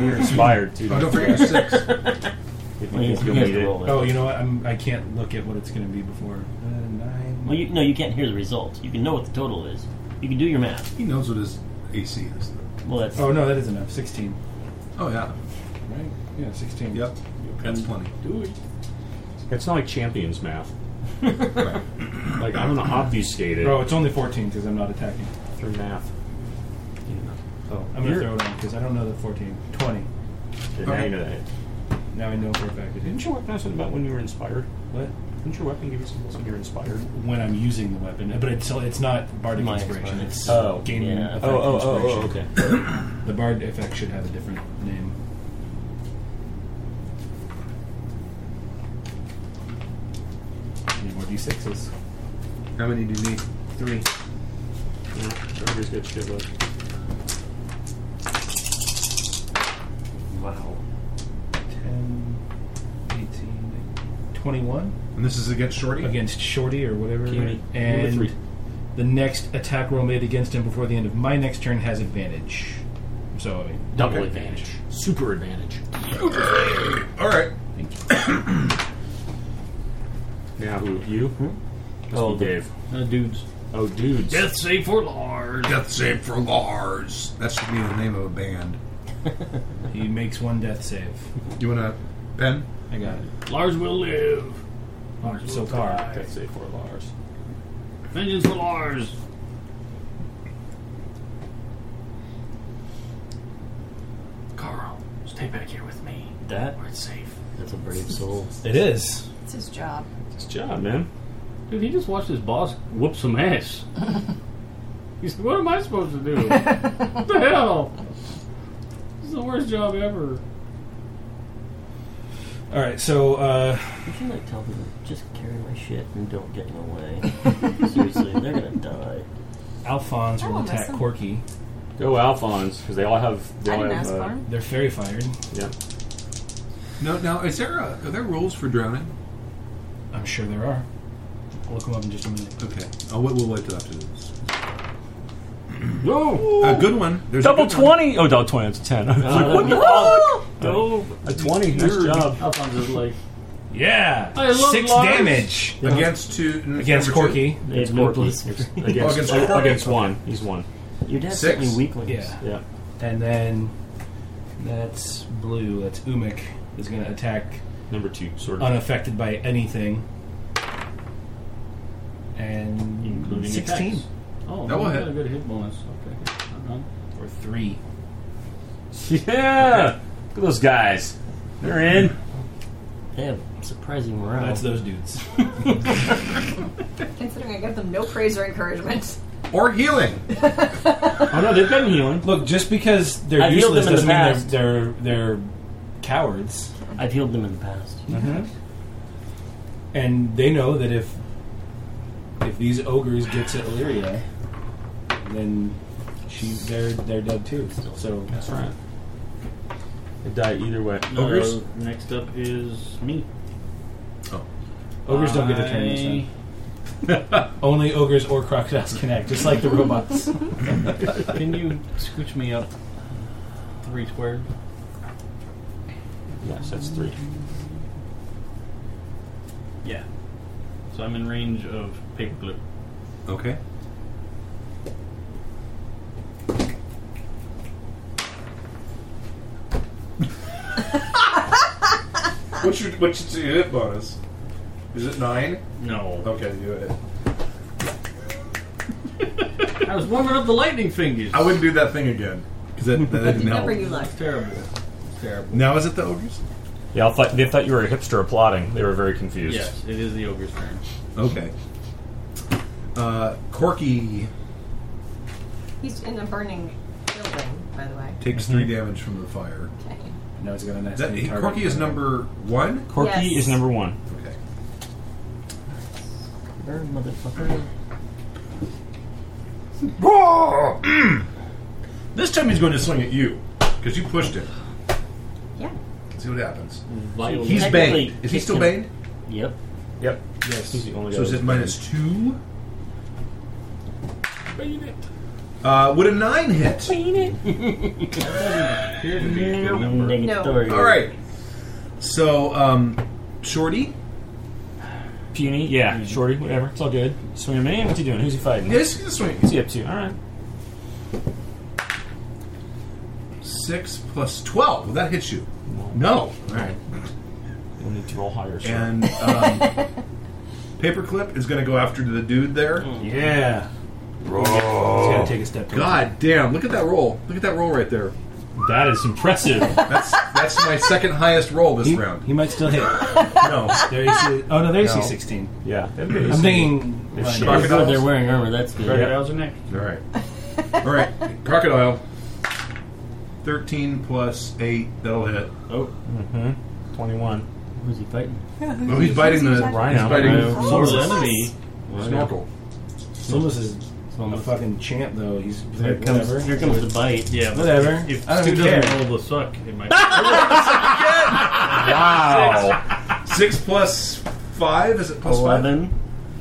Speaker 4: You're inspired too.
Speaker 8: Oh, don't forget your six.
Speaker 4: If you think you'll need it.
Speaker 2: Oh, you know what? I'm, I can't look at what it's going to be before. Uh, nine.
Speaker 5: Well, you, no, you can't hear the result. You can know what the total is. You can do your math.
Speaker 8: He knows what his AC is. though.
Speaker 5: Well, that's
Speaker 2: Oh no, that is enough. Sixteen.
Speaker 8: Oh, yeah.
Speaker 2: Right? Yeah, sixteen.
Speaker 8: Yep. That's plenty.
Speaker 4: It's not like champions math. like I'm gonna obfuscate it
Speaker 2: Bro, Oh, it's only fourteen because I'm not attacking.
Speaker 4: through math.
Speaker 2: So I'm going to throw it on because I don't know the fourteen. Twenty.
Speaker 4: And Now you know that.
Speaker 2: Now I know for a fact it
Speaker 4: Didn't
Speaker 2: hit.
Speaker 4: your weapon have something about when you were inspired?
Speaker 2: What?
Speaker 4: Didn't your weapon give you something when you're inspired?
Speaker 2: When I'm using the weapon, but it's it's not bardic
Speaker 5: My
Speaker 2: inspiration.
Speaker 5: inspiration.
Speaker 2: It's
Speaker 4: Oh.
Speaker 2: gaining
Speaker 5: Yeah.
Speaker 2: effect
Speaker 4: Oh, oh, oh,
Speaker 2: inspiration.
Speaker 4: oh, okay.
Speaker 2: The bard effect should have a different name. Need more d6s.
Speaker 8: How many do you need?
Speaker 2: Three.
Speaker 4: Yeah, everybody's got shit left.
Speaker 5: wow.
Speaker 2: 10, 18, 21
Speaker 8: And this is against Shorty?
Speaker 2: against Shorty or whatever.
Speaker 4: Puny. Number
Speaker 2: And
Speaker 4: three.
Speaker 2: the next attack roll made against him before the end of my next turn has advantage. So, I mean,
Speaker 4: Double advantage. Super advantage.
Speaker 8: All right.
Speaker 4: Now who? You? Oh, Dave.
Speaker 11: Uh, dudes.
Speaker 4: Oh, dudes.
Speaker 11: Death save for Lars.
Speaker 8: Death save for Lars. That should be the name of a band.
Speaker 2: he makes one death save.
Speaker 8: You want a pen?
Speaker 2: I got it.
Speaker 11: Lars will live.
Speaker 2: Alright, so far.
Speaker 4: Death save for Lars.
Speaker 11: Vengeance for Lars. Carl, stay back here with me.
Speaker 5: That?
Speaker 11: We're safe.
Speaker 5: That's a brave soul.
Speaker 2: It is.
Speaker 6: It's his job.
Speaker 4: It's his job, man.
Speaker 11: Dude, he just watched his boss whoop some ass. He's like, what am I supposed to do? what the hell? This is the worst job ever.
Speaker 2: Alright, so, uh,
Speaker 5: Would you like tell them just carry my shit and don't get in the way? Seriously, they're gonna die.
Speaker 2: Alphonse
Speaker 6: Oh,
Speaker 2: will
Speaker 6: that's
Speaker 2: attack
Speaker 6: some-
Speaker 2: Corky.
Speaker 4: Go Alphonse, because they all have. They
Speaker 6: I
Speaker 4: all
Speaker 6: didn't
Speaker 4: have,
Speaker 6: ask
Speaker 4: uh,
Speaker 6: for him.
Speaker 2: They're fairy fired.
Speaker 4: Yeah.
Speaker 8: No, now, is there a, are there rules for drowning?
Speaker 2: I'm sure there are. I'll look them up in just a minute.
Speaker 8: Okay. Oh, we'll, we'll wait till after this.
Speaker 4: No.
Speaker 8: A good one. There's a
Speaker 4: Double
Speaker 8: good one.
Speaker 4: twenty. Oh, double twenty. That's a ten. I was like, what the
Speaker 11: Go.
Speaker 4: A twenty. Nice job.
Speaker 11: Alphonse is like,
Speaker 2: Yeah!
Speaker 11: I love
Speaker 2: Six
Speaker 11: Lars.
Speaker 2: damage
Speaker 8: Against two. n-
Speaker 2: against
Speaker 8: number two.
Speaker 2: Corky.
Speaker 5: They have no place. Your
Speaker 8: Oh,
Speaker 4: Against,
Speaker 8: against
Speaker 4: against,
Speaker 8: Corky.
Speaker 4: one. He's one.
Speaker 5: dad
Speaker 8: Six?
Speaker 5: sent me weaklings.
Speaker 2: Yeah.
Speaker 4: Yeah.
Speaker 2: And then that's blue, that's Umik, is going to attack
Speaker 4: Number two. Sort of.
Speaker 2: unaffected by anything. And
Speaker 4: Including
Speaker 2: 16
Speaker 4: attacks.
Speaker 11: oh,
Speaker 8: Double
Speaker 11: he's
Speaker 8: hit.
Speaker 11: got a good hit bonus. Okay. I'm done.
Speaker 2: or 3.
Speaker 4: Yeah. Look at those guys. They're in.
Speaker 5: They have surprising morale.
Speaker 2: That's those dudes.
Speaker 6: Considering I give them no praise or encouragement.
Speaker 8: Or healing.
Speaker 4: Oh no, they've been healing.
Speaker 2: Look, just because they're
Speaker 5: I've healed
Speaker 2: useless doesn't
Speaker 5: them in the
Speaker 2: mean
Speaker 5: past.
Speaker 2: they're, they're they're cowards.
Speaker 5: I've healed them in the past.
Speaker 2: And they know that if if these ogres get to Illyria, then she they're they're dead too. So
Speaker 4: That's right. They die either way.
Speaker 11: Uh, next up is me.
Speaker 2: ogres don't get a turn. this round. Only ogres or crocodiles connect, just like the robots.
Speaker 11: I- Can you scooch me up three squared?
Speaker 4: Yes, that's three.
Speaker 11: Yeah. So I'm in range of paperclip.
Speaker 8: Okay. What's your what's your hit bonus? Is it nine?
Speaker 11: No.
Speaker 8: Okay, you hit.
Speaker 11: I was warming up the lightning fingers.
Speaker 8: I wouldn't do that thing again because that, that didn't help.
Speaker 6: Never you luck.
Speaker 11: Terrible. Terrible.
Speaker 8: Now is it the ogres?
Speaker 4: Yeah, I thought, they thought you were a hipster applauding. They were very confused.
Speaker 11: Yes, it is the ogre's turn.
Speaker 8: Okay. Uh, Corky
Speaker 6: He's in a burning building, by the way.
Speaker 8: takes three damage from the fire.
Speaker 6: Okay.
Speaker 2: Now it's got a nice.
Speaker 8: Is that,
Speaker 2: big target.
Speaker 8: Corky is number one.
Speaker 4: Corky
Speaker 6: Yes.
Speaker 4: is number one.
Speaker 8: Okay.
Speaker 5: Burn, motherfucker.
Speaker 8: This time he's going to swing at you because you pushed him.
Speaker 6: Yeah.
Speaker 8: See what happens.
Speaker 5: Violent.
Speaker 8: He's
Speaker 5: Technically
Speaker 8: banged. Is he
Speaker 5: kicked
Speaker 8: still
Speaker 5: him.
Speaker 8: banged?
Speaker 5: Yep.
Speaker 4: Yep.
Speaker 2: Yes.
Speaker 4: He's the only
Speaker 8: So
Speaker 4: guy
Speaker 8: is
Speaker 4: that's-
Speaker 8: it minus two? Uh, would a nine hit?
Speaker 5: Negative
Speaker 6: No.
Speaker 5: story.
Speaker 8: All right. So, um, Shorty,
Speaker 4: Puny, yeah, shorty, whatever. It's all good. Swing a man. What's he doing? Who's he fighting?
Speaker 8: yeah, this is swing.
Speaker 4: What's he up to? All right.
Speaker 8: Six plus twelve. Well, that hits you. No. All right.
Speaker 4: We'll need to roll higher. so-
Speaker 8: And um, paperclip is going to go after the dude there.
Speaker 4: yeah.
Speaker 2: He's got to take a step. Towards
Speaker 8: Oh. God damn! Look at that roll. Look at that roll right there.
Speaker 4: That is impressive.
Speaker 8: That's that's my second highest roll this
Speaker 2: He,
Speaker 8: round.
Speaker 2: he might still hit.
Speaker 8: No.
Speaker 2: There you see. Oh no, there you see
Speaker 8: No.
Speaker 2: sixteen.
Speaker 4: yeah.
Speaker 2: I'm thinking.
Speaker 4: They're
Speaker 2: Ryan.
Speaker 4: shit.
Speaker 5: Good, they're wearing armor. That's good.
Speaker 11: Crocodiles are next.
Speaker 8: All right. All right. Crocodile. Thirteen plus eight. That'll hit.
Speaker 11: Oh,
Speaker 4: Mm-hmm. 21.
Speaker 5: Who's he fighting?
Speaker 8: Oh, he's biting the
Speaker 4: Rhino.
Speaker 8: He's biting
Speaker 4: Rhino.
Speaker 8: the
Speaker 11: Swords
Speaker 8: snorkel.
Speaker 11: enemy.
Speaker 8: snorkel.
Speaker 2: Solus is a fucking champ though. He's
Speaker 5: Here
Speaker 2: like,
Speaker 5: comes,
Speaker 2: whatever.
Speaker 5: here comes the bite.
Speaker 11: Yeah, but
Speaker 2: Whatever.
Speaker 11: if
Speaker 2: I
Speaker 11: Stu
Speaker 2: don't
Speaker 11: doesn't
Speaker 2: care.
Speaker 11: roll the suck, it might.
Speaker 4: Wow.
Speaker 8: Six plus five. Is it plus
Speaker 4: Oh,
Speaker 8: five?
Speaker 5: Eleven.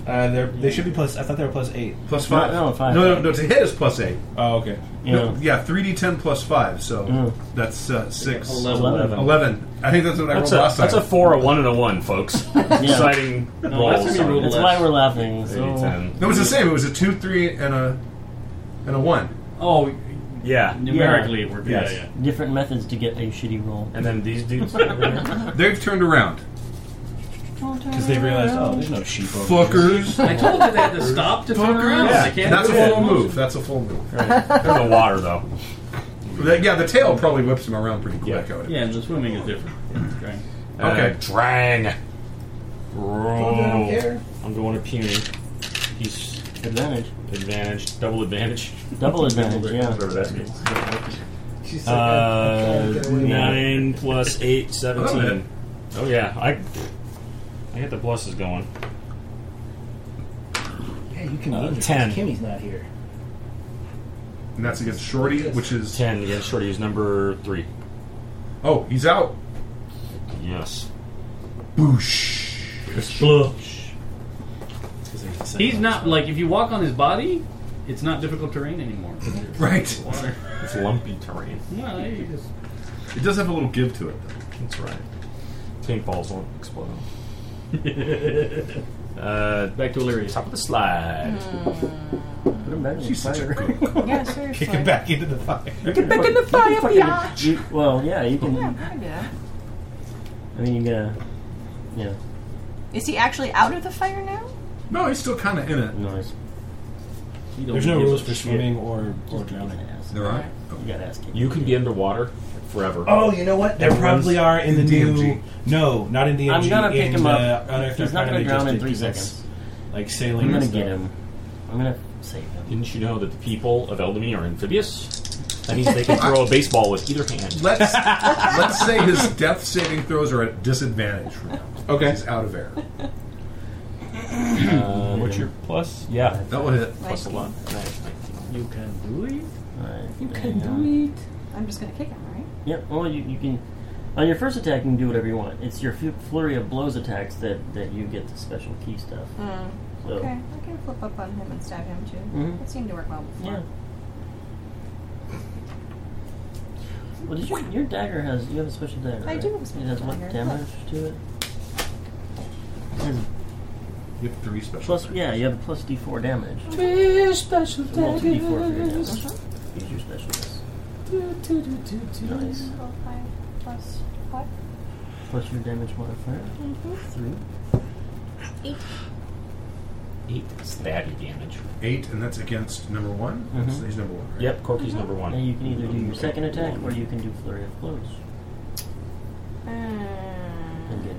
Speaker 2: Uh, they're, they should be plus. I thought they were plus eight.
Speaker 8: Plus five.
Speaker 5: No, no, five.
Speaker 8: No, no, no, To hit is plus eight.
Speaker 2: Oh okay.
Speaker 5: Yeah.
Speaker 8: No, yeah, three d ten plus five. So
Speaker 5: Mm.
Speaker 8: that's uh, six.
Speaker 11: Eleven.
Speaker 4: Eleven.
Speaker 8: Eleven. I think that's what I
Speaker 4: That's
Speaker 8: rolled
Speaker 4: a,
Speaker 8: last time.
Speaker 4: that's a four, a one, and a one, folks. Exciting
Speaker 11: that's
Speaker 4: rolls.
Speaker 11: gonna be
Speaker 4: on
Speaker 11: rolled
Speaker 5: That's
Speaker 11: less.
Speaker 5: why we're laughing.
Speaker 4: the
Speaker 5: So
Speaker 4: 10.
Speaker 8: no, it was the same. It was a two, three, and a and a one.
Speaker 11: Oh,
Speaker 4: Yeah.
Speaker 11: numerically it worked.
Speaker 4: Yes.
Speaker 11: Yeah,
Speaker 5: different methods to get a shitty roll.
Speaker 4: And then these dudes over there.
Speaker 8: They've turned around.
Speaker 2: Because they realized, oh, there's no sheep over
Speaker 8: Fuckers.
Speaker 11: yeah. I told you they had to stop to turn around.
Speaker 4: Yeah.
Speaker 11: They can't
Speaker 8: That's a
Speaker 11: do it.
Speaker 8: full move. That's a full move.
Speaker 4: They're in the water, though.
Speaker 8: That- yeah, the tail probably whips him around pretty quick.
Speaker 4: Yeah.
Speaker 8: I would-
Speaker 11: Yeah, and the swimming is different. Right.
Speaker 8: Okay.
Speaker 4: Uh, Drang. Roll.
Speaker 2: here.
Speaker 4: I'm going to puny. He's
Speaker 5: Advantage.
Speaker 4: advantage. Double advantage.
Speaker 5: Double advantage, yeah.
Speaker 4: Whatever that means.
Speaker 2: She's like,
Speaker 4: Uh,
Speaker 2: "Okay, okay,
Speaker 4: nine plus eight,
Speaker 8: Another hit.
Speaker 4: seventeen. Oh yeah, I I got the pluses going.
Speaker 2: Hey, you can
Speaker 4: Uh,
Speaker 2: leave
Speaker 4: ten.
Speaker 2: because Kimmy's not here.
Speaker 8: And that's against Shorty, which is
Speaker 4: Ten against Shorty, who's number three.
Speaker 8: oh, he's out.
Speaker 4: Yes.
Speaker 8: Boosh.
Speaker 11: He's not like if you walk on his body, it's not difficult terrain anymore.
Speaker 8: Right.
Speaker 11: Water.
Speaker 4: It's lumpy terrain.
Speaker 11: Well, there you go.
Speaker 8: It does have a little give to it, though.
Speaker 4: That's right. Pink balls won't explode. uh,
Speaker 11: Back to Illyria.
Speaker 4: top of the slide.
Speaker 8: She's such a good.
Speaker 6: Yeah, seriously.
Speaker 2: Kick him back into the fire.
Speaker 6: Back in the fire, yeah.
Speaker 5: You, well, yeah, you can.
Speaker 6: Yeah, I know.
Speaker 5: I mean, you gotta. Yeah,
Speaker 6: Is he actually out of the fire now?
Speaker 8: No, he's still kind of in it.
Speaker 5: noise.
Speaker 11: He don't
Speaker 2: There's no
Speaker 11: give
Speaker 2: rules
Speaker 11: a
Speaker 2: for
Speaker 11: shit.
Speaker 2: swimming or, or drowning.
Speaker 8: There are.
Speaker 5: You gotta ask him.
Speaker 4: You can be underwater forever.
Speaker 2: Oh, you know what? There
Speaker 4: Everyone's
Speaker 2: probably are in the
Speaker 8: DMG.
Speaker 2: new. No, not in DMG.
Speaker 5: I'm gonna pick
Speaker 2: in,
Speaker 5: him
Speaker 2: uh,
Speaker 5: up.
Speaker 2: Unearthed
Speaker 5: He's not
Speaker 2: Arcana
Speaker 5: gonna
Speaker 2: they
Speaker 5: drown
Speaker 2: just
Speaker 5: in
Speaker 2: did,
Speaker 5: three
Speaker 2: 'cause that's,
Speaker 5: seconds.
Speaker 2: Like sailing.
Speaker 5: I'm gonna
Speaker 2: and
Speaker 5: get
Speaker 2: stuff.
Speaker 5: him. I'm gonna save him.
Speaker 4: Didn't you know that the people of Eldamy are amphibious? That means they can throw a baseball with either hand.
Speaker 8: Let's let's say his death saving throws are at disadvantage for now.
Speaker 2: Okay.
Speaker 8: He's out of air.
Speaker 4: Uh, what's your plus? Yeah,
Speaker 8: That will hit.
Speaker 4: plus a lot.
Speaker 11: You can do it.
Speaker 5: Alright, hang on.
Speaker 6: I'm just gonna kick him, right?
Speaker 5: Yep. Well, you, you can. On your first attack, you can do whatever you want. It's your fl- flurry of blows attacks that, that you get the special key stuff.
Speaker 6: Hmm.
Speaker 5: So,
Speaker 6: Okay, I can flip up on him and stab him too.
Speaker 5: Mhm.
Speaker 6: That seemed to work well before.
Speaker 5: Yeah. Well, did you, your dagger has you have a special dagger.
Speaker 6: I
Speaker 5: right?
Speaker 6: do have a special
Speaker 5: It has what
Speaker 6: dagger.
Speaker 5: damage to it? It has
Speaker 8: You have three special.
Speaker 5: plus
Speaker 8: attacks.
Speaker 5: yeah, you have a plus d4 damage.
Speaker 17: special
Speaker 5: Roll two d4 for your damage.
Speaker 17: daggers.
Speaker 5: Use your specialness.
Speaker 17: Do, do, do, do, do.
Speaker 5: Nice.
Speaker 6: Roll five plus what?
Speaker 5: plus your damage modifier. Three.
Speaker 6: Eight.
Speaker 4: Eight stabby damage.
Speaker 8: Eight, and that's against number one.
Speaker 4: Mm-hmm.
Speaker 5: Mhm.
Speaker 8: So he's number one. Right?
Speaker 4: Yep, Corky's number one.
Speaker 5: Now you can either do your second attack or you can do flurry of blows
Speaker 6: Hmm.
Speaker 5: and get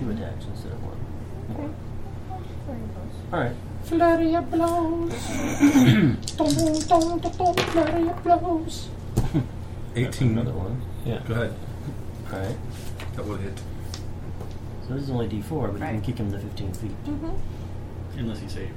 Speaker 5: two attacks instead of one. All right.
Speaker 17: Flurry of blows. Dum, dum, dum, dum, flurry of blows.
Speaker 8: Eighteen.
Speaker 5: Another one. Yeah.
Speaker 8: Go ahead.
Speaker 5: All right.
Speaker 8: That will hit.
Speaker 5: So this is only D4, but you can
Speaker 6: Right.
Speaker 5: kick him to 15 feet.
Speaker 11: Unless he saves.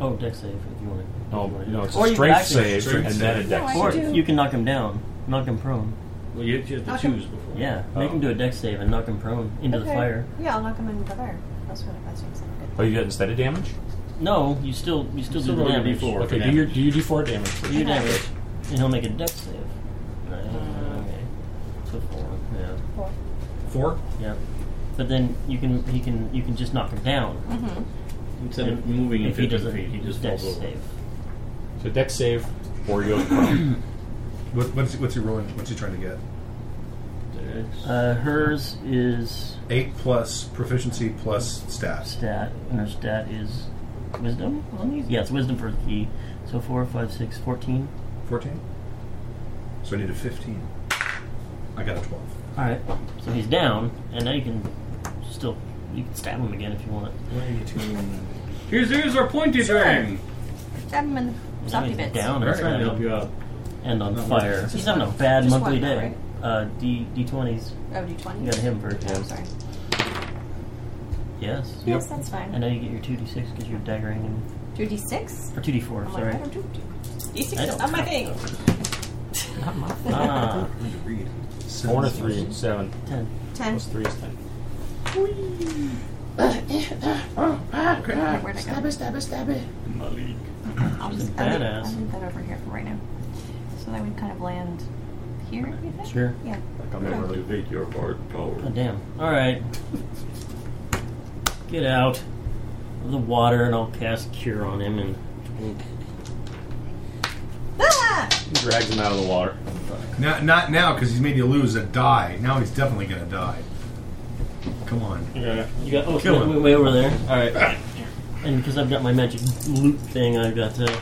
Speaker 5: Oh, dex save if you want. If
Speaker 4: Oh,
Speaker 5: you want
Speaker 4: no, it's
Speaker 5: Or
Speaker 4: a
Speaker 5: you-
Speaker 4: strength
Speaker 5: actually-
Speaker 4: save
Speaker 8: strength
Speaker 4: and then a
Speaker 8: save.
Speaker 4: dex
Speaker 17: No, I
Speaker 5: Or
Speaker 17: do.
Speaker 5: you can knock him down, knock him prone.
Speaker 11: Well, you, you have to
Speaker 6: Okay.
Speaker 11: choose before.
Speaker 5: Yeah,
Speaker 8: Oh.
Speaker 5: make him do a dex save and knock him prone into the fire.
Speaker 6: Yeah, I'll knock him into the fire. That's what that's what I'm saying.
Speaker 4: Oh, you get instead of damage?
Speaker 5: No, you still you still,
Speaker 11: Still
Speaker 5: do the
Speaker 11: roll your
Speaker 5: damage.
Speaker 11: D4. Or
Speaker 4: Okay,
Speaker 11: for
Speaker 4: do your, do your d4 damage.
Speaker 5: Do
Speaker 4: first.
Speaker 5: your damage, and he'll make a dex save. Right. Okay. So four. Yeah.
Speaker 6: Four.
Speaker 4: Four?
Speaker 5: Yeah. But then you can he can you can just knock him down.
Speaker 11: Instead of
Speaker 5: And
Speaker 11: moving in
Speaker 5: if he
Speaker 11: 15
Speaker 5: doesn't
Speaker 11: feet, he just
Speaker 5: dex
Speaker 11: falls over.
Speaker 5: save.
Speaker 4: So dex save, or you go prone.
Speaker 8: What, what's he, what's he rolling? What's he trying to get?
Speaker 5: Uh, hers is
Speaker 8: Eight plus proficiency plus stats.
Speaker 5: stat, and her stat is wisdom. Well, these- Yeah, it's wisdom for the key. So four, five, six, fourteen.
Speaker 8: Fourteen. So I need a fifteen. I got a twelve.
Speaker 5: All right. So he's down, and now you can still you can stab him again if you want.
Speaker 11: His ears are pointed down.
Speaker 6: Stab him in the
Speaker 5: Now
Speaker 6: softy
Speaker 5: he's
Speaker 6: bits.
Speaker 5: down.
Speaker 11: I'm
Speaker 5: and
Speaker 11: trying
Speaker 5: trying
Speaker 11: to help you out.
Speaker 5: And on
Speaker 8: No,
Speaker 5: fire.
Speaker 8: it's-
Speaker 5: He's having a bad
Speaker 6: Just
Speaker 5: monthly
Speaker 6: one now,
Speaker 5: day. Uh, D D twenties.
Speaker 6: Oh, do twenty.
Speaker 5: You got him first.
Speaker 6: I'm sorry.
Speaker 5: Yes.
Speaker 6: Yes, that's
Speaker 5: And
Speaker 6: fine.
Speaker 5: now you get your two D six because you're daggering him.
Speaker 6: Do D six.
Speaker 5: Or two D four.
Speaker 6: I'm like,
Speaker 5: Sorry.
Speaker 6: I don't do D six.
Speaker 5: I
Speaker 6: is
Speaker 5: don't
Speaker 6: not my
Speaker 5: count
Speaker 6: thing.
Speaker 5: not my ah,
Speaker 8: I need to read.
Speaker 4: Four and a three, seven.
Speaker 5: ten.
Speaker 6: Ten.
Speaker 4: Plus three is ten.
Speaker 6: Okay, where'd I go?
Speaker 17: Stab it, stab it, stab it.
Speaker 6: I'll just
Speaker 5: He's a
Speaker 6: I'll leave-
Speaker 5: badass.
Speaker 6: I'll move that over here for right now. So that would kind of land here, you think?
Speaker 5: Sure.
Speaker 6: Yeah.
Speaker 12: Like I'm gonna elevate your hard
Speaker 5: Oh
Speaker 12: power.
Speaker 5: damn. All right. Get out of the water, and I'll cast cure on him. And
Speaker 6: Ah!
Speaker 4: He drags him out of the water.
Speaker 8: Not, not now, because he's made you lose a die. Now he's definitely going to die. Come on.
Speaker 5: you got oh
Speaker 8: Kill
Speaker 5: wait,
Speaker 8: him.
Speaker 5: wait, wait over there. All right. and because I've got my magic loot thing, I've got to.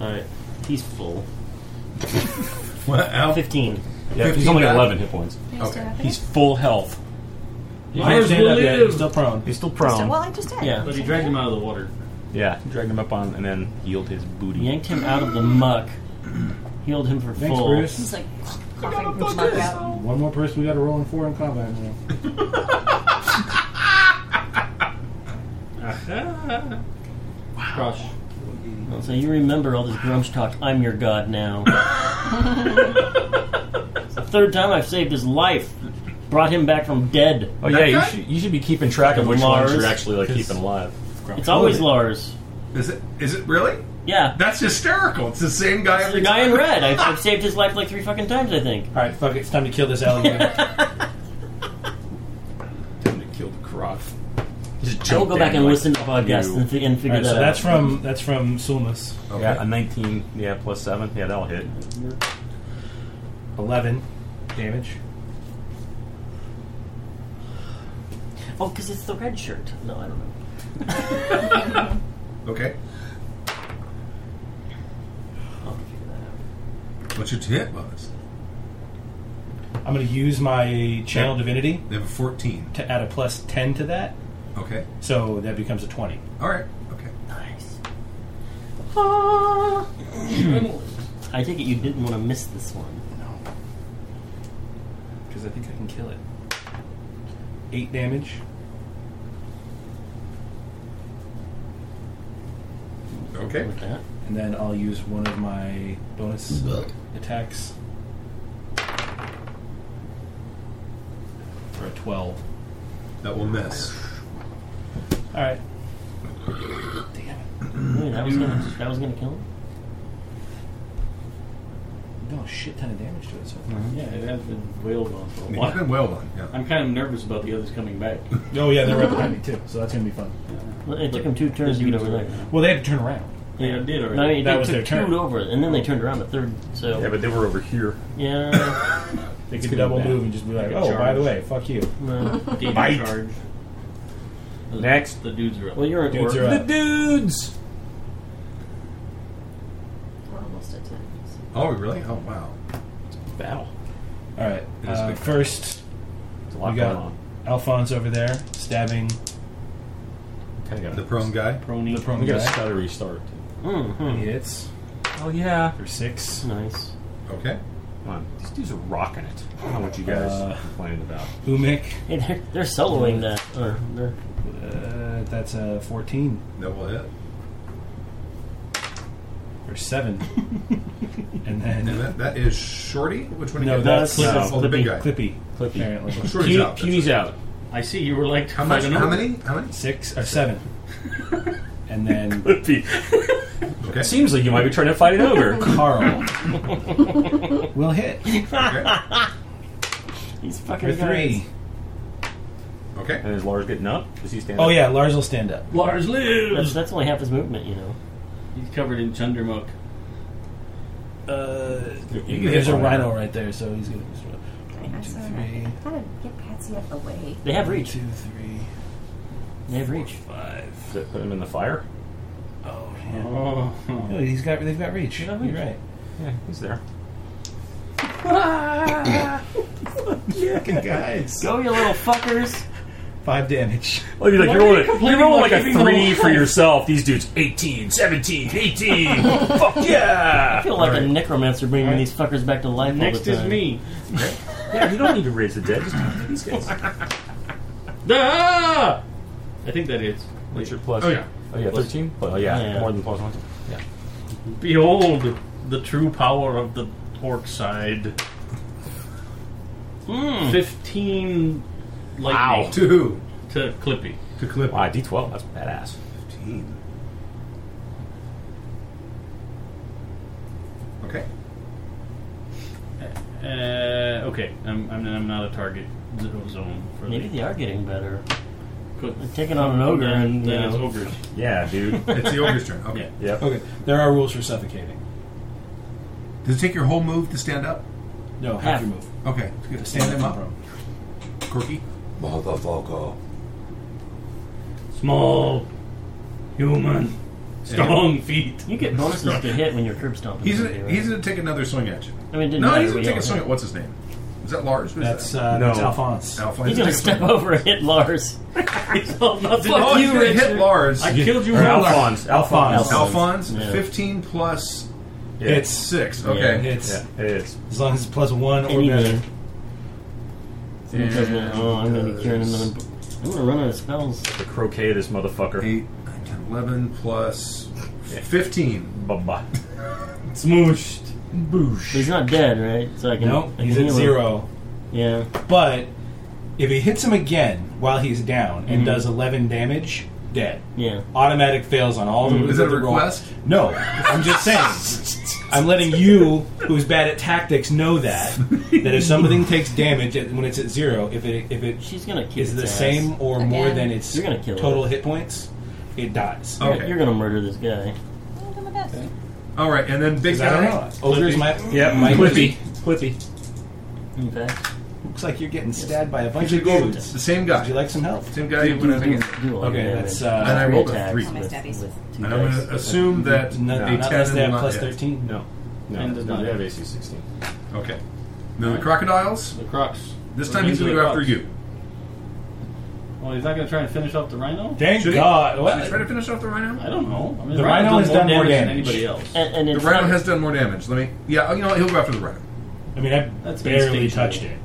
Speaker 5: All right. He's full.
Speaker 8: What? Al?
Speaker 5: Fifteen.
Speaker 4: Yeah, he's
Speaker 8: 15
Speaker 4: only
Speaker 8: back.
Speaker 4: 11 hit points.
Speaker 6: Can I
Speaker 8: Okay.
Speaker 6: stand up
Speaker 4: He's
Speaker 6: again?
Speaker 4: full health. He
Speaker 11: Ours will live.
Speaker 4: He's still prone. He's still
Speaker 6: So- Well,
Speaker 4: prone.
Speaker 6: I just did.
Speaker 5: Yeah.
Speaker 11: But he dragged him out of the water.
Speaker 4: Yeah, he dragged him up on and then healed his booty.
Speaker 5: Yanked him out of the muck. Healed him for
Speaker 2: Thanks,
Speaker 5: full.
Speaker 2: Bruce.
Speaker 6: He's like coughing muck out.
Speaker 2: One more person we got to roll in four in combat. Now.
Speaker 11: Crush.
Speaker 5: Well, So you remember all this grunge talk. I'm your god now. it's the third time I've saved his life. Brought him back from dead.
Speaker 4: Oh yeah, you
Speaker 8: guy?
Speaker 4: should, you should be keeping track of which
Speaker 5: Lars,
Speaker 4: ones you're actually like
Speaker 5: 'cause-
Speaker 4: keeping alive.
Speaker 5: It's always Lars.
Speaker 8: Is it? Is it really?
Speaker 5: Yeah.
Speaker 8: That's hysterical. It's the same guy
Speaker 5: The
Speaker 8: every
Speaker 5: guy
Speaker 8: time.
Speaker 5: in red. I've, I've saved his life like three fucking times, I think.
Speaker 2: All right, fuck it. It's time to kill this alligator.
Speaker 4: Time to kill the Karoth. Just
Speaker 5: We'll
Speaker 4: jump
Speaker 5: go back
Speaker 4: down
Speaker 5: and
Speaker 4: like
Speaker 5: listen to the podcast
Speaker 4: you.
Speaker 5: and, fi- and
Speaker 2: All
Speaker 5: figure
Speaker 2: right,
Speaker 5: that
Speaker 2: so that's
Speaker 5: out.
Speaker 2: from that's from Sulmas.
Speaker 8: Okay.
Speaker 4: Yeah, a 19. Yeah, plus seven. Yeah, that'll hit.
Speaker 2: Eleven damage.
Speaker 5: Oh, because it's the red shirt. No, I don't know.
Speaker 8: okay.
Speaker 5: I'll figure that out.
Speaker 8: What's your hit bonus?
Speaker 2: I'm going to use my channel
Speaker 8: Yeah.
Speaker 2: divinity
Speaker 8: They have a 14.
Speaker 2: to add a plus ten to that,
Speaker 8: Okay.
Speaker 2: so that becomes a twenty.
Speaker 8: All right. Okay.
Speaker 5: Nice. Ah. I take it you didn't want to miss this one.
Speaker 2: No, because I think I can kill it. Eight damage.
Speaker 8: Okay.
Speaker 5: With that.
Speaker 2: And then I'll use one of my bonus attacks for a 12.
Speaker 8: That will miss.
Speaker 2: Alright.
Speaker 5: Wait, that was gonna that was gonna kill him.
Speaker 2: No, a shit ton of damage to it so far.
Speaker 11: Yeah, it has been wailed on for a
Speaker 8: You've
Speaker 11: while.
Speaker 8: been well done. Yeah.
Speaker 11: I'm kind of nervous about the others coming back.
Speaker 2: Oh, yeah, they're right behind me, too, so that's gonna be fun.
Speaker 5: Well, It took him two turns to get over there.
Speaker 2: Well, they had to turn around.
Speaker 11: Yeah, I did already.
Speaker 5: No, he
Speaker 2: That
Speaker 5: did-
Speaker 2: was
Speaker 5: took
Speaker 2: their turn.
Speaker 5: two over, and then they turned around the third. So
Speaker 4: Yeah, but they were over here.
Speaker 5: yeah,
Speaker 2: They
Speaker 11: It's
Speaker 2: could
Speaker 11: gonna be
Speaker 2: double
Speaker 11: bad.
Speaker 2: move and just be like,
Speaker 11: Like a
Speaker 2: oh, by the
Speaker 11: charge.
Speaker 2: way, fuck you.
Speaker 11: No. Gator
Speaker 2: Bite.
Speaker 11: charge. The-
Speaker 20: Next.
Speaker 11: The dudes are up.
Speaker 20: Well, you're at
Speaker 2: Dudes
Speaker 20: work.
Speaker 2: are up.
Speaker 20: The dudes.
Speaker 6: We're almost at ten.
Speaker 8: Oh, really? Oh, wow.
Speaker 20: Battle.
Speaker 2: All right.
Speaker 8: It is
Speaker 2: Uh,
Speaker 8: big.
Speaker 2: first,
Speaker 20: There's a lot
Speaker 2: we
Speaker 20: going
Speaker 2: got
Speaker 20: on.
Speaker 2: Alphonse over there stabbing
Speaker 12: Kind of
Speaker 8: The prone guy.
Speaker 11: Prony.
Speaker 2: the prone
Speaker 12: We got a
Speaker 2: guy.
Speaker 12: stuttery start.
Speaker 2: He
Speaker 20: Mm-hmm.
Speaker 2: hits
Speaker 20: Oh yeah.
Speaker 2: for six.
Speaker 20: Nice.
Speaker 8: Okay.
Speaker 4: Come on.
Speaker 12: These dudes are rocking it. I don't know what you guys
Speaker 2: Uh,
Speaker 12: complaining about.
Speaker 2: Umek,
Speaker 5: Hey, they're, they're soloing that. Or they're,
Speaker 2: uh, that's a fourteen
Speaker 8: That will hit.
Speaker 2: for seven, and
Speaker 8: And
Speaker 2: then
Speaker 8: that, that is Shorty? Which one?
Speaker 2: No,
Speaker 8: again?
Speaker 2: that's- uh,
Speaker 8: oh, the big guy.
Speaker 2: Clippy.
Speaker 20: Clippy.
Speaker 2: Apparently,
Speaker 8: Oh, Shorty's
Speaker 4: Puny-
Speaker 8: out. that's
Speaker 4: Puny's
Speaker 8: right.
Speaker 4: out.
Speaker 11: I see you were like
Speaker 8: How much?
Speaker 11: fighting
Speaker 8: How
Speaker 11: over.
Speaker 8: many? How many?
Speaker 2: six or seven, and then
Speaker 8: Okay.
Speaker 4: Seems like you might be trying to fight it over.
Speaker 2: Carl will hit
Speaker 8: Okay.
Speaker 5: He's fucking
Speaker 2: for three.
Speaker 8: okay.
Speaker 4: And is Lars getting up? Is he standing?
Speaker 2: Oh yeah, Lars will stand up.
Speaker 11: Lars
Speaker 5: That's,
Speaker 11: lives.
Speaker 5: that's only half his movement, you know.
Speaker 11: He's covered in Chundermuck.
Speaker 2: Uh,
Speaker 8: can hit
Speaker 2: there's a
Speaker 8: one.
Speaker 2: rhino right there, so he's gonna.
Speaker 6: Okay, I
Speaker 2: Two,
Speaker 6: saw
Speaker 2: three.
Speaker 6: that. How to get Patsy up away?
Speaker 5: They have reach.
Speaker 2: Two, three,
Speaker 5: They have reach.
Speaker 2: five.
Speaker 4: Does it put him in the fire?
Speaker 2: Oh yeah.
Speaker 11: Oh.
Speaker 2: Oh, he's got they've got reach. You're right.
Speaker 4: Yeah, he's there.
Speaker 2: Fucking guys.
Speaker 5: Go, you little fuckers.
Speaker 2: Five damage.
Speaker 4: Well, you're like,
Speaker 11: Why
Speaker 4: you're
Speaker 11: are you
Speaker 4: rolling, a-
Speaker 11: complaining
Speaker 4: you're rolling
Speaker 11: about
Speaker 4: like a
Speaker 11: giving them
Speaker 4: three for
Speaker 11: life?
Speaker 4: yourself. These dudes, 18, 17, 18. Fuck yeah!
Speaker 5: I feel like a necromancer bringing
Speaker 11: Alright.
Speaker 5: these fuckers back to life all
Speaker 11: Next
Speaker 5: the
Speaker 11: is
Speaker 5: time.
Speaker 11: me.
Speaker 4: Yeah, you don't need to raise the dead. Just talk to these guys.
Speaker 11: Ah! I think that is.
Speaker 4: What's your plus?
Speaker 11: Oh, yeah.
Speaker 4: Oh, yeah, 13? Oh, yeah,
Speaker 5: Yeah.
Speaker 4: more than plus one.
Speaker 11: Behold the true power of the orc side. Hmm. Fifteen lightning
Speaker 8: To who?
Speaker 11: to Clippy.
Speaker 8: To Clip.
Speaker 4: Wow, D12, that's badass.
Speaker 8: 15. Okay.
Speaker 11: Uh, okay, I'm, I'm, I'm not a target z- zone for
Speaker 5: Maybe
Speaker 11: the
Speaker 5: they are getting better.
Speaker 11: cook.
Speaker 5: They're taking on an ogre
Speaker 11: Then-
Speaker 5: and, you
Speaker 11: then it's
Speaker 5: know,
Speaker 11: ogres.
Speaker 4: Yeah, dude.
Speaker 8: It's the ogre's turn. Okay.
Speaker 4: yep.
Speaker 2: Okay. There are rules for suffocating.
Speaker 8: Does it take your whole move to stand up?
Speaker 2: No, half
Speaker 5: Half.
Speaker 2: your move.
Speaker 8: Okay. Stand him up, Corky.
Speaker 3: Motherfucker.
Speaker 11: Small human strong feet.
Speaker 5: You get bonuses to hit when you're curb stomping.
Speaker 8: He's
Speaker 5: somebody,
Speaker 8: gonna,
Speaker 5: right?
Speaker 8: he's gonna take another swing at you.
Speaker 5: I mean, it didn't
Speaker 8: No,
Speaker 5: matter,
Speaker 8: he's
Speaker 5: we
Speaker 8: gonna take
Speaker 5: all
Speaker 8: a swing
Speaker 5: hit.
Speaker 8: at what's his name? Is that Lars? Who's
Speaker 2: That's
Speaker 8: that?
Speaker 2: uh,
Speaker 4: No.
Speaker 2: that's Alphonse.
Speaker 8: Alpha.
Speaker 5: He's gonna step over and hit Lars. He's all, "No, fuck
Speaker 8: Oh, he's
Speaker 5: you,
Speaker 8: gonna hit
Speaker 5: Richard."
Speaker 8: Lars.
Speaker 11: I killed you,
Speaker 4: Or
Speaker 11: Ralph.
Speaker 4: Alphonse. Alphonse.
Speaker 5: Alphonse.
Speaker 8: Alphonse,
Speaker 5: Yeah.
Speaker 8: fifteen plus
Speaker 4: Yeah.
Speaker 2: Hits.
Speaker 8: six.
Speaker 5: Yeah,
Speaker 8: Okay.
Speaker 2: Hits.
Speaker 4: Yeah, it is.
Speaker 2: As long as it's plus one or
Speaker 5: Any
Speaker 2: better.
Speaker 5: man. Someone tells me, oh, I'm gonna be curing another. I'm gonna run out of spells.
Speaker 4: The croquet this motherfucker.
Speaker 8: Eight, nine, 10, 11 plus fifteen.
Speaker 4: Bumba.
Speaker 11: Smooshed.
Speaker 5: But he's not dead, right? So I can.
Speaker 2: No,
Speaker 5: I can
Speaker 2: he's at
Speaker 5: heal him.
Speaker 2: zero.
Speaker 5: Yeah.
Speaker 2: But if he hits him again while he's down and does eleven damage, dead.
Speaker 5: Yeah.
Speaker 2: Automatic fails on all the.
Speaker 8: Mm. Is that a
Speaker 2: the roll.
Speaker 8: request?
Speaker 2: No, I'm just saying. I'm letting you, who's bad at tactics, know that that if something takes damage at, when it's at zero, if it if it
Speaker 5: She's gonna kick
Speaker 2: is
Speaker 5: his
Speaker 2: the
Speaker 5: ass.
Speaker 2: same or more
Speaker 6: Again.
Speaker 2: than its
Speaker 5: You're gonna kill
Speaker 2: total
Speaker 5: it.
Speaker 2: hit points, it dies.
Speaker 5: You're-
Speaker 8: Okay.
Speaker 5: You're gonna murder this guy.
Speaker 6: I'm doing my best.
Speaker 8: All right, and then big
Speaker 2: I don't know.
Speaker 8: guy.
Speaker 2: Ogres might.
Speaker 4: Yep,
Speaker 2: might
Speaker 4: Clippy. Clippy.
Speaker 5: In fact,
Speaker 2: just- Looks like you're getting stabbed by a bunch
Speaker 8: Should
Speaker 2: of
Speaker 8: go with
Speaker 2: dudes.
Speaker 8: the same guy.
Speaker 2: Would you like some help?
Speaker 8: Same guy you went up
Speaker 5: do,
Speaker 8: against.
Speaker 5: do all
Speaker 2: Okay,
Speaker 5: your damage.
Speaker 2: that's, uh,
Speaker 8: And I
Speaker 5: Three
Speaker 8: rolled a
Speaker 5: attacks
Speaker 8: three.
Speaker 5: With,
Speaker 6: My stabbies.
Speaker 5: with two
Speaker 8: And I'm
Speaker 5: dice.
Speaker 8: going to assume that
Speaker 2: No,
Speaker 8: a
Speaker 2: not unless
Speaker 8: 10
Speaker 2: they have
Speaker 8: will
Speaker 2: plus
Speaker 8: hit.
Speaker 2: thirteen.
Speaker 4: No. No,
Speaker 11: And does
Speaker 4: no,
Speaker 11: not.
Speaker 4: they have AC 16.
Speaker 8: Okay. Now the crocodiles.
Speaker 11: The Crocs.
Speaker 8: This
Speaker 11: We're
Speaker 8: time he's going to go
Speaker 11: into the
Speaker 8: after
Speaker 11: Crocs.
Speaker 8: you.
Speaker 11: Well, he's not gonna try and finish off the rhino.
Speaker 2: Thank
Speaker 8: Should he-
Speaker 2: God.
Speaker 8: Should he try to finish off the rhino?
Speaker 11: I don't know. I mean,
Speaker 2: The rhino has done more
Speaker 11: than
Speaker 2: damage.
Speaker 11: anybody else.
Speaker 5: And, and
Speaker 8: The
Speaker 5: it's
Speaker 8: rhino
Speaker 5: not-
Speaker 8: has done more damage. Let me. Yeah, you know what? He'll go after the rhino.
Speaker 2: I mean, I
Speaker 11: That's
Speaker 2: barely
Speaker 11: instinctual.
Speaker 2: touched it.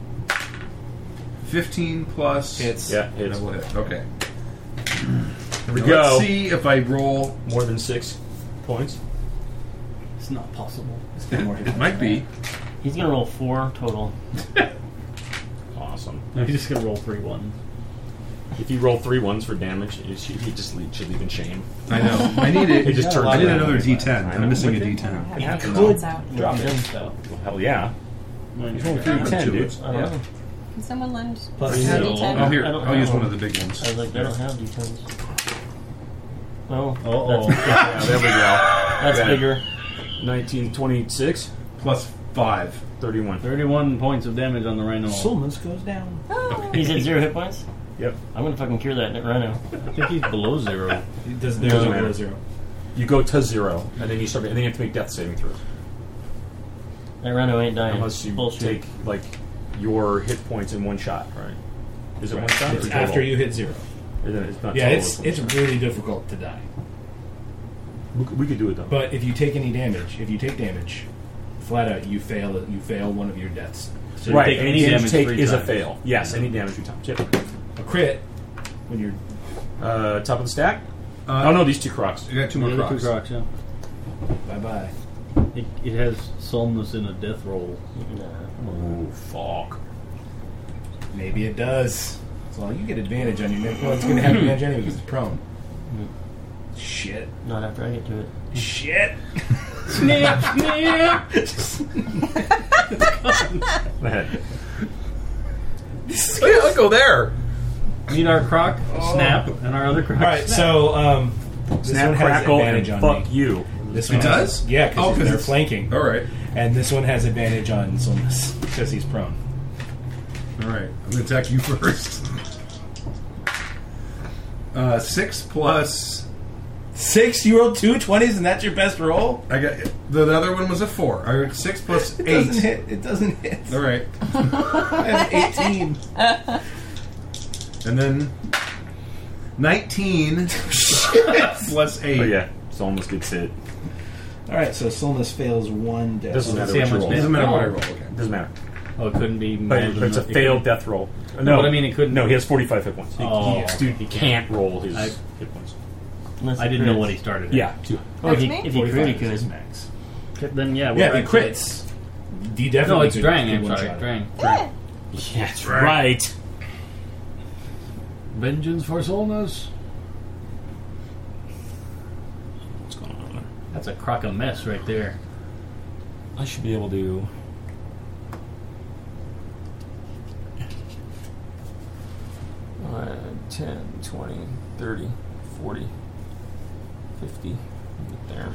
Speaker 8: 15 plus.
Speaker 2: Hits.
Speaker 4: Yeah, it's
Speaker 8: That will hit. Okay. Here
Speaker 4: we go.
Speaker 8: Let's see if I roll.
Speaker 4: more than six points.
Speaker 11: It's not possible.
Speaker 8: It might be.
Speaker 5: He's gonna roll four total.
Speaker 4: Awesome.
Speaker 11: No, he's just gonna roll three ones.
Speaker 4: If you roll three ones for damage, you should, you just leave, should leave in shame.
Speaker 8: I know. I need it.
Speaker 4: It just turns
Speaker 8: I need
Speaker 4: around.
Speaker 8: another D10.
Speaker 4: I know.
Speaker 8: I'm missing a D10.
Speaker 6: Yeah,
Speaker 2: could
Speaker 6: it's out.
Speaker 2: Drop it.
Speaker 4: Well, hell yeah.
Speaker 11: Mine's
Speaker 4: Roll
Speaker 11: three.
Speaker 4: three ten,
Speaker 8: two.
Speaker 4: dude.
Speaker 5: I don't know.
Speaker 6: Can someone lend
Speaker 2: Plus
Speaker 6: a
Speaker 2: zero.
Speaker 6: D10?
Speaker 8: Oh, here.
Speaker 5: I don't
Speaker 8: I'll use
Speaker 5: know.
Speaker 8: one of the big ones.
Speaker 5: I was like, they don't have d10s. Well,
Speaker 8: Oh,
Speaker 11: Uh-oh.
Speaker 5: that's,
Speaker 4: Yeah, there we go.
Speaker 5: that's
Speaker 4: Yeah.
Speaker 5: bigger.
Speaker 4: 1926.
Speaker 8: Plus Five.
Speaker 4: 31.
Speaker 11: 31 points of damage on the rhino.
Speaker 5: Solmus goes down.
Speaker 6: Oh,
Speaker 11: Okay.
Speaker 5: He's at zero hit points?
Speaker 4: Yep.
Speaker 5: I'm gonna fucking cure that rhino.
Speaker 11: I think he's below zero.
Speaker 2: It doesn't,
Speaker 4: Doesn't
Speaker 2: there's no
Speaker 4: matter.
Speaker 2: below zero.
Speaker 4: You go to zero, and then you start, and then you have to make death saving throws.
Speaker 5: That rhino ain't dying.
Speaker 4: Unless you
Speaker 5: Bullshit.
Speaker 4: take like your hit points in one shot, right? Is it one shot? or
Speaker 2: It's
Speaker 4: total?
Speaker 2: after you hit zero.
Speaker 4: Is it- it's not
Speaker 2: Yeah,
Speaker 4: total,
Speaker 2: it's
Speaker 4: one
Speaker 2: it's
Speaker 4: shot.
Speaker 2: really difficult to die.
Speaker 4: We could- we could do it though.
Speaker 2: But if you take any damage, if you take damage, flat out you fail you fail one of your deaths.
Speaker 11: So you
Speaker 4: right,
Speaker 11: take
Speaker 4: any damage take
Speaker 11: three
Speaker 4: is a
Speaker 11: times.
Speaker 4: fail. Yes, any damage three times. Yep.
Speaker 2: A crit when you're
Speaker 4: Uh, top of the stack.
Speaker 8: Uh,
Speaker 4: oh no, these two crocs.
Speaker 8: You got two
Speaker 11: The
Speaker 8: more
Speaker 11: other two
Speaker 8: crocs.
Speaker 11: crocs, yeah.
Speaker 2: bye bye.
Speaker 11: It, it has Solmus in a death roll.
Speaker 4: Oh fuck!
Speaker 2: Maybe it does. So you get advantage on your next. Well, it's going to have advantage anyway because it's prone. Shit.
Speaker 5: Not after I get to it.
Speaker 2: Shit.
Speaker 11: Snap, snap!
Speaker 4: Go ahead.
Speaker 16: Oh, yeah, I'll go there.
Speaker 11: Meet our croc, snap, and our other croc.
Speaker 2: All right, so um, this
Speaker 4: Snap,
Speaker 2: one has
Speaker 4: crackle, and
Speaker 2: advantage on
Speaker 4: fuck
Speaker 2: me.
Speaker 4: you.
Speaker 2: This
Speaker 8: It
Speaker 2: one has-
Speaker 8: does?
Speaker 2: yeah, because
Speaker 8: Oh, 'cause
Speaker 2: they're
Speaker 8: it's-
Speaker 2: flanking.
Speaker 8: All right.
Speaker 2: And this one has advantage on Solmus because he's prone.
Speaker 8: All right. I'm going to attack you first. Uh, six plus.
Speaker 2: Six, you rolled two twenties, and that's your best roll.
Speaker 8: I got the, the other one was a four. I got six plus
Speaker 2: It
Speaker 8: eight.
Speaker 2: doesn't hit. It doesn't hit.
Speaker 8: All right.
Speaker 2: That's eighteen.
Speaker 8: And then nineteen plus eight.
Speaker 4: Oh yeah, so almost gets hit.
Speaker 2: All right, so Solmus fails one death.
Speaker 4: Doesn't
Speaker 2: Let's
Speaker 4: matter
Speaker 2: see
Speaker 4: what
Speaker 2: how much
Speaker 4: you roll.
Speaker 8: Doesn't matter what I
Speaker 2: Oh.
Speaker 8: roll. Okay.
Speaker 4: Doesn't matter.
Speaker 11: Oh, it couldn't be.
Speaker 4: But, but it's a failed death roll. No,
Speaker 11: but I mean, it couldn't-
Speaker 4: No, he has 45 hit points. He,
Speaker 11: Oh.
Speaker 4: he- dude, he can't roll his
Speaker 11: I-
Speaker 4: hit points.
Speaker 5: Unless
Speaker 11: I didn't
Speaker 5: crits.
Speaker 11: know what he started at.
Speaker 4: Yeah, two.
Speaker 5: Oh, if
Speaker 6: That's
Speaker 5: he,
Speaker 6: me?
Speaker 5: if he crit, he
Speaker 2: is his
Speaker 5: could.
Speaker 2: max.
Speaker 11: Then yeah, we're
Speaker 2: Yeah,
Speaker 11: right.
Speaker 2: if he crits, he definitely
Speaker 11: No, it's
Speaker 2: could-
Speaker 11: Drang,
Speaker 2: could
Speaker 11: I'm
Speaker 2: one
Speaker 11: sorry.
Speaker 2: shot it.
Speaker 11: Drang.
Speaker 6: Yeah.
Speaker 4: Yeah, that's right.
Speaker 11: Vengeance for Solnus?
Speaker 4: What's going on there?
Speaker 11: That's a crock of mess right there.
Speaker 4: I should be able to.
Speaker 20: Uh, 10, 20, 30, 40, 50. There.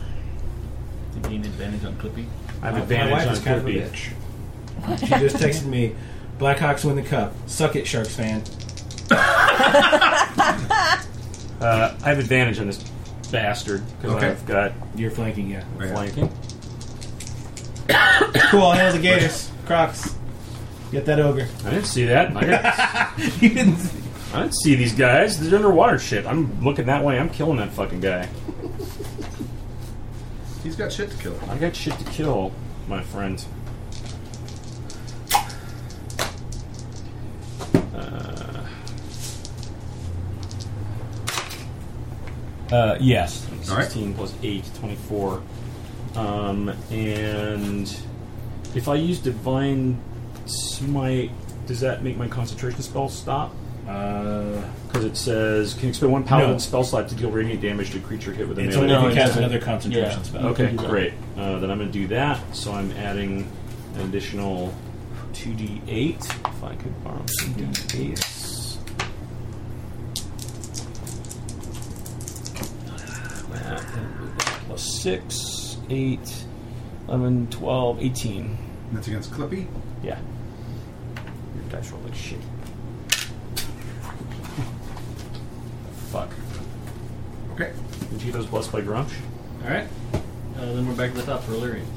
Speaker 11: Did he gain advantage on Clippy?
Speaker 4: I have
Speaker 2: My
Speaker 4: advantage
Speaker 2: wife
Speaker 4: on
Speaker 2: is kind of a
Speaker 4: Clippy.
Speaker 2: bitch. She just texted me, "Blackhawks win the cup. Suck it, Sharks fan."
Speaker 4: Uh, I have advantage on this bastard because
Speaker 8: Okay.
Speaker 4: I've got
Speaker 2: You're flanking, yeah.
Speaker 8: Right.
Speaker 4: flanking.
Speaker 2: Cool. Hail the Gators, Crocs. Get that ogre.
Speaker 4: I didn't see that. I didn't,
Speaker 2: you didn't.
Speaker 4: I didn't see these guys. They're underwater shit. I'm looking that way. I'm killing that fucking guy.
Speaker 8: He's got shit to kill.
Speaker 4: I got shit to kill, my friend. Uh, uh, yes.
Speaker 8: All right.
Speaker 4: 16 plus 8, 24. Um, and if I use Divine Smite, does that make my concentration spell stop?
Speaker 2: Uh,
Speaker 4: Because it says, can expend one paladin
Speaker 2: No.
Speaker 4: spell slot to deal radiant damage to a creature hit with a
Speaker 2: it's only
Speaker 4: melee
Speaker 2: if
Speaker 5: No,
Speaker 2: you
Speaker 5: it
Speaker 2: cast
Speaker 5: doesn't.
Speaker 2: another concentration
Speaker 5: Yeah.
Speaker 2: spell.
Speaker 4: Okay,
Speaker 5: can do that.
Speaker 4: great. Uh, then I'm going to do that. So I'm adding an additional 2d8. If I could borrow some d8s. That and Plus 6, 8, 11, 12, 18.
Speaker 8: And That's against Clippy.
Speaker 4: Yeah. Your dice roll like shit. Fuck.
Speaker 8: Okay.
Speaker 4: Did you get those blessed by Grumsh?
Speaker 11: Alright. Uh, then we're back to the top for Illyrian.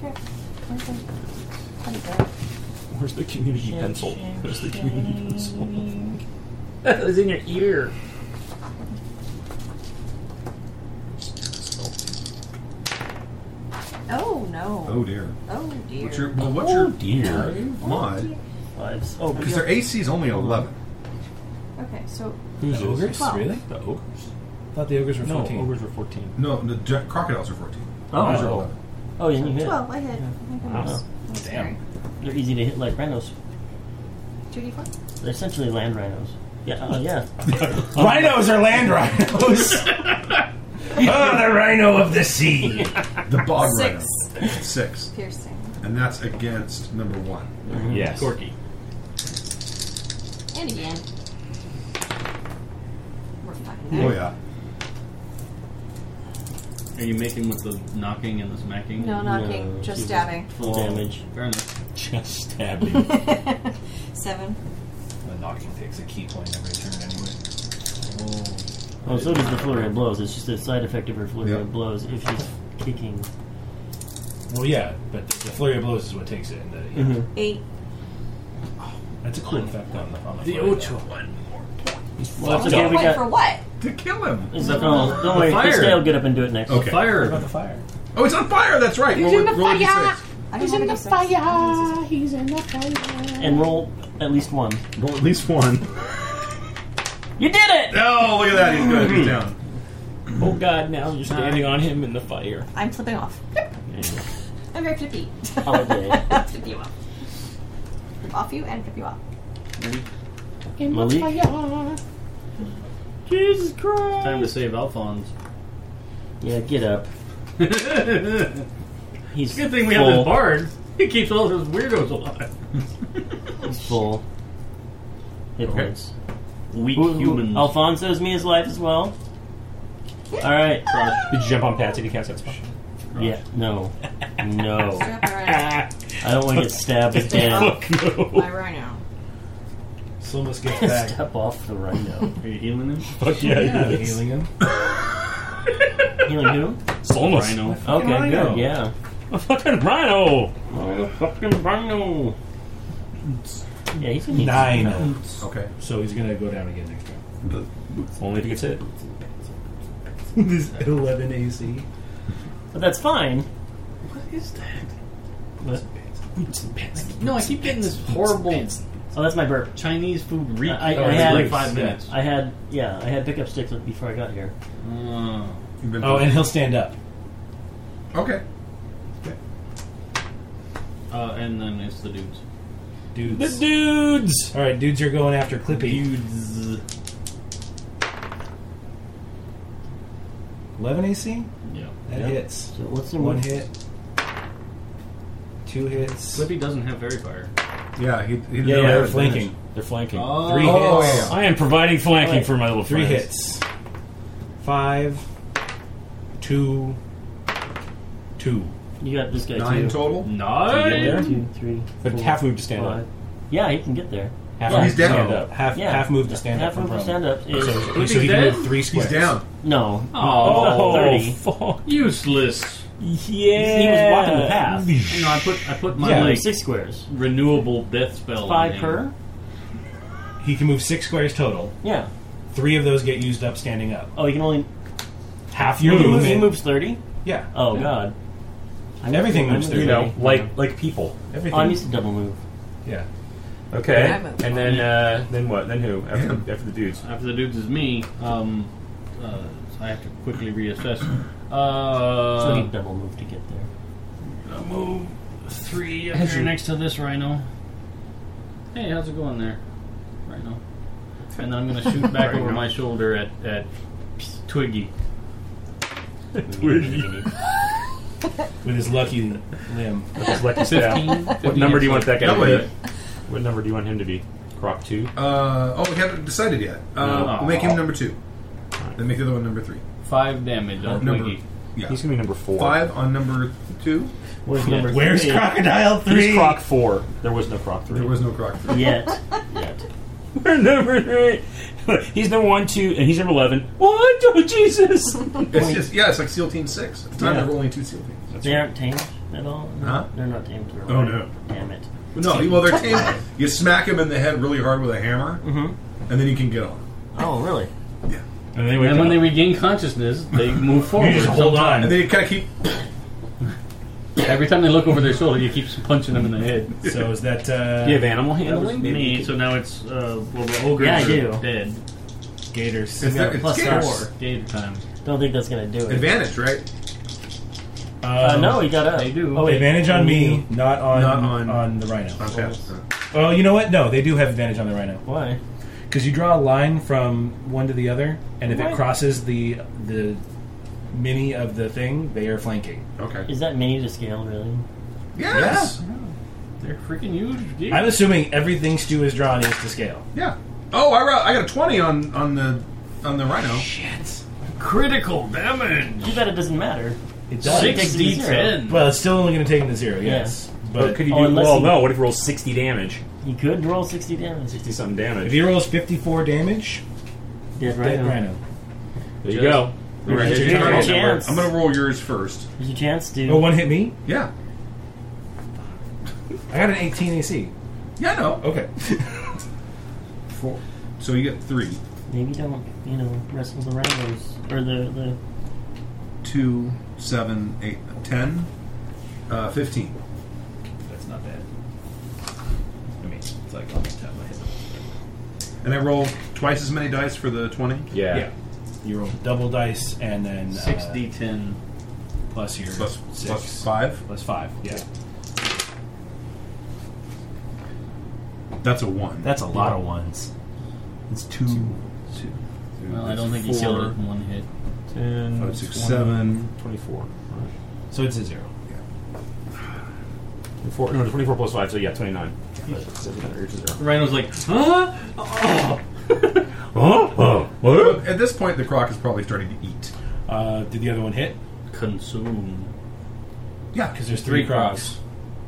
Speaker 4: Where's the community pencil? Where's the community pencil? it was in your ear.
Speaker 6: Oh no.
Speaker 8: Oh dear.
Speaker 6: Oh dear.
Speaker 8: What's your? Well, what's your?
Speaker 4: dear.
Speaker 8: Mod.
Speaker 5: Fives. Oh,
Speaker 8: Because their AC is only eleven.
Speaker 6: okay, so
Speaker 4: Who's
Speaker 2: The ogres?
Speaker 6: Twelve.
Speaker 2: Really?
Speaker 4: The ogres?
Speaker 2: I thought the ogres were
Speaker 4: No,
Speaker 2: 14.
Speaker 4: ogres were 14.
Speaker 8: No, the gi- crocodiles are fourteen.
Speaker 4: Oh.
Speaker 8: Those are 11.
Speaker 5: oh, yeah, you hit.
Speaker 6: twelve. I hit.
Speaker 4: Wow.
Speaker 2: Damn.
Speaker 5: They're easy to hit like rhinos.
Speaker 6: Two D four.
Speaker 5: They're essentially land rhinos. Yeah, oh yeah.
Speaker 4: Um,
Speaker 2: Rhinos are land rhinos.
Speaker 16: Oh, the rhino of the sea.
Speaker 8: The bog
Speaker 6: Six.
Speaker 8: rhino. Six.
Speaker 6: Piercing.
Speaker 8: And that's against number one.
Speaker 4: Yes.
Speaker 11: Corky.
Speaker 6: And again. We're fine.
Speaker 8: Oh yeah.
Speaker 11: Are you making with the knocking and the smacking?
Speaker 6: No knocking, just stabbing.
Speaker 11: Full
Speaker 5: Damage.
Speaker 11: Fair enough.
Speaker 21: Just stabbing.
Speaker 6: Seven.
Speaker 2: The knocking takes a key point every turn anyway.
Speaker 5: Oh, so does the flurry of blows. It's just a side effect of her flurry
Speaker 8: Yep.
Speaker 5: of blows if she's kicking.
Speaker 2: Well, yeah, but the, the flurry of blows is what takes it. And the, yeah.
Speaker 5: Mhm.
Speaker 6: Eight.
Speaker 2: That's a cool effect on the on the,
Speaker 11: The
Speaker 2: flurry of
Speaker 11: Ocho
Speaker 2: blows.
Speaker 11: one.
Speaker 5: Well, that's
Speaker 11: Fuck
Speaker 5: okay.
Speaker 11: off.
Speaker 5: We
Speaker 6: Wait, for
Speaker 5: got.
Speaker 6: what?
Speaker 8: To kill him.
Speaker 5: No, don't worry.
Speaker 11: Fire.
Speaker 5: Christelle will get up and do it next.
Speaker 8: Okay.
Speaker 2: What
Speaker 11: Fire.
Speaker 2: about the fire?
Speaker 8: Oh, it's on fire. That's right.
Speaker 22: He's
Speaker 8: Roll
Speaker 22: in
Speaker 8: it-
Speaker 22: the
Speaker 8: roll it d6.
Speaker 22: fire.
Speaker 6: I
Speaker 22: He's
Speaker 6: rolled
Speaker 22: in
Speaker 6: a
Speaker 22: the
Speaker 6: d6.
Speaker 22: fire. He's in the fire.
Speaker 5: And roll at least one.
Speaker 3: Well, at least one.
Speaker 5: You did it!
Speaker 8: Oh, look at that. He's good. He's down.
Speaker 4: Oh God! Now you're standing on him in the fire.
Speaker 6: I'm flipping off. I'm very flippy.
Speaker 5: Oh, yeah.
Speaker 6: I'll flip you off. Flip off you and flip you off.
Speaker 22: In the
Speaker 5: Malik?
Speaker 22: fire.
Speaker 5: Jesus Christ!
Speaker 11: Time to save Alphonse.
Speaker 5: Yeah, get up.
Speaker 11: Good
Speaker 5: He's
Speaker 11: thing we
Speaker 5: full.
Speaker 11: have this bard. He keeps all those weirdos alive.
Speaker 5: He's full. Hit
Speaker 8: Okay.
Speaker 5: points.
Speaker 11: Weak
Speaker 5: Who- who-
Speaker 11: humans.
Speaker 5: Alfonso's me his life as well. All right.
Speaker 4: Did you jump on Patsy to cast that spell?
Speaker 5: Yeah. No. No.
Speaker 6: Strap around.
Speaker 5: I don't want to get stabbed again.
Speaker 6: My rhino.
Speaker 2: Slimus gets back.
Speaker 5: Step off the rhino.
Speaker 11: Are you healing him?
Speaker 4: Fuck yeah!
Speaker 2: yeah,
Speaker 4: yeah.
Speaker 2: healing him.
Speaker 5: Healing who?
Speaker 4: Solmus.
Speaker 11: Rhino.
Speaker 5: Okay.
Speaker 2: Rhino.
Speaker 5: Good. Yeah.
Speaker 4: A fucking rhino.
Speaker 11: Fucking Rhino.
Speaker 5: Yeah. He's gonna need
Speaker 2: Nine.
Speaker 8: Okay.
Speaker 2: So he's gonna go down again next turn.
Speaker 4: Only if he gets hit.
Speaker 2: this 11 AC.
Speaker 5: But that's fine.
Speaker 11: What is that?
Speaker 5: But,
Speaker 11: No, I keep getting this horrible
Speaker 5: oh, that's my burp.
Speaker 11: Chinese food reek.
Speaker 5: I- I
Speaker 11: over
Speaker 5: had-
Speaker 11: like five
Speaker 2: yeah.
Speaker 11: minutes.
Speaker 5: I had yeah. I had pickup sticks before I got here.
Speaker 11: Oh.
Speaker 8: You've been
Speaker 2: Oh, and he'll stand up.
Speaker 8: okay.
Speaker 11: Uh, and then it's the dudes.
Speaker 4: The
Speaker 2: Dudes.
Speaker 4: dudes.
Speaker 2: All right, dudes are going after Clippy.
Speaker 11: Dudes.
Speaker 2: 11 AC?
Speaker 11: Yeah.
Speaker 2: That
Speaker 5: Yeah.
Speaker 2: hits.
Speaker 5: So what's the
Speaker 2: One hit. Two hits.
Speaker 11: Slippy doesn't have fairy fire.
Speaker 8: Yeah, he, he
Speaker 2: Yeah, yeah, they're flanking.
Speaker 4: They're flanking.
Speaker 2: Three
Speaker 8: Oh,
Speaker 2: hits.
Speaker 8: yeah.
Speaker 4: I am providing flanking
Speaker 2: Alright.
Speaker 4: for my little
Speaker 2: Three
Speaker 4: friends.
Speaker 2: hits. Five. Two. Two.
Speaker 5: You got this guy
Speaker 8: Nine
Speaker 5: too.
Speaker 8: total.
Speaker 11: Nine.
Speaker 5: One, two, three,
Speaker 2: But
Speaker 5: four,
Speaker 2: half move to stand up.
Speaker 5: five. Yeah, he can get there.
Speaker 2: Half
Speaker 8: Oh,
Speaker 2: move
Speaker 8: he's
Speaker 2: to
Speaker 8: down.
Speaker 2: stand up. Half,
Speaker 5: Yeah.
Speaker 2: half move to stand
Speaker 5: half
Speaker 2: up from
Speaker 5: move
Speaker 2: prone.
Speaker 5: to stand up is
Speaker 2: So, so
Speaker 11: He's
Speaker 2: he can move
Speaker 11: dead?
Speaker 2: three
Speaker 8: He's
Speaker 2: squares.
Speaker 8: down.
Speaker 5: no.
Speaker 4: Oh,
Speaker 11: Oh,
Speaker 5: 30.
Speaker 4: fuck.
Speaker 11: useless.
Speaker 4: Yeah.
Speaker 5: He was walking the path.
Speaker 11: You know, I put I put my
Speaker 2: Yeah.
Speaker 11: like
Speaker 5: Six squares.
Speaker 11: renewable death spell.
Speaker 5: Five
Speaker 11: on him.
Speaker 5: per.
Speaker 2: He can move six squares total.
Speaker 5: Yeah.
Speaker 2: Three of those get used up standing up.
Speaker 5: Oh, he can only.
Speaker 2: Half your
Speaker 5: he, moves,
Speaker 2: movement.
Speaker 5: he moves thirty.
Speaker 2: Yeah.
Speaker 5: Oh God. I'm
Speaker 2: Everything moves
Speaker 5: I'm
Speaker 2: thirty.
Speaker 4: You know,
Speaker 5: thirty.
Speaker 4: like like people.
Speaker 5: Oh, I'm
Speaker 2: Everything.
Speaker 5: used to double move.
Speaker 2: Yeah.
Speaker 4: Okay.
Speaker 6: Yeah, I moved
Speaker 4: And then uh, then what? Then who? After, after the dudes.
Speaker 11: After the dudes is me. Um, uh, so I have to quickly reassess. Uh,
Speaker 5: So he double move to get there.
Speaker 11: I'll move three up
Speaker 4: As
Speaker 11: here
Speaker 4: you-
Speaker 11: next to this rhino. Hey, how's it going there, rhino? And then I'm going to shoot back over my shoulder at, at Twiggy.
Speaker 2: With his lucky limb.
Speaker 4: Just like you said.
Speaker 11: 15.
Speaker 4: What number do you want that guy to
Speaker 8: Nobody.
Speaker 4: be? What number do you want him to be? Crop two.
Speaker 8: Uh, oh, we haven't decided yet. Uh,
Speaker 11: No.
Speaker 8: We'll make him number two. Then make the other one number three.
Speaker 11: Five damage on
Speaker 8: Number-
Speaker 11: Twiggy.
Speaker 8: Yeah.
Speaker 4: He's gonna be number four.
Speaker 8: Five on number two.
Speaker 5: Where's number
Speaker 2: Where's
Speaker 5: three?
Speaker 2: Crocodile 3?
Speaker 4: He's croc four. There was no croc three.
Speaker 8: There was no croc. three.
Speaker 5: Yet.
Speaker 4: yet. We're number three. he's number one, two, and he's number eleven. What? Oh, Jesus!
Speaker 8: It's just yeah, it's like SEAL Team Six. At the time, there were only two SEAL teams.
Speaker 5: They aren't tamed at all. No,
Speaker 8: Huh?
Speaker 5: They're not tamed. At all.
Speaker 8: Oh, no.
Speaker 5: Damn it.
Speaker 8: No, well they're tamed. You smack him in the head really hard with a hammer, and then you can get on.
Speaker 5: Oh really?
Speaker 8: Yeah,
Speaker 4: And then
Speaker 11: And when they regain consciousness, they move forward.
Speaker 2: You just hold
Speaker 8: and
Speaker 2: on.
Speaker 8: then you kind of keep.
Speaker 11: Every time they look over their shoulder, you keep punching them in the head.
Speaker 2: So is that. Uh,
Speaker 4: you have animal
Speaker 11: That was
Speaker 4: handling.
Speaker 11: me, so now it's uh, well, the ogres
Speaker 5: Yeah, I
Speaker 11: are
Speaker 5: do.
Speaker 11: dead.
Speaker 2: Gators.
Speaker 8: It's, it's
Speaker 5: plus
Speaker 8: gator-
Speaker 5: four.
Speaker 11: Gator time.
Speaker 5: Don't think that's gonna do it.
Speaker 8: advantage, right?
Speaker 5: Uh, no, he got up.
Speaker 11: They do.
Speaker 5: Oh, wait.
Speaker 2: Um, Advantage on me, not on
Speaker 8: Not on-
Speaker 2: on the rhino.
Speaker 8: On pass.
Speaker 2: Oh, you know what? No, they do have advantage on the rhino
Speaker 5: Why?
Speaker 2: because you draw a line from one to the other, and if
Speaker 5: What?
Speaker 2: it crosses the the mini of the thing, they are flanking.
Speaker 8: Okay.
Speaker 5: Is that mini to scale really?
Speaker 8: Yes.
Speaker 11: They're freaking huge. Dude.
Speaker 2: I'm assuming everything Stu has drawn is to scale.
Speaker 8: Yeah. Oh, I, ro- I got a twenty on on the on the rhino.
Speaker 11: Critical damage.
Speaker 5: You bet it doesn't matter.
Speaker 2: It
Speaker 5: does.
Speaker 2: does.
Speaker 5: Six D ten.
Speaker 2: Well, it's still only going to take him to zero.
Speaker 5: Yeah.
Speaker 2: Yes,
Speaker 4: But, could you do?
Speaker 5: Oh, unless
Speaker 4: well,
Speaker 5: he-
Speaker 4: no. What if he rolls sixty damage?
Speaker 5: You could roll sixty damage.
Speaker 4: Sixty something
Speaker 2: if
Speaker 4: damage.
Speaker 2: he rolls fifty-four damage,
Speaker 5: Dead right.
Speaker 2: dead rhino.
Speaker 4: There you go.
Speaker 8: All right,
Speaker 5: There's
Speaker 8: it's
Speaker 5: your
Speaker 8: your
Speaker 5: chance.
Speaker 8: turn. I'm going to roll yours first.
Speaker 5: There's a chance to.
Speaker 2: Oh, one hit me.
Speaker 8: Yeah.
Speaker 2: I got an eighteen AC.
Speaker 8: Yeah, no.
Speaker 2: Okay.
Speaker 8: Four. So you get three,
Speaker 5: Maybe don't you know wrestle the rhinos or the the.
Speaker 8: two, seven, eight, ten, uh, fifteen.
Speaker 2: That's not bad. I mean, it's like almost half my hit.
Speaker 8: And I roll twice as many dice for the 20.
Speaker 4: Yeah.
Speaker 2: You roll double dice and then uh,
Speaker 11: Six D ten.
Speaker 2: plus your
Speaker 8: Plus,
Speaker 2: six.
Speaker 8: plus five.
Speaker 2: Plus five. Yeah.
Speaker 8: That's a one.
Speaker 1: That's a lot of ones. It's two.
Speaker 11: Well, I don't think you killed it in one hit.
Speaker 4: 10,
Speaker 8: Five, six, seven.
Speaker 4: 24. Right.
Speaker 2: So it's a zero.
Speaker 4: 24 no, 24 plus 5, so yeah, 29. Yeah, that's- that's another zero.
Speaker 11: The rhino's like, huh? Oh.
Speaker 4: Oh, oh, what?
Speaker 8: At this point, the croc is probably starting to eat.
Speaker 2: Uh, did the other one hit?
Speaker 11: Consume.
Speaker 8: Yeah.
Speaker 2: Because there's three crocs.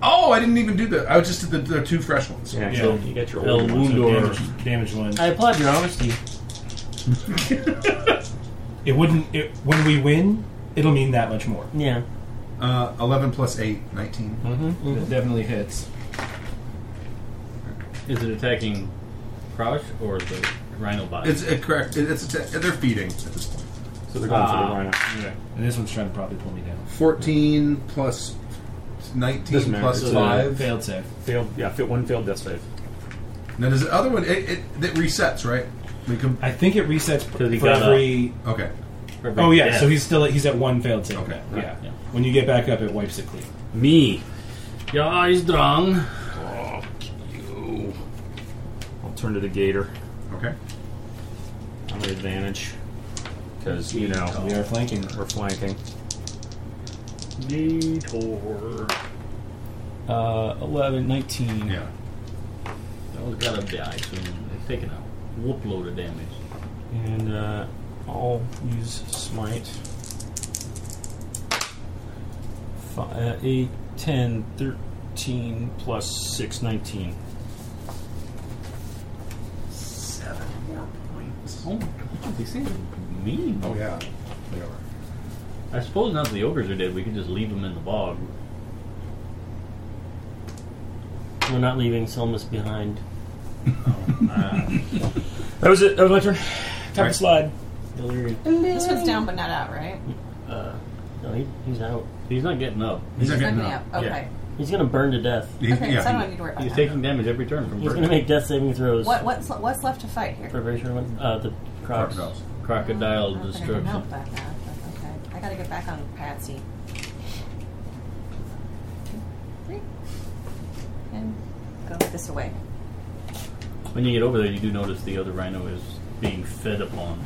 Speaker 8: Oh, I didn't even do that. I just did the, the two fresh ones.
Speaker 4: Yeah,
Speaker 2: Yeah.
Speaker 4: so you get your
Speaker 11: El
Speaker 4: old one.
Speaker 2: So
Speaker 11: Wundor.
Speaker 2: damage, damage one.
Speaker 5: I applaud your honesty.
Speaker 2: It wouldn't. It, when we win, it'll mean that much more.
Speaker 5: Yeah.
Speaker 8: Uh, 11 plus 8, 19.
Speaker 2: It definitely hits.
Speaker 11: Is it attacking Crouch or the rhino body?
Speaker 8: It's uh, correct. It, it's, it's, they're feeding at this point.
Speaker 4: So they're going for
Speaker 11: Ah.
Speaker 4: the rhino.
Speaker 11: okay.
Speaker 2: And this one's trying to probably pull me down.
Speaker 8: 14 plus 19
Speaker 4: Doesn't matter.
Speaker 8: plus
Speaker 4: It's a-
Speaker 8: 5.
Speaker 2: Failed save.
Speaker 4: Failed, yeah, fit one failed death save.
Speaker 8: Now, does the other one, it, it, it resets, right? We com-
Speaker 2: I think it resets
Speaker 11: Does he
Speaker 2: for
Speaker 11: got
Speaker 2: every.
Speaker 8: okay.
Speaker 2: Oh yeah,
Speaker 11: Yeah.
Speaker 2: so he's still at, he's at one failed save.
Speaker 8: Okay,
Speaker 2: now. Yeah.
Speaker 11: yeah.
Speaker 2: When you get back up, it wipes it clean.
Speaker 4: Me.
Speaker 11: Yeah, he's drunk.
Speaker 4: Oh, I'll turn to the gator.
Speaker 8: Okay.
Speaker 4: I'm at advantage. Because, you know,
Speaker 2: We are flanking.
Speaker 4: we're flanking.
Speaker 11: Gator.
Speaker 1: Uh, 11, 19.
Speaker 8: Yeah.
Speaker 11: That one's gotta die soon. They've taken a whoop load of damage.
Speaker 4: And uh, I'll use smite. Five, uh, 8, 10, 13 plus 6, 19.
Speaker 8: Seven more points.
Speaker 11: Oh my god, these things are mean.
Speaker 8: Oh, yeah. They are.
Speaker 11: I suppose now that the ogres are dead, we can just leave them in the bog.
Speaker 5: We're not leaving Selmus behind.
Speaker 4: That was it. That was my turn. Time to
Speaker 8: Right.
Speaker 4: slide.
Speaker 5: Hillary.
Speaker 23: This one's down but not out, right?
Speaker 5: Uh, no, he, he's out.
Speaker 11: He's not getting up.
Speaker 8: He's not getting
Speaker 23: Opening
Speaker 8: up.
Speaker 23: up.
Speaker 11: Yeah.
Speaker 23: Okay.
Speaker 5: He's gonna burn to death.
Speaker 8: He-
Speaker 23: Okay, so I don't
Speaker 8: he-
Speaker 23: need to worry about
Speaker 11: He's
Speaker 23: that.
Speaker 11: taking damage every turn from
Speaker 5: He's gonna
Speaker 11: burning.
Speaker 5: make death saving throws.
Speaker 23: What, what's, what's left to fight here? Oh,
Speaker 5: For very short ones. Uh, the crocs.
Speaker 8: crocodiles.
Speaker 11: Crocodile
Speaker 23: I'm not gonna
Speaker 11: destruction.
Speaker 23: help that now, but okay. I gotta get back on Patsy. Three. And go this way.
Speaker 11: When you get over there, you do notice the other rhino is being fed upon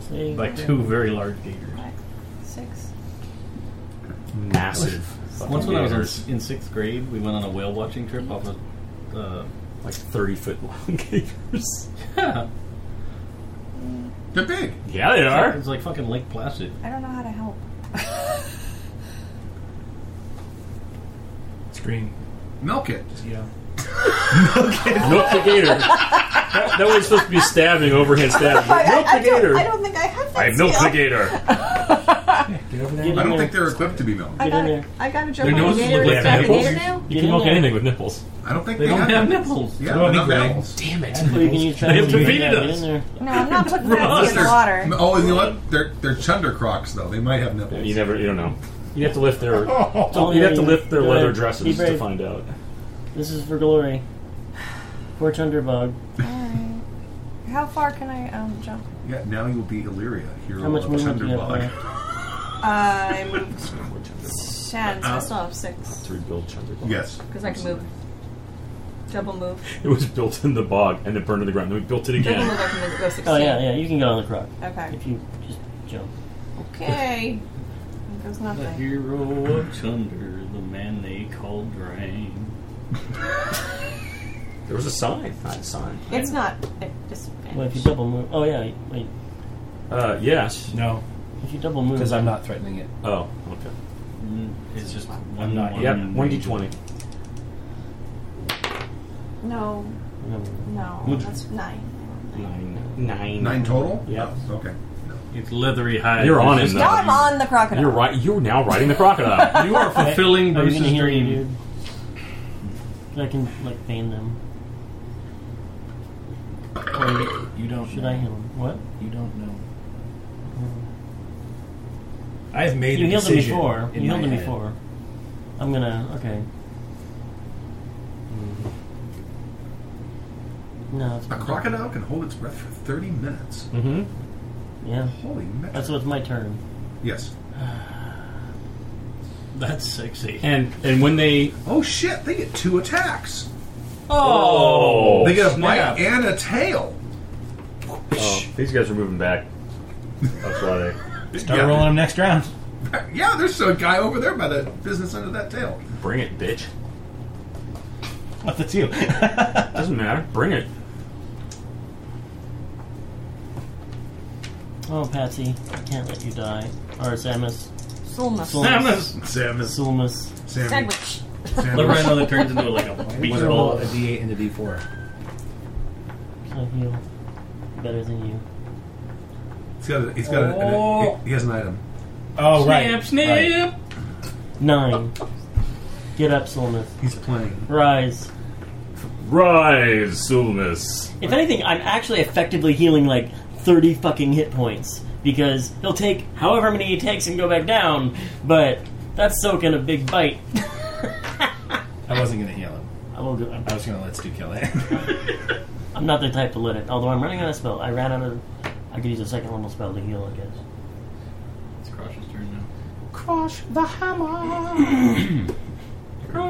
Speaker 5: Save.
Speaker 11: by two very large gators.
Speaker 23: Five, six.
Speaker 4: Massive.
Speaker 11: Once when I was in, in sixth grade, we went on a whale watching trip off a. Uh,
Speaker 4: Like 30 foot long gators.
Speaker 11: yeah,
Speaker 8: They're big.
Speaker 4: Yeah, they are.
Speaker 11: it's like fucking Lake Placid.
Speaker 23: I don't know how to help.
Speaker 2: Screen.
Speaker 8: Milk it.
Speaker 2: Yeah.
Speaker 4: Milk the gator. That, that was supposed to be stabbing, overhand stabbing. But
Speaker 23: I,
Speaker 4: milk
Speaker 23: I
Speaker 4: the gator.
Speaker 23: don't, I don't think I have that
Speaker 4: I milk the
Speaker 23: skill.
Speaker 4: gator.
Speaker 2: Get over
Speaker 5: Get
Speaker 2: there.
Speaker 8: I don't
Speaker 5: in
Speaker 8: think
Speaker 5: there.
Speaker 8: they're equipped to be milked.
Speaker 23: I
Speaker 5: Get in
Speaker 23: gotta,
Speaker 5: there.
Speaker 23: I gotta
Speaker 4: Their
Speaker 23: jump on the
Speaker 4: noses
Speaker 23: gator
Speaker 4: look
Speaker 23: and smack
Speaker 4: like
Speaker 23: a gator
Speaker 4: apples.
Speaker 23: now?
Speaker 4: You
Speaker 5: Get in
Speaker 4: can milk
Speaker 5: there.
Speaker 4: anything with nipples.
Speaker 8: I don't think
Speaker 11: They
Speaker 8: they,
Speaker 11: don't have
Speaker 8: them.
Speaker 11: nipples.
Speaker 8: Yeah,
Speaker 2: Well,
Speaker 8: they're not
Speaker 2: they-
Speaker 8: mammals.
Speaker 4: Damn it.
Speaker 5: Well, you can use
Speaker 4: They have
Speaker 5: travesty.
Speaker 4: defeated
Speaker 5: Yeah,
Speaker 4: us.
Speaker 5: Get in there.
Speaker 23: No, I'm not putting that in the
Speaker 4: They're-
Speaker 23: water.
Speaker 8: Oh, you know what? They're they're chunder crocs though. They might have nipples.
Speaker 4: You never, you don't know. You'd have to lift their,
Speaker 23: Oh,
Speaker 5: Don't
Speaker 4: you'd have to
Speaker 5: worry.
Speaker 4: lift their
Speaker 5: Go
Speaker 4: leather
Speaker 5: ahead. Be
Speaker 4: dresses to
Speaker 5: brave.
Speaker 4: find out.
Speaker 5: This is for glory. Poor Thunderbug.
Speaker 23: Alright. How far can I um, jump?
Speaker 8: Yeah, now you will be Illyria, hero
Speaker 5: How much
Speaker 8: of
Speaker 5: movement do you have
Speaker 8: Chunderbog.
Speaker 23: I moved 10, so I still have 6.
Speaker 4: To rebuild Chunderbog.
Speaker 8: Yes.
Speaker 23: Because I can move. Double move.
Speaker 4: It was built in the bog and it burned to the ground. Then we built it
Speaker 23: Double
Speaker 4: again.
Speaker 23: move, I can move, go 16.
Speaker 5: Oh yeah, yeah. You can get on the croc
Speaker 23: Okay.
Speaker 5: if you just jump.
Speaker 23: Okay. There's
Speaker 11: The
Speaker 23: nothing.
Speaker 11: hero of Chunder, the man they call Drain.
Speaker 4: There was a sign. Not a sign.
Speaker 23: It's not. It just.
Speaker 5: Well, if you double move. Oh yeah. Wait.
Speaker 4: Uh, yes.
Speaker 2: No.
Speaker 5: If you double move,
Speaker 2: because I'm not threatening it.
Speaker 4: Oh, okay.
Speaker 11: Mm, It's just
Speaker 2: I'm not.
Speaker 4: Yep, 1d20.
Speaker 23: No. No.
Speaker 4: Would-
Speaker 23: That's nine.
Speaker 4: Nine. Nine.
Speaker 8: Nine total?
Speaker 4: Yeah.
Speaker 8: Oh, okay.
Speaker 11: It's leathery hide.
Speaker 4: You're on
Speaker 11: It's
Speaker 4: him,
Speaker 11: just-
Speaker 6: Now I'm on the crocodile.
Speaker 4: You're right. You're now riding the crocodile.
Speaker 11: You are fulfilling
Speaker 5: I'm
Speaker 11: Bruce's
Speaker 5: gonna heal you,
Speaker 11: dream.
Speaker 5: dude. I can like pain them. Or
Speaker 2: You don't.
Speaker 5: should
Speaker 2: know.
Speaker 5: I heal him? What?
Speaker 2: You don't know. I've made
Speaker 5: you
Speaker 2: the
Speaker 5: healed him
Speaker 2: decision.
Speaker 5: before.
Speaker 2: in
Speaker 5: You healed
Speaker 2: my
Speaker 5: him
Speaker 2: head.
Speaker 5: before. I'm gonna. Okay.
Speaker 2: Mm-hmm.
Speaker 5: No, it's
Speaker 8: A crocodile can hold its breath for 30 minutes.
Speaker 4: Mm-hmm.
Speaker 5: Yeah,
Speaker 8: Holy mess.
Speaker 5: that's what's my turn.
Speaker 8: Yes.
Speaker 11: That's sexy.
Speaker 4: And and when they
Speaker 8: Oh shit, they get two attacks.
Speaker 4: oh,
Speaker 8: they get a
Speaker 11: snap.
Speaker 8: bite and a tail.
Speaker 4: oh, these guys are moving back. That's why they
Speaker 2: Start rolling them next round.
Speaker 8: Yeah, there's a guy over there by the business end of that tail.
Speaker 4: bring it, bitch.
Speaker 2: What the two?
Speaker 4: Doesn't matter. Bring it.
Speaker 5: Oh, Patsy, I can't let you die. Or Samus.
Speaker 6: Sulmus.
Speaker 5: Samus.
Speaker 8: Samus.
Speaker 5: Sulmus.
Speaker 8: Sammy.
Speaker 6: Sandwich.
Speaker 11: Look
Speaker 8: Samus.
Speaker 11: right now, that turns into like a
Speaker 2: One
Speaker 11: beach
Speaker 2: roll,
Speaker 11: ball.
Speaker 2: a D8 and a D4.
Speaker 5: I heal better than you.
Speaker 8: He's got, a, he's got a, an- he has an item.
Speaker 2: Oh
Speaker 11: Snip, snip.
Speaker 5: Nine. Get up, Sulmus.
Speaker 8: He's playing.
Speaker 5: Rise.
Speaker 12: Rise, Sulmus.
Speaker 5: If anything, I'm actually effectively healing like 30 fucking hit points because he'll take however many he takes and go back down, but that's soaking a big bite.
Speaker 2: I wasn't gonna heal him.
Speaker 5: I will go. I'm,
Speaker 2: I was gonna let Stu kill it.
Speaker 5: I'm not the type to let it. Although I'm running out of spell. I ran out of. I could use a second level spell to heal, I guess.
Speaker 11: It's Crush's turn now.
Speaker 17: Crush the hammer.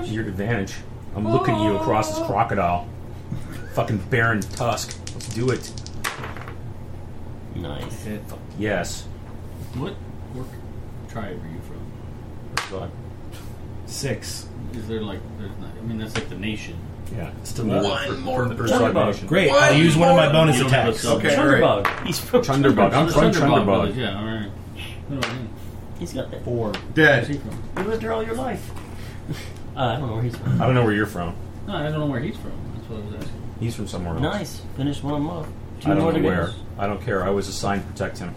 Speaker 4: Your advantage. I'm looking at you across this crocodile. Fucking barren tusk. Let's do it.
Speaker 5: Nice.
Speaker 2: Hit.
Speaker 4: Yes.
Speaker 11: What orc tribe are you from?
Speaker 2: Six.
Speaker 11: Is there like, there's not, I mean, that's like the nation.
Speaker 4: Yeah. Still
Speaker 8: One more
Speaker 4: the
Speaker 5: Thunderbug.
Speaker 4: Nation.
Speaker 2: Great. I'll use one of my bonus
Speaker 11: You don't have a
Speaker 2: attacks.
Speaker 11: sub.
Speaker 8: Okay, all right.
Speaker 5: Thunderbug. He's from
Speaker 4: Thunderbug. I'm from
Speaker 11: Brothers,
Speaker 4: Thunderbug.
Speaker 11: Yeah, alright. What about him?
Speaker 5: He's got that.
Speaker 2: Four.
Speaker 11: Where's he
Speaker 8: Dead.
Speaker 11: from?
Speaker 5: You lived here all your life. Uh, I don't know where he's from.
Speaker 4: I don't know where you're from.
Speaker 11: No, I don't know where he's from. That's what I was asking.
Speaker 4: He's from somewhere else.
Speaker 5: Nice. Finished one of them off.
Speaker 4: I
Speaker 5: more
Speaker 4: don't
Speaker 5: to
Speaker 4: know
Speaker 5: go.
Speaker 4: where. I don't care. I was assigned to protect him.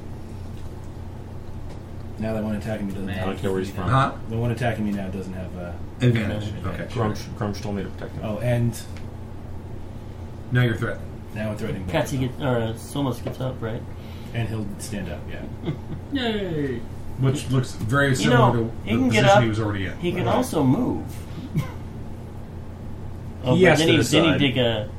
Speaker 2: Now that one attacking me doesn't
Speaker 4: I don't
Speaker 2: have.
Speaker 4: care where he's from.
Speaker 8: Huh?
Speaker 2: The one attacking me now doesn't have. Uh,
Speaker 8: Advantage. Okay.
Speaker 4: Grumsh, Grumsh told me to protect him.
Speaker 2: oh, and
Speaker 8: Now you're threatened.
Speaker 2: now we're threatening. both of
Speaker 5: Patsy
Speaker 2: them.
Speaker 5: gets, or uh, Somos gets up, right?
Speaker 2: And he'll stand up. Yeah.
Speaker 11: Yay!
Speaker 8: Which looks very
Speaker 5: You
Speaker 8: similar
Speaker 5: know,
Speaker 8: to
Speaker 5: he
Speaker 8: the
Speaker 5: can get
Speaker 8: position
Speaker 5: up.
Speaker 8: he was already in.
Speaker 5: He can also move. oh,
Speaker 4: He
Speaker 5: but
Speaker 4: has
Speaker 5: then
Speaker 4: to
Speaker 5: he, Then
Speaker 4: decide.
Speaker 5: he dig a.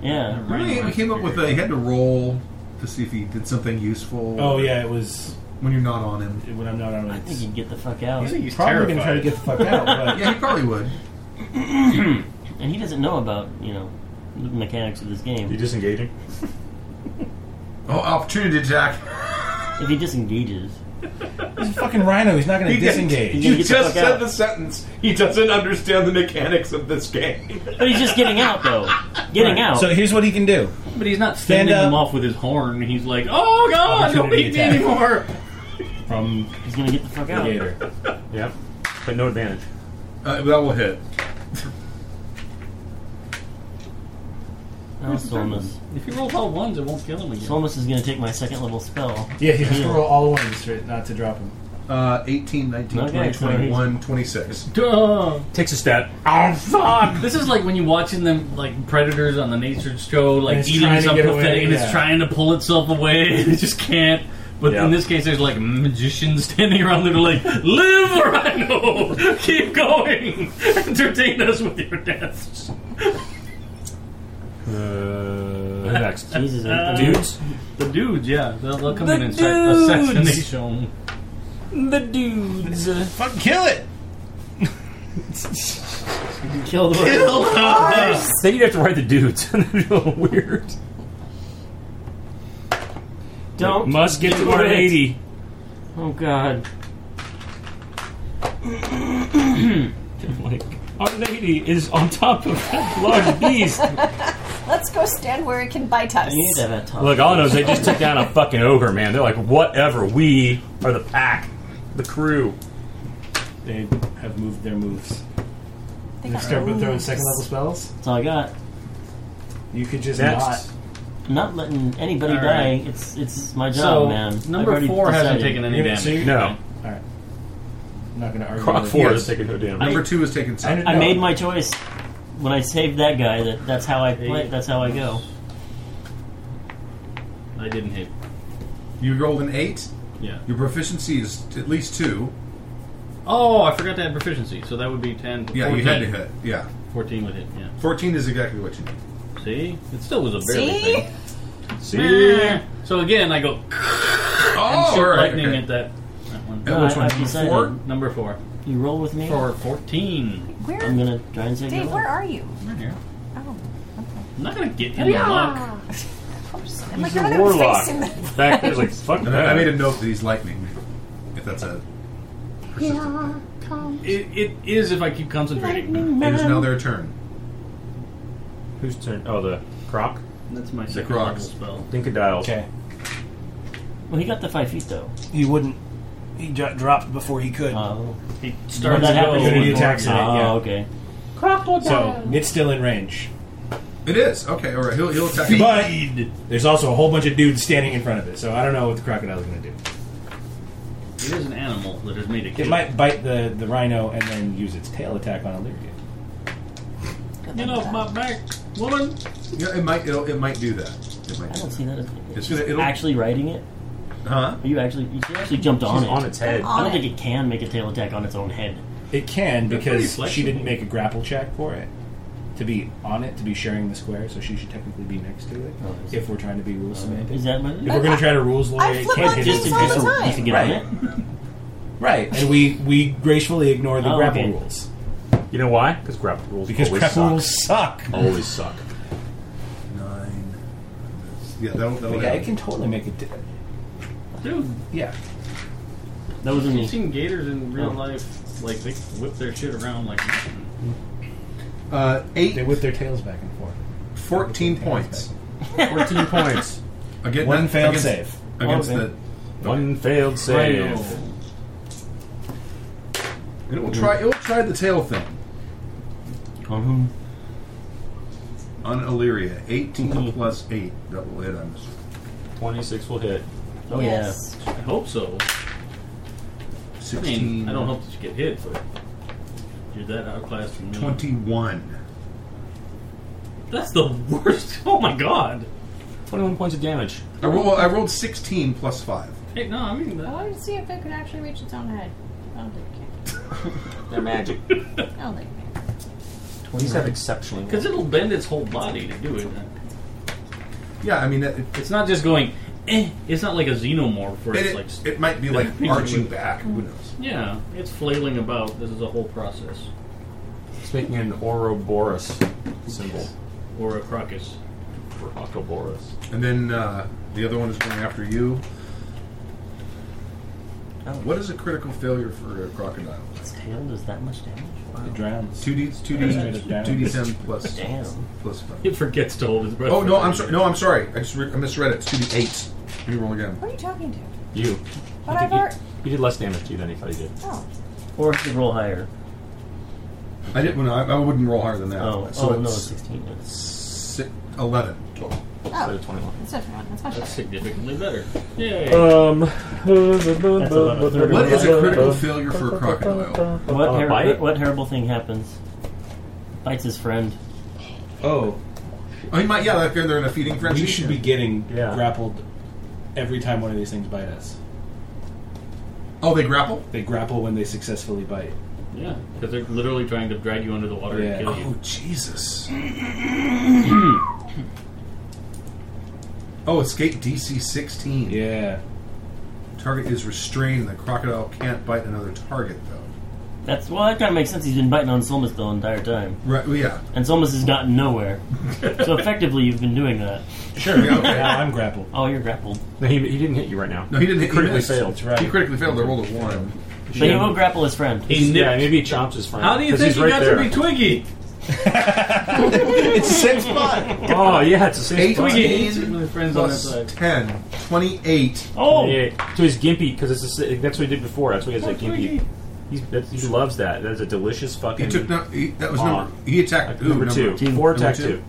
Speaker 5: Yeah.
Speaker 8: Really, he came up with a. He had to roll to see if he did something useful.
Speaker 2: Oh yeah, it was
Speaker 8: When you're not on him.
Speaker 2: when I'm not on.
Speaker 5: I
Speaker 2: it's
Speaker 5: think he'd get the fuck out.
Speaker 11: he's
Speaker 2: probably gonna try to get the fuck out. But
Speaker 8: Yeah, he probably would.
Speaker 5: And he doesn't know about, you know, the mechanics of this game.
Speaker 4: You disengaging?
Speaker 8: Oh, opportunity attack.
Speaker 5: If he disengages.
Speaker 2: he's a fucking rhino. He's not gonna disengage.
Speaker 5: You get the fuck out.
Speaker 8: sentence. He doesn't understand the mechanics of this game.
Speaker 5: But he's just getting out, though. Getting out.
Speaker 2: So here's what he can do.
Speaker 11: But he's not
Speaker 2: Stand
Speaker 11: fending him
Speaker 2: up.
Speaker 11: off with his horn. He's like, oh god, don't
Speaker 2: Opportunity
Speaker 11: beat me
Speaker 2: attack.
Speaker 11: anymore!
Speaker 2: From
Speaker 5: he's gonna get the fuck out.
Speaker 2: Gator.
Speaker 4: Yeah. But no advantage.
Speaker 8: Uh, that will hit.
Speaker 5: No, Solmus.
Speaker 11: If you roll all ones, it won't kill him again.
Speaker 5: Solmus is gonna take my second level spell.
Speaker 2: Yeah, he has to
Speaker 5: Yeah.
Speaker 2: roll all ones for it not to drop him.
Speaker 8: Uh, 18, 19,
Speaker 5: Okay,
Speaker 8: 20,
Speaker 5: so he's-
Speaker 8: 21, 26.
Speaker 11: Duh.
Speaker 4: Takes a stat. Oh, fuck!
Speaker 11: This is like when you watching them like predators on the nature show,
Speaker 2: And
Speaker 11: like
Speaker 2: it's
Speaker 11: eating
Speaker 2: trying to
Speaker 11: something
Speaker 2: get away,
Speaker 11: pathetic, and it's
Speaker 2: yeah.
Speaker 11: trying to pull itself away, and it just can't. But
Speaker 4: Yeah.
Speaker 11: in this case, there's like a magician standing around there, like, "Live, Rhino! Keep going! Entertain us with your deaths."
Speaker 4: Uh, next.
Speaker 5: Jesus, I'm-
Speaker 4: Dudes?
Speaker 11: The dudes, yeah, they'll, they'll come
Speaker 4: The
Speaker 11: in and start
Speaker 4: dudes!
Speaker 11: assassination.
Speaker 4: The dudes.
Speaker 2: Fucking kill it.
Speaker 5: Kill the
Speaker 4: Then you'd have to ride the dudes. That'd be a little weird.
Speaker 5: Don't.
Speaker 4: Must get to
Speaker 5: do
Speaker 4: 180.
Speaker 5: Oh god.
Speaker 4: 180 is on top of that large beast.
Speaker 6: Let's go stand where it can bite us.
Speaker 4: Look, all I know is they just took down a fucking ogre, man. They're like, whatever. We are the pack, the crew.
Speaker 24: They have moved their moves.
Speaker 6: They got Start with their own moves. second level
Speaker 24: spells.
Speaker 5: That's all I got.
Speaker 24: You could just
Speaker 5: Next. I'm not letting anybody
Speaker 24: All
Speaker 5: die.
Speaker 24: right.
Speaker 5: It's it's my job,
Speaker 24: So,
Speaker 5: man.
Speaker 24: number
Speaker 5: I've already
Speaker 24: four hasn't
Speaker 5: decided.
Speaker 24: taken any You're- damage. so you're-
Speaker 4: No.
Speaker 24: All right. I'm not going to argue.
Speaker 4: Croc
Speaker 24: with
Speaker 4: four
Speaker 24: you.
Speaker 4: is taking no damage.
Speaker 5: Number
Speaker 8: two is taking
Speaker 5: I, I made my choice when I saved that guy. That that's how I play. That's how I go.
Speaker 11: I didn't hit.
Speaker 8: You rolled an eight.
Speaker 11: Yeah.
Speaker 8: Your proficiency is t- at least two.
Speaker 11: Oh, I forgot to add proficiency, so that would be 10.
Speaker 8: Yeah,
Speaker 11: 14.
Speaker 8: you had to hit. Yeah,
Speaker 11: 14 would hit, yeah.
Speaker 8: fourteen is exactly what you need.
Speaker 11: See? It still was a barely
Speaker 6: See?
Speaker 11: thing.
Speaker 8: See?
Speaker 11: Meh. So again, I go. and
Speaker 8: Oh, all
Speaker 11: shoot
Speaker 8: right,
Speaker 11: lightning
Speaker 8: okay.
Speaker 11: at that, that one.
Speaker 5: And which one?
Speaker 11: Number
Speaker 5: Decided.
Speaker 11: Four? Number four.
Speaker 5: You roll with me.
Speaker 11: For 14.
Speaker 6: Where,
Speaker 5: I'm gonna try and say.
Speaker 6: Dave? Where are you?
Speaker 11: Right here.
Speaker 6: Oh,
Speaker 11: I'm not gonna get him. Look.
Speaker 6: Of course. I'm
Speaker 4: He's
Speaker 6: like,
Speaker 4: a
Speaker 6: I'm
Speaker 4: warlock.
Speaker 6: facing
Speaker 4: In
Speaker 6: the-
Speaker 4: fact, there's like, fuck
Speaker 8: And
Speaker 4: that.
Speaker 8: I, I made a note that he's lightning. If that's a
Speaker 25: Here comes
Speaker 11: It, it is if I keep concentrating.
Speaker 25: lightning man.
Speaker 8: It is now their turn.
Speaker 3: Whose turn? Oh, the croc.
Speaker 11: That's my
Speaker 8: The
Speaker 11: second
Speaker 8: Crocs.
Speaker 11: level spell.
Speaker 3: Dinkadiles.
Speaker 2: Okay.
Speaker 5: Well, he got the five feet though.
Speaker 2: He wouldn't. He j- dropped before he could.
Speaker 5: Oh,
Speaker 11: He
Speaker 5: But
Speaker 11: starts
Speaker 5: that
Speaker 11: to go.
Speaker 5: happens
Speaker 2: Unity
Speaker 5: before-
Speaker 2: attacks in it,
Speaker 5: Oh,
Speaker 2: yeah.
Speaker 5: okay.
Speaker 25: crocodile.
Speaker 2: so it's still in range.
Speaker 8: It is okay. All right, he'll he'll attack.
Speaker 2: But there's also a whole bunch of dudes standing in front of it, so I don't know what the crocodile's going to do.
Speaker 11: It is an animal that is made of
Speaker 2: It
Speaker 11: cake.
Speaker 2: might bite the, the rhino and then use its tail attack on Illyria.
Speaker 11: Get off my back, woman.
Speaker 8: Yeah, it might it'll, it might do that. It
Speaker 5: I
Speaker 8: might.
Speaker 5: don't see that as
Speaker 8: It's gonna- it'll-
Speaker 5: actually riding it.
Speaker 8: Huh?
Speaker 5: Are you actually? You actually jumped on
Speaker 4: She's
Speaker 5: it.
Speaker 4: on its head.
Speaker 5: I don't
Speaker 6: On it.
Speaker 5: think it can make a tail attack on its own head.
Speaker 2: It can
Speaker 11: They're pretty
Speaker 2: because she
Speaker 11: flexible.
Speaker 2: didn't make a grapple check for it to be on it to be sharing the square, so she should technically be next to it.
Speaker 5: Oh, is-
Speaker 2: if we're trying to be rules semantic,
Speaker 5: Is that what? it
Speaker 2: if
Speaker 5: is?
Speaker 2: we're going to try to rules
Speaker 6: I
Speaker 2: lawyer, it
Speaker 6: flip on
Speaker 2: can't hit
Speaker 6: things
Speaker 2: its
Speaker 5: just in
Speaker 6: all the
Speaker 5: case it-
Speaker 6: time.
Speaker 5: if you get
Speaker 2: Right.
Speaker 5: on it.
Speaker 2: right, and we we gracefully ignore the
Speaker 5: Oh,
Speaker 2: grapple
Speaker 5: okay.
Speaker 2: rules
Speaker 4: You know why? Because grapple rules
Speaker 2: because
Speaker 4: always
Speaker 2: grapple
Speaker 4: suck.
Speaker 2: rules suck.
Speaker 4: Always suck.
Speaker 8: Nine. Yeah, that'll, that'll
Speaker 2: But yeah,
Speaker 8: hit.
Speaker 2: it can totally make it. Di-
Speaker 11: Dude,
Speaker 2: yeah,
Speaker 5: That was
Speaker 11: you've
Speaker 5: me.
Speaker 11: seen gators in real
Speaker 5: Oh.
Speaker 11: life. Like, they whip their shit around like.
Speaker 8: Uh,
Speaker 2: they
Speaker 8: eight,
Speaker 2: whip their tails back and forth.
Speaker 8: 14 points.
Speaker 4: 14 points.
Speaker 8: Again,
Speaker 2: One
Speaker 8: that-
Speaker 2: failed
Speaker 8: against,
Speaker 2: save.
Speaker 8: Against
Speaker 5: Okay.
Speaker 8: the.
Speaker 4: One failed save.
Speaker 11: Rhino.
Speaker 8: and It will try. It will try the tail thing. On whom? On Illyria. 18 plus 8. That will hit on this.
Speaker 4: 26 will hit.
Speaker 5: Oh
Speaker 6: yes.
Speaker 11: I hope so. I
Speaker 8: 16.
Speaker 11: mean, I don't hope that you get hit, but. You're that outclassed from me.
Speaker 8: 21.
Speaker 11: That's the worst. Oh my god.
Speaker 4: 21 points of damage.
Speaker 8: I, roll, I rolled 16 plus 5.
Speaker 11: Hey, no, I mean,
Speaker 26: I
Speaker 11: that.
Speaker 26: wanted to see if it could actually reach its own head. I don't think it
Speaker 4: They're magic.
Speaker 26: can. I don't think it can.
Speaker 4: These have exceptionally
Speaker 11: Because it'll bend its whole body to do it.
Speaker 8: Yeah, I mean, that, it,
Speaker 11: It's not just going, eh. It's not like a xenomorph where it's
Speaker 8: it,
Speaker 11: like.
Speaker 8: it might be like arching back. Who knows?
Speaker 11: Yeah, it's flailing about. This is a whole process.
Speaker 4: It's making an Ouroboros symbol.
Speaker 11: Or a crocus.
Speaker 4: For Octoboros.
Speaker 8: And then uh, the other one is going after you. What is a critical failure for a crocodile?
Speaker 5: Its tail does that much damage.
Speaker 2: It drowns.
Speaker 8: Two d two d
Speaker 2: Straight up down.
Speaker 8: two d ten plus
Speaker 5: Damn.
Speaker 8: plus five.
Speaker 11: It forgets to hold his breath.
Speaker 8: Oh no, I'm sorry. No, I'm sorry. I just re- I misread it. It's two d eight. Let me roll again.
Speaker 6: What are you talking to?
Speaker 4: You.
Speaker 6: But
Speaker 4: you,
Speaker 6: I've
Speaker 4: did, you,
Speaker 6: already.
Speaker 4: you did less damage to you than he thought you did.
Speaker 6: Oh.
Speaker 5: Or if you roll higher.
Speaker 8: I didn't. No, I, I wouldn't roll higher than that.
Speaker 5: Oh,
Speaker 8: so
Speaker 5: oh no, it's
Speaker 8: it's
Speaker 5: 16. It's,
Speaker 8: si- eleven total.
Speaker 4: Instead of 21.
Speaker 26: That's different one. That's much
Speaker 11: That's
Speaker 26: better.
Speaker 11: significantly better. Yay.
Speaker 3: Um.
Speaker 5: about a third of
Speaker 8: What is a critical failure for a crocodile?
Speaker 5: what,
Speaker 4: Uh,
Speaker 5: her-
Speaker 4: bite?
Speaker 5: what, what terrible thing happens? Bites his friend.
Speaker 2: Oh,
Speaker 8: Oh, he might. Yeah, like they're, they're in a feeding frenzy.
Speaker 2: we should be getting
Speaker 4: Yeah.
Speaker 2: grappled every time one of these things bite us.
Speaker 8: Oh, they grapple.
Speaker 2: They grapple when they successfully bite.
Speaker 11: Yeah, because they're literally trying to drag you under the water
Speaker 2: Yeah.
Speaker 11: and kill you.
Speaker 8: Oh Jesus. oh, escape DC sixteen.
Speaker 2: Yeah.
Speaker 8: Target is restrained. The crocodile can't bite another target though.
Speaker 5: That's well. That kind of makes sense. He's been biting on Solmus the entire time,
Speaker 8: Right. Well, yeah.
Speaker 5: and Solmus has gotten nowhere. so effectively, you've been doing that.
Speaker 2: Sure.
Speaker 8: Yeah, okay.
Speaker 2: Now I'm grappled.
Speaker 5: Oh, you're grappled,
Speaker 4: No, he, he didn't hit you right now.
Speaker 8: No, he didn't. hit- He
Speaker 4: critically
Speaker 8: missed.
Speaker 4: failed.
Speaker 2: That's right.
Speaker 8: He critically failed. They rolled a one.
Speaker 5: but he will grapple his friend.
Speaker 11: He nipped.
Speaker 4: Yeah, maybe he chomps his friend.
Speaker 11: How do you
Speaker 4: 'cause
Speaker 11: think
Speaker 4: he's
Speaker 11: he
Speaker 4: right
Speaker 11: got
Speaker 4: there.
Speaker 11: to be Twiggy?
Speaker 17: it's six months.
Speaker 4: Oh, yeah, it's a six
Speaker 17: Eight
Speaker 4: spot.
Speaker 17: we get easy
Speaker 11: with friends
Speaker 8: on Plus that side. 10, 28.
Speaker 4: Oh! To his Gimpy, because that's what he did before. That's what he has that Gimpy. He's, that's, he loves that. That's a delicious fucking.
Speaker 8: He took no. He, that was
Speaker 4: Aw.
Speaker 8: number. He attacked
Speaker 4: Like
Speaker 8: who?
Speaker 4: number two. Four attack two.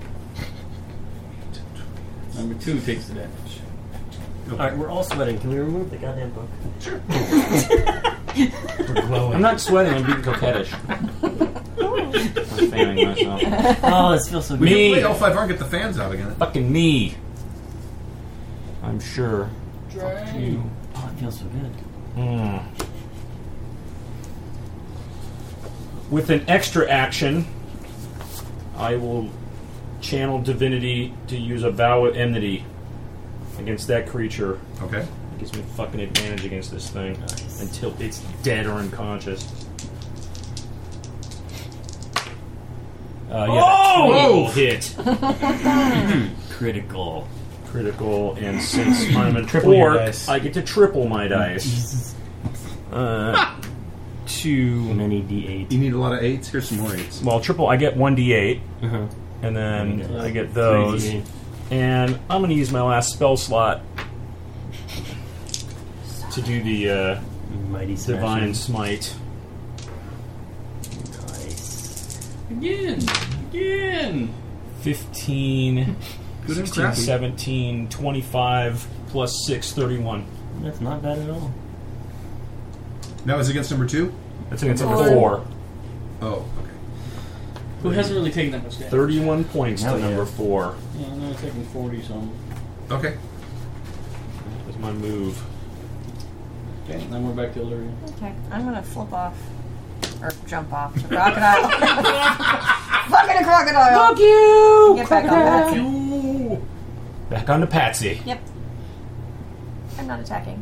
Speaker 11: Number two takes the damage.
Speaker 5: All right, we're all sweating. Can we remove the goddamn book? Sure.
Speaker 4: I'm not sweating, I'm being coquettish. I'm fanning myself.
Speaker 5: Oh, this feels so
Speaker 8: We
Speaker 5: good.
Speaker 8: can play all five aren't get the fans out again.
Speaker 4: Fucking me. I'm sure.
Speaker 5: You. Oh, it feels so good.
Speaker 4: Mm. With an extra action, I will channel divinity to use a vow of enmity against that creature.
Speaker 8: Okay.
Speaker 4: It gives me fucking advantage against this thing until it's dead or unconscious. Uh, yeah, that
Speaker 20: Oh!
Speaker 4: 20 will hit.
Speaker 5: Critical.
Speaker 4: Critical, and since I'm a
Speaker 20: Triple
Speaker 4: triple
Speaker 20: your
Speaker 4: orc,
Speaker 20: dice.
Speaker 4: I get to triple my dice. Uh, two.
Speaker 5: Many d8.
Speaker 8: You need a lot of eights. Here's some more eights.
Speaker 4: Well, triple. I get one d8,
Speaker 5: Uh-huh.
Speaker 4: and then
Speaker 5: Okay.
Speaker 4: I get those,
Speaker 5: Three D8.
Speaker 4: and I'm going to use my last spell slot to do the uh,
Speaker 5: Mighty
Speaker 4: divine smite.
Speaker 11: Again. Again.
Speaker 4: 15,
Speaker 11: Good and
Speaker 4: 16,
Speaker 11: crappy.
Speaker 4: 17, 25, plus 6, 31.
Speaker 5: That's not bad at all.
Speaker 8: That was against number two.
Speaker 4: That's against number
Speaker 11: Four.
Speaker 4: 4.
Speaker 8: Oh, okay.
Speaker 11: Who hasn't really taken that much damage?
Speaker 4: 31 points
Speaker 5: Hell
Speaker 4: to
Speaker 5: yeah.
Speaker 4: number 4.
Speaker 11: Yeah, I know it's taking 40 some.
Speaker 8: Okay.
Speaker 4: That was my move.
Speaker 11: Okay, and then we're back to Illyria.
Speaker 6: Okay, I'm gonna flip off or jump off the crocodile. Fucking a crocodile. Fuck you. Get back on that.
Speaker 4: Back on to Patsy.
Speaker 6: Yep. I'm not attacking.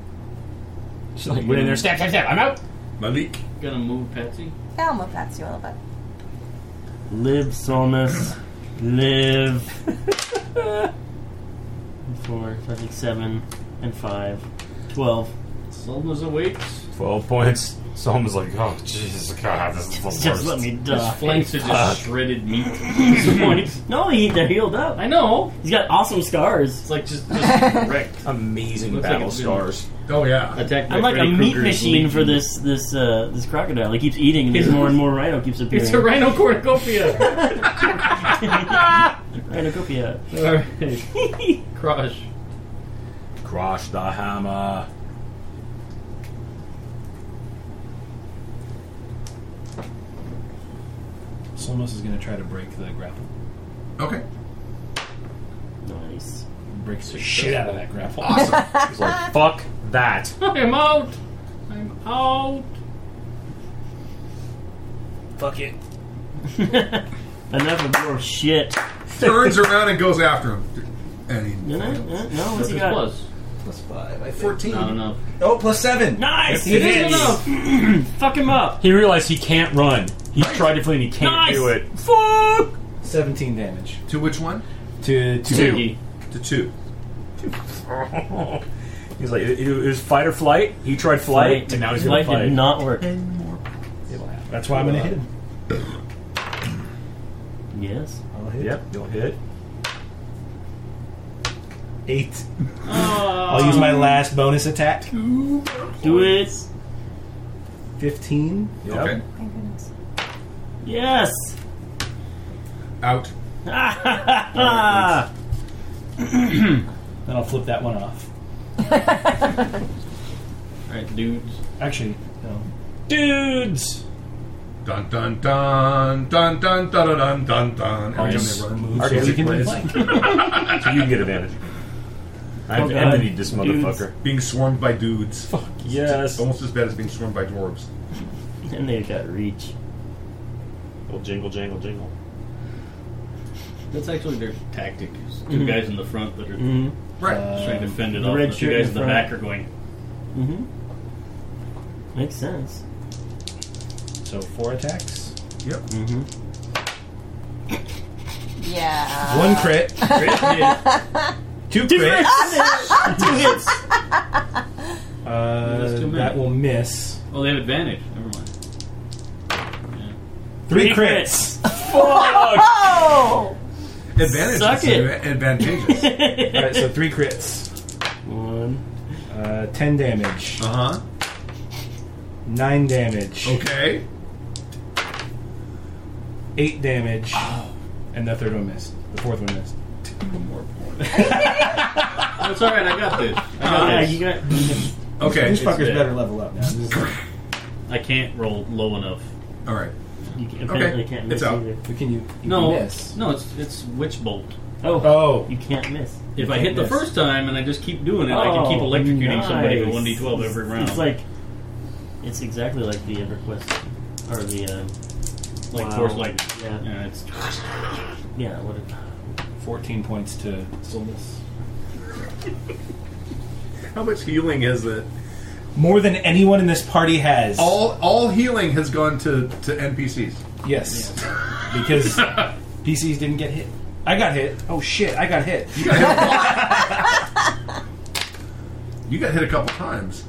Speaker 4: She's like, went in there, stab, stab, stab, I'm out.
Speaker 8: Malik.
Speaker 11: Gonna move Patsy.
Speaker 6: Yeah, I'll move past you a little bit.
Speaker 5: Live, Solnus. Live. Four, I think seven, and five. Twelve.
Speaker 11: Solna's awakes.
Speaker 12: 12 points. Someone's like, oh, Jesus God, this is the worst.
Speaker 5: Just let me die.
Speaker 11: His flanks are just
Speaker 12: Fuck.
Speaker 11: shredded meat at this point.
Speaker 5: No, he, they're healed up.
Speaker 11: I know.
Speaker 5: He's got awesome
Speaker 11: It's
Speaker 5: scars.
Speaker 11: like just, just wrecked.
Speaker 4: Amazing
Speaker 11: Looks like
Speaker 4: battle
Speaker 11: it's been-
Speaker 4: scars.
Speaker 8: Oh yeah.
Speaker 11: Attacked by
Speaker 5: I'm like a
Speaker 11: Freddy
Speaker 5: meat
Speaker 11: Krueger's
Speaker 5: machine
Speaker 11: meat.
Speaker 5: for this this uh, this crocodile. He keeps eating, and there's more and more rhino keeps appearing.
Speaker 11: It's a rhino cornucopia.
Speaker 5: Rhinocopia.
Speaker 11: Alright. Crush.
Speaker 3: Crush the hammer.
Speaker 1: Solmos is going to try to break the grapple.
Speaker 8: Okay.
Speaker 5: Nice.
Speaker 1: Breaks the
Speaker 4: Shit out of that
Speaker 1: grapple.
Speaker 4: He's like, fuck that.
Speaker 11: I'm out. I'm out.
Speaker 4: Fuck it.
Speaker 5: Enough of your shit.
Speaker 8: Turns around and goes after him. And he,
Speaker 5: No, no, no, no,
Speaker 11: This
Speaker 5: what's he
Speaker 11: is
Speaker 5: got?
Speaker 11: plus.
Speaker 17: Plus five. I think.
Speaker 8: fourteen.
Speaker 11: Not enough.
Speaker 17: Oh, plus seven.
Speaker 5: Nice!
Speaker 11: It is
Speaker 5: hits.
Speaker 11: enough.
Speaker 5: Fuck him up!
Speaker 4: He realized he can't run. He tried to flee and he can't
Speaker 5: Nice.
Speaker 4: do it.
Speaker 5: Fuck!
Speaker 1: 17 damage.
Speaker 8: To which one?
Speaker 1: To, to
Speaker 4: Two.
Speaker 8: To two.
Speaker 4: He's like, it, it was fight or flight. He tried flight, and now he's going
Speaker 5: Light
Speaker 4: to fight.
Speaker 5: did not work.
Speaker 1: That's why I'm going to hit him.
Speaker 5: Yes.
Speaker 1: I'll hit.
Speaker 4: Yep, you'll hit.
Speaker 1: Eight. I'll use my last bonus attack.
Speaker 5: Do it.
Speaker 1: 15.
Speaker 4: Yep.
Speaker 8: Okay.
Speaker 6: Thank goodness.
Speaker 5: Yes!
Speaker 8: Out.
Speaker 5: Ah!
Speaker 1: Then I'll flip that one off.
Speaker 11: Alright, dudes.
Speaker 1: Actually, no.
Speaker 4: Dudes!
Speaker 8: Dun dun dun dun dun dun dun dun dun. Every time
Speaker 4: Nice.
Speaker 8: they run.
Speaker 1: Move so
Speaker 4: Arctic
Speaker 1: we can
Speaker 4: Blitz.
Speaker 1: flank.
Speaker 4: So you can get advantage. I've
Speaker 5: God.
Speaker 4: envied this motherfucker. Oh,
Speaker 8: Being swarmed by dudes.
Speaker 4: Yes.
Speaker 8: Almost as bad as being swarmed by dwarves.
Speaker 5: and they got reach.
Speaker 4: Little oh, jingle, jingle, jingle.
Speaker 11: That's actually their tactic. is Two guys in the front that are
Speaker 5: Mm
Speaker 8: Right.
Speaker 11: trying to fend it
Speaker 5: the
Speaker 11: off.
Speaker 5: red
Speaker 11: The two
Speaker 5: shirt in
Speaker 11: guys in
Speaker 5: the
Speaker 11: the
Speaker 5: front.
Speaker 11: back are going.
Speaker 5: hmm. Mm hmm. Mm-hmm. Makes sense.
Speaker 1: so four attacks.
Speaker 8: yep.
Speaker 5: Mm hmm.
Speaker 6: Yeah.
Speaker 1: One crit. Two crits.
Speaker 5: Two hits!
Speaker 1: Uh,
Speaker 11: That's too many.
Speaker 1: that will miss.
Speaker 11: Oh, they have advantage. Never mind.
Speaker 1: Three,
Speaker 5: Three crits.
Speaker 1: crits.
Speaker 6: Oh!
Speaker 8: Advantage.
Speaker 5: Suck
Speaker 8: it's
Speaker 5: it.
Speaker 8: Advantageous.
Speaker 2: All right, so three crits. One. Uh, ten damage.
Speaker 8: Uh huh.
Speaker 2: Nine damage.
Speaker 8: Okay.
Speaker 2: Eight damage. And the third one missed. The fourth one missed.
Speaker 11: That's alright, I got this.
Speaker 5: Yeah,
Speaker 11: I got this.
Speaker 5: Ah, you got.
Speaker 8: Okay.
Speaker 2: These fuckers
Speaker 11: bad.
Speaker 2: better level up now. This is-
Speaker 11: I can't roll low enough.
Speaker 8: All right.
Speaker 5: You can, apparently
Speaker 8: Okay,
Speaker 5: can't
Speaker 8: it's
Speaker 5: miss
Speaker 8: out.
Speaker 5: either.
Speaker 2: we can you, you
Speaker 11: No,
Speaker 2: can miss.
Speaker 11: no, it's it's witch bolt.
Speaker 5: Oh,
Speaker 2: Oh.
Speaker 5: you can't miss.
Speaker 11: If I hit the
Speaker 2: Yes.
Speaker 11: first time and I just keep doing it, I can
Speaker 5: Oh,
Speaker 11: keep electrocuting somebody with
Speaker 5: nice.
Speaker 11: one d twelve every
Speaker 5: It's-
Speaker 11: round.
Speaker 5: It's like it's exactly like the EverQuest or the um,
Speaker 11: like
Speaker 5: Wow.
Speaker 11: force lightning.
Speaker 5: Yeah.
Speaker 11: yeah it's
Speaker 5: yeah. What? It,
Speaker 2: 14 points to Solus.
Speaker 8: How much healing is it?
Speaker 2: More than anyone in this party has.
Speaker 8: All all healing has gone to to NPCs.
Speaker 2: Yes. Because PCs didn't get hit. I got hit. Oh shit, I got hit.
Speaker 8: You got hit a couple times.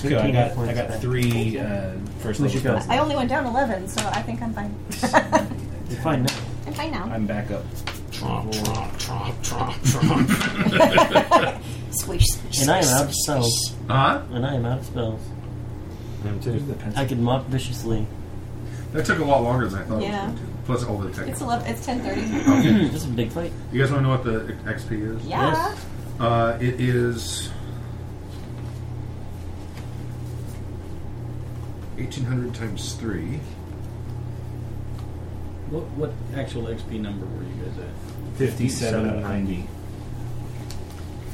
Speaker 2: Good, I got, I got
Speaker 5: points.
Speaker 2: three uh, first
Speaker 5: Who'd you
Speaker 2: level
Speaker 5: go?
Speaker 2: spells.
Speaker 6: I only went down 11, so I think I'm fine.
Speaker 5: You're fine now.
Speaker 6: I'm fine now.
Speaker 2: I'm back up.
Speaker 3: Tromp, tromp, tromp, tromp, tromp.
Speaker 6: Squish, squish.
Speaker 5: And I am out of spells.
Speaker 8: Huh?
Speaker 5: And I am out of spells.
Speaker 4: Him too.
Speaker 5: I could mock viciously.
Speaker 8: That took a lot longer than I thought
Speaker 6: Yeah.
Speaker 8: it was going to. Plus all the
Speaker 6: It's
Speaker 8: technical.
Speaker 6: 11, it's 10.30.
Speaker 5: this is a big fight.
Speaker 8: You guys want to know what the XP is?
Speaker 6: Yeah.
Speaker 5: Yes.
Speaker 8: Uh, it is eighteen hundred times three.
Speaker 11: what what actual XP number were you guys at?
Speaker 2: 57 90.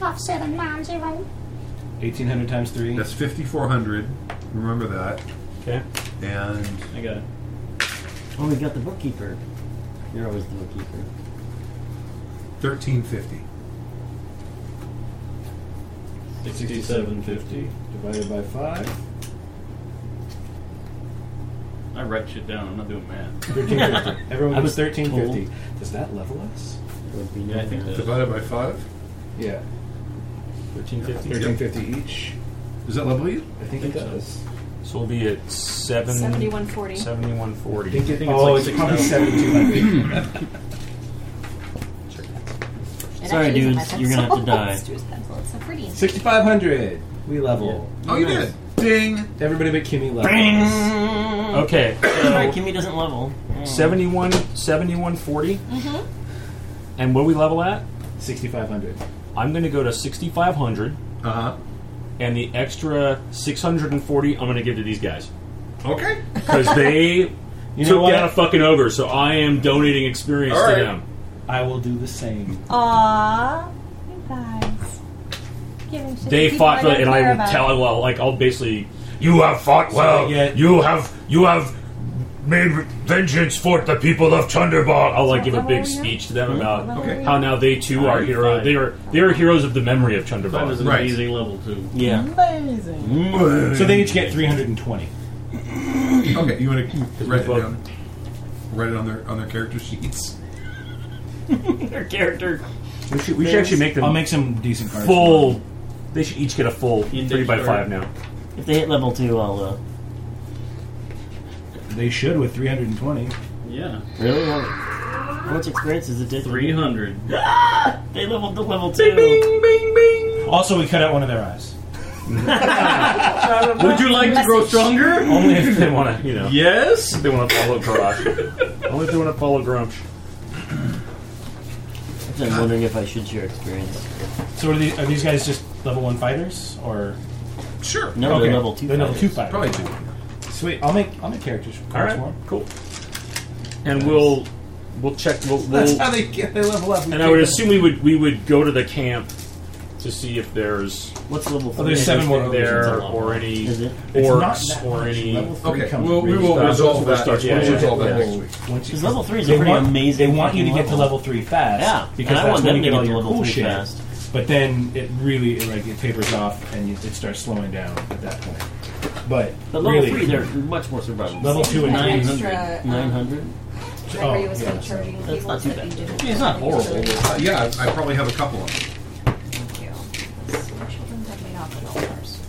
Speaker 2: 1800 times 3.
Speaker 8: That's fifty four hundred. Remember that.
Speaker 4: Okay.
Speaker 8: And
Speaker 11: I got it.
Speaker 5: Oh, we got the bookkeeper. You're always the bookkeeper.
Speaker 8: thirteen fifty.
Speaker 11: 6750.
Speaker 2: Divided by 5.
Speaker 11: I write shit down. I'm not doing math.
Speaker 2: 1350. Everyone
Speaker 5: I
Speaker 2: was
Speaker 5: was
Speaker 2: 1350. Does that level us?
Speaker 5: It would be
Speaker 11: Yeah, I think that-
Speaker 8: Divided by five.
Speaker 2: Yeah.
Speaker 4: 1350.
Speaker 2: 1350 each.
Speaker 8: Is that level you?
Speaker 2: I think it does.
Speaker 4: So we'll be at seven,
Speaker 6: 7140.
Speaker 4: 7140.
Speaker 2: Think it-
Speaker 11: think it's
Speaker 2: oh,
Speaker 11: like
Speaker 2: it's,
Speaker 11: six
Speaker 2: probably
Speaker 11: thousand.
Speaker 2: 7200.
Speaker 6: It
Speaker 5: Sorry,
Speaker 6: actually isn't
Speaker 5: dudes,
Speaker 6: my
Speaker 5: you're gonna have to
Speaker 6: pencil.
Speaker 5: die.
Speaker 6: It's Drew's pencil. It's so pretty.
Speaker 2: 6500. We level.
Speaker 8: Oh, you did. Ding.
Speaker 2: Everybody but Kimmy levels.
Speaker 4: Okay.
Speaker 5: Alright,
Speaker 4: So
Speaker 5: Kimmy doesn't level.
Speaker 4: 71, 7140.
Speaker 6: Mhm.
Speaker 4: And what do we level at?
Speaker 2: 6500.
Speaker 4: I'm going to go to 6500,
Speaker 8: Uh
Speaker 4: and the extra 640 I'm going to give to these guys.
Speaker 8: huh. Okay.
Speaker 4: Because they
Speaker 2: You know
Speaker 4: took
Speaker 2: what?
Speaker 4: down a fucking over, so I am donating experience
Speaker 8: All right.
Speaker 4: to them.
Speaker 2: I will do the same.
Speaker 6: Aww. You guys. Giving shit to
Speaker 4: They
Speaker 6: people
Speaker 4: fought for
Speaker 6: don't
Speaker 4: it, and
Speaker 6: care
Speaker 4: I will
Speaker 6: about.
Speaker 4: tell, well, like, I'll basically.
Speaker 3: You have fought well.
Speaker 2: yeah.
Speaker 3: Oh, You have you have made vengeance for the people of Thunderball.
Speaker 4: I'll like give a
Speaker 6: Level
Speaker 4: big
Speaker 6: are you?
Speaker 4: speech to them about
Speaker 6: Level are you?
Speaker 4: how now they too are hero. They are they are heroes of the memory of
Speaker 11: That was
Speaker 4: Chunderbog.
Speaker 11: an
Speaker 8: Right.
Speaker 11: amazing level too.
Speaker 5: Yeah.
Speaker 6: Amazing.
Speaker 2: So they each get 320.
Speaker 8: Okay. You want to write it
Speaker 4: both-
Speaker 8: down? Write it on their on their character sheets.
Speaker 5: Their character.
Speaker 4: We should, we should actually make them
Speaker 2: I'll make some decent cards.
Speaker 4: full. They should each get a full three by
Speaker 11: card.
Speaker 4: five now.
Speaker 5: If they hit level two, I'll. Uh,
Speaker 2: They should with 320.
Speaker 11: Yeah,
Speaker 5: really? How how much experience is it? different?
Speaker 11: three hundred.
Speaker 5: They leveled to level two.
Speaker 2: Also, we cut out one of their eyes.
Speaker 11: Would you like to grow stronger?
Speaker 4: Only if they want to, you know.
Speaker 11: Yes.
Speaker 4: If they want to follow Garrosh. Only if they want to follow Grumsh.
Speaker 5: I'm wondering if I should share experience.
Speaker 2: So are these, are these guys just level one fighters or
Speaker 8: Sure.
Speaker 5: No, they're level 2
Speaker 2: They're level two
Speaker 5: fighters.
Speaker 2: fighters.
Speaker 8: Probably do.
Speaker 2: Sweet. I'll make I'll make characters. for
Speaker 4: All
Speaker 2: cards for
Speaker 4: right,
Speaker 2: 'em.
Speaker 4: cool. And we'll we'll check. We'll,
Speaker 2: That's
Speaker 4: we'll
Speaker 2: how they get they level up. We
Speaker 4: and I would
Speaker 2: take
Speaker 4: assume we would we would go to the camp to see if there's
Speaker 5: What's level
Speaker 2: Oh,
Speaker 5: three?
Speaker 2: there's seven more
Speaker 4: there
Speaker 2: illusions.
Speaker 4: or any
Speaker 5: Is it?
Speaker 2: It's not
Speaker 4: orcs
Speaker 2: that much.
Speaker 4: or
Speaker 2: Level
Speaker 4: any.
Speaker 2: three
Speaker 8: Okay.
Speaker 2: comes
Speaker 8: We'll, we
Speaker 2: really
Speaker 8: will
Speaker 2: fast.
Speaker 8: resolve
Speaker 4: That's
Speaker 8: that.
Speaker 4: where it starts. Yeah,
Speaker 8: We'll
Speaker 4: yeah,
Speaker 8: resolve that
Speaker 2: yeah.
Speaker 8: next week.
Speaker 2: Once you-
Speaker 5: Because level three is a
Speaker 2: they
Speaker 5: pretty
Speaker 2: want,
Speaker 5: amazing
Speaker 2: They want you to
Speaker 5: fucking
Speaker 2: get to
Speaker 5: level.
Speaker 2: level three fast.
Speaker 5: Yeah,
Speaker 2: because
Speaker 5: and I
Speaker 2: that's
Speaker 5: want
Speaker 2: when
Speaker 5: them
Speaker 2: you
Speaker 5: to
Speaker 2: get
Speaker 5: get
Speaker 2: all
Speaker 5: to
Speaker 2: your
Speaker 5: level
Speaker 2: cool
Speaker 5: three
Speaker 2: shit.
Speaker 5: fast.
Speaker 2: But then it really it, like it tapers off and you, it starts slowing down at that point. But,
Speaker 5: But level
Speaker 2: really,
Speaker 5: three, they're much more survivable.
Speaker 2: level two and
Speaker 6: An
Speaker 2: three.
Speaker 6: extra,
Speaker 5: Nine
Speaker 6: um,
Speaker 5: hundred.
Speaker 2: Oh,
Speaker 6: Gregory was
Speaker 2: yeah,
Speaker 6: kind of
Speaker 2: so-
Speaker 6: charging
Speaker 5: That's
Speaker 6: people
Speaker 5: not too
Speaker 6: that
Speaker 5: bad.
Speaker 6: you didn't.
Speaker 11: It's not horrible.
Speaker 8: Uh, yeah, I, I probably have a couple of them.
Speaker 6: Thank you. So children have made off with all ours.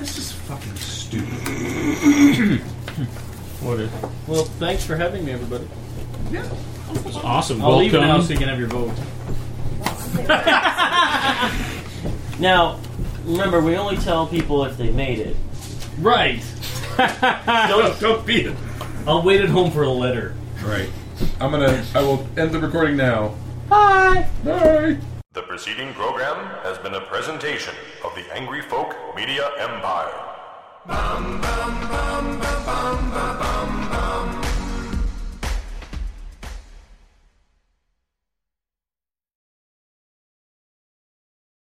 Speaker 8: This is fucking stupid.
Speaker 11: What is? Well, thanks for having me, everybody. Yeah. It was
Speaker 4: awesome.
Speaker 11: I'll leave
Speaker 4: Welcome.
Speaker 11: now so you can have your vote.
Speaker 5: Now, remember, we only tell people if they made it.
Speaker 11: Right.
Speaker 5: don't,
Speaker 11: don't beat it. I'll wait at home for a letter.
Speaker 8: Right. I'm gonna. I will end the recording now.
Speaker 27: Bye.
Speaker 8: Bye.
Speaker 3: The preceding program has been a presentation of the Angry Folk Media Empire.
Speaker 27: Bum, bum, bum, bum, bum, bum, bum.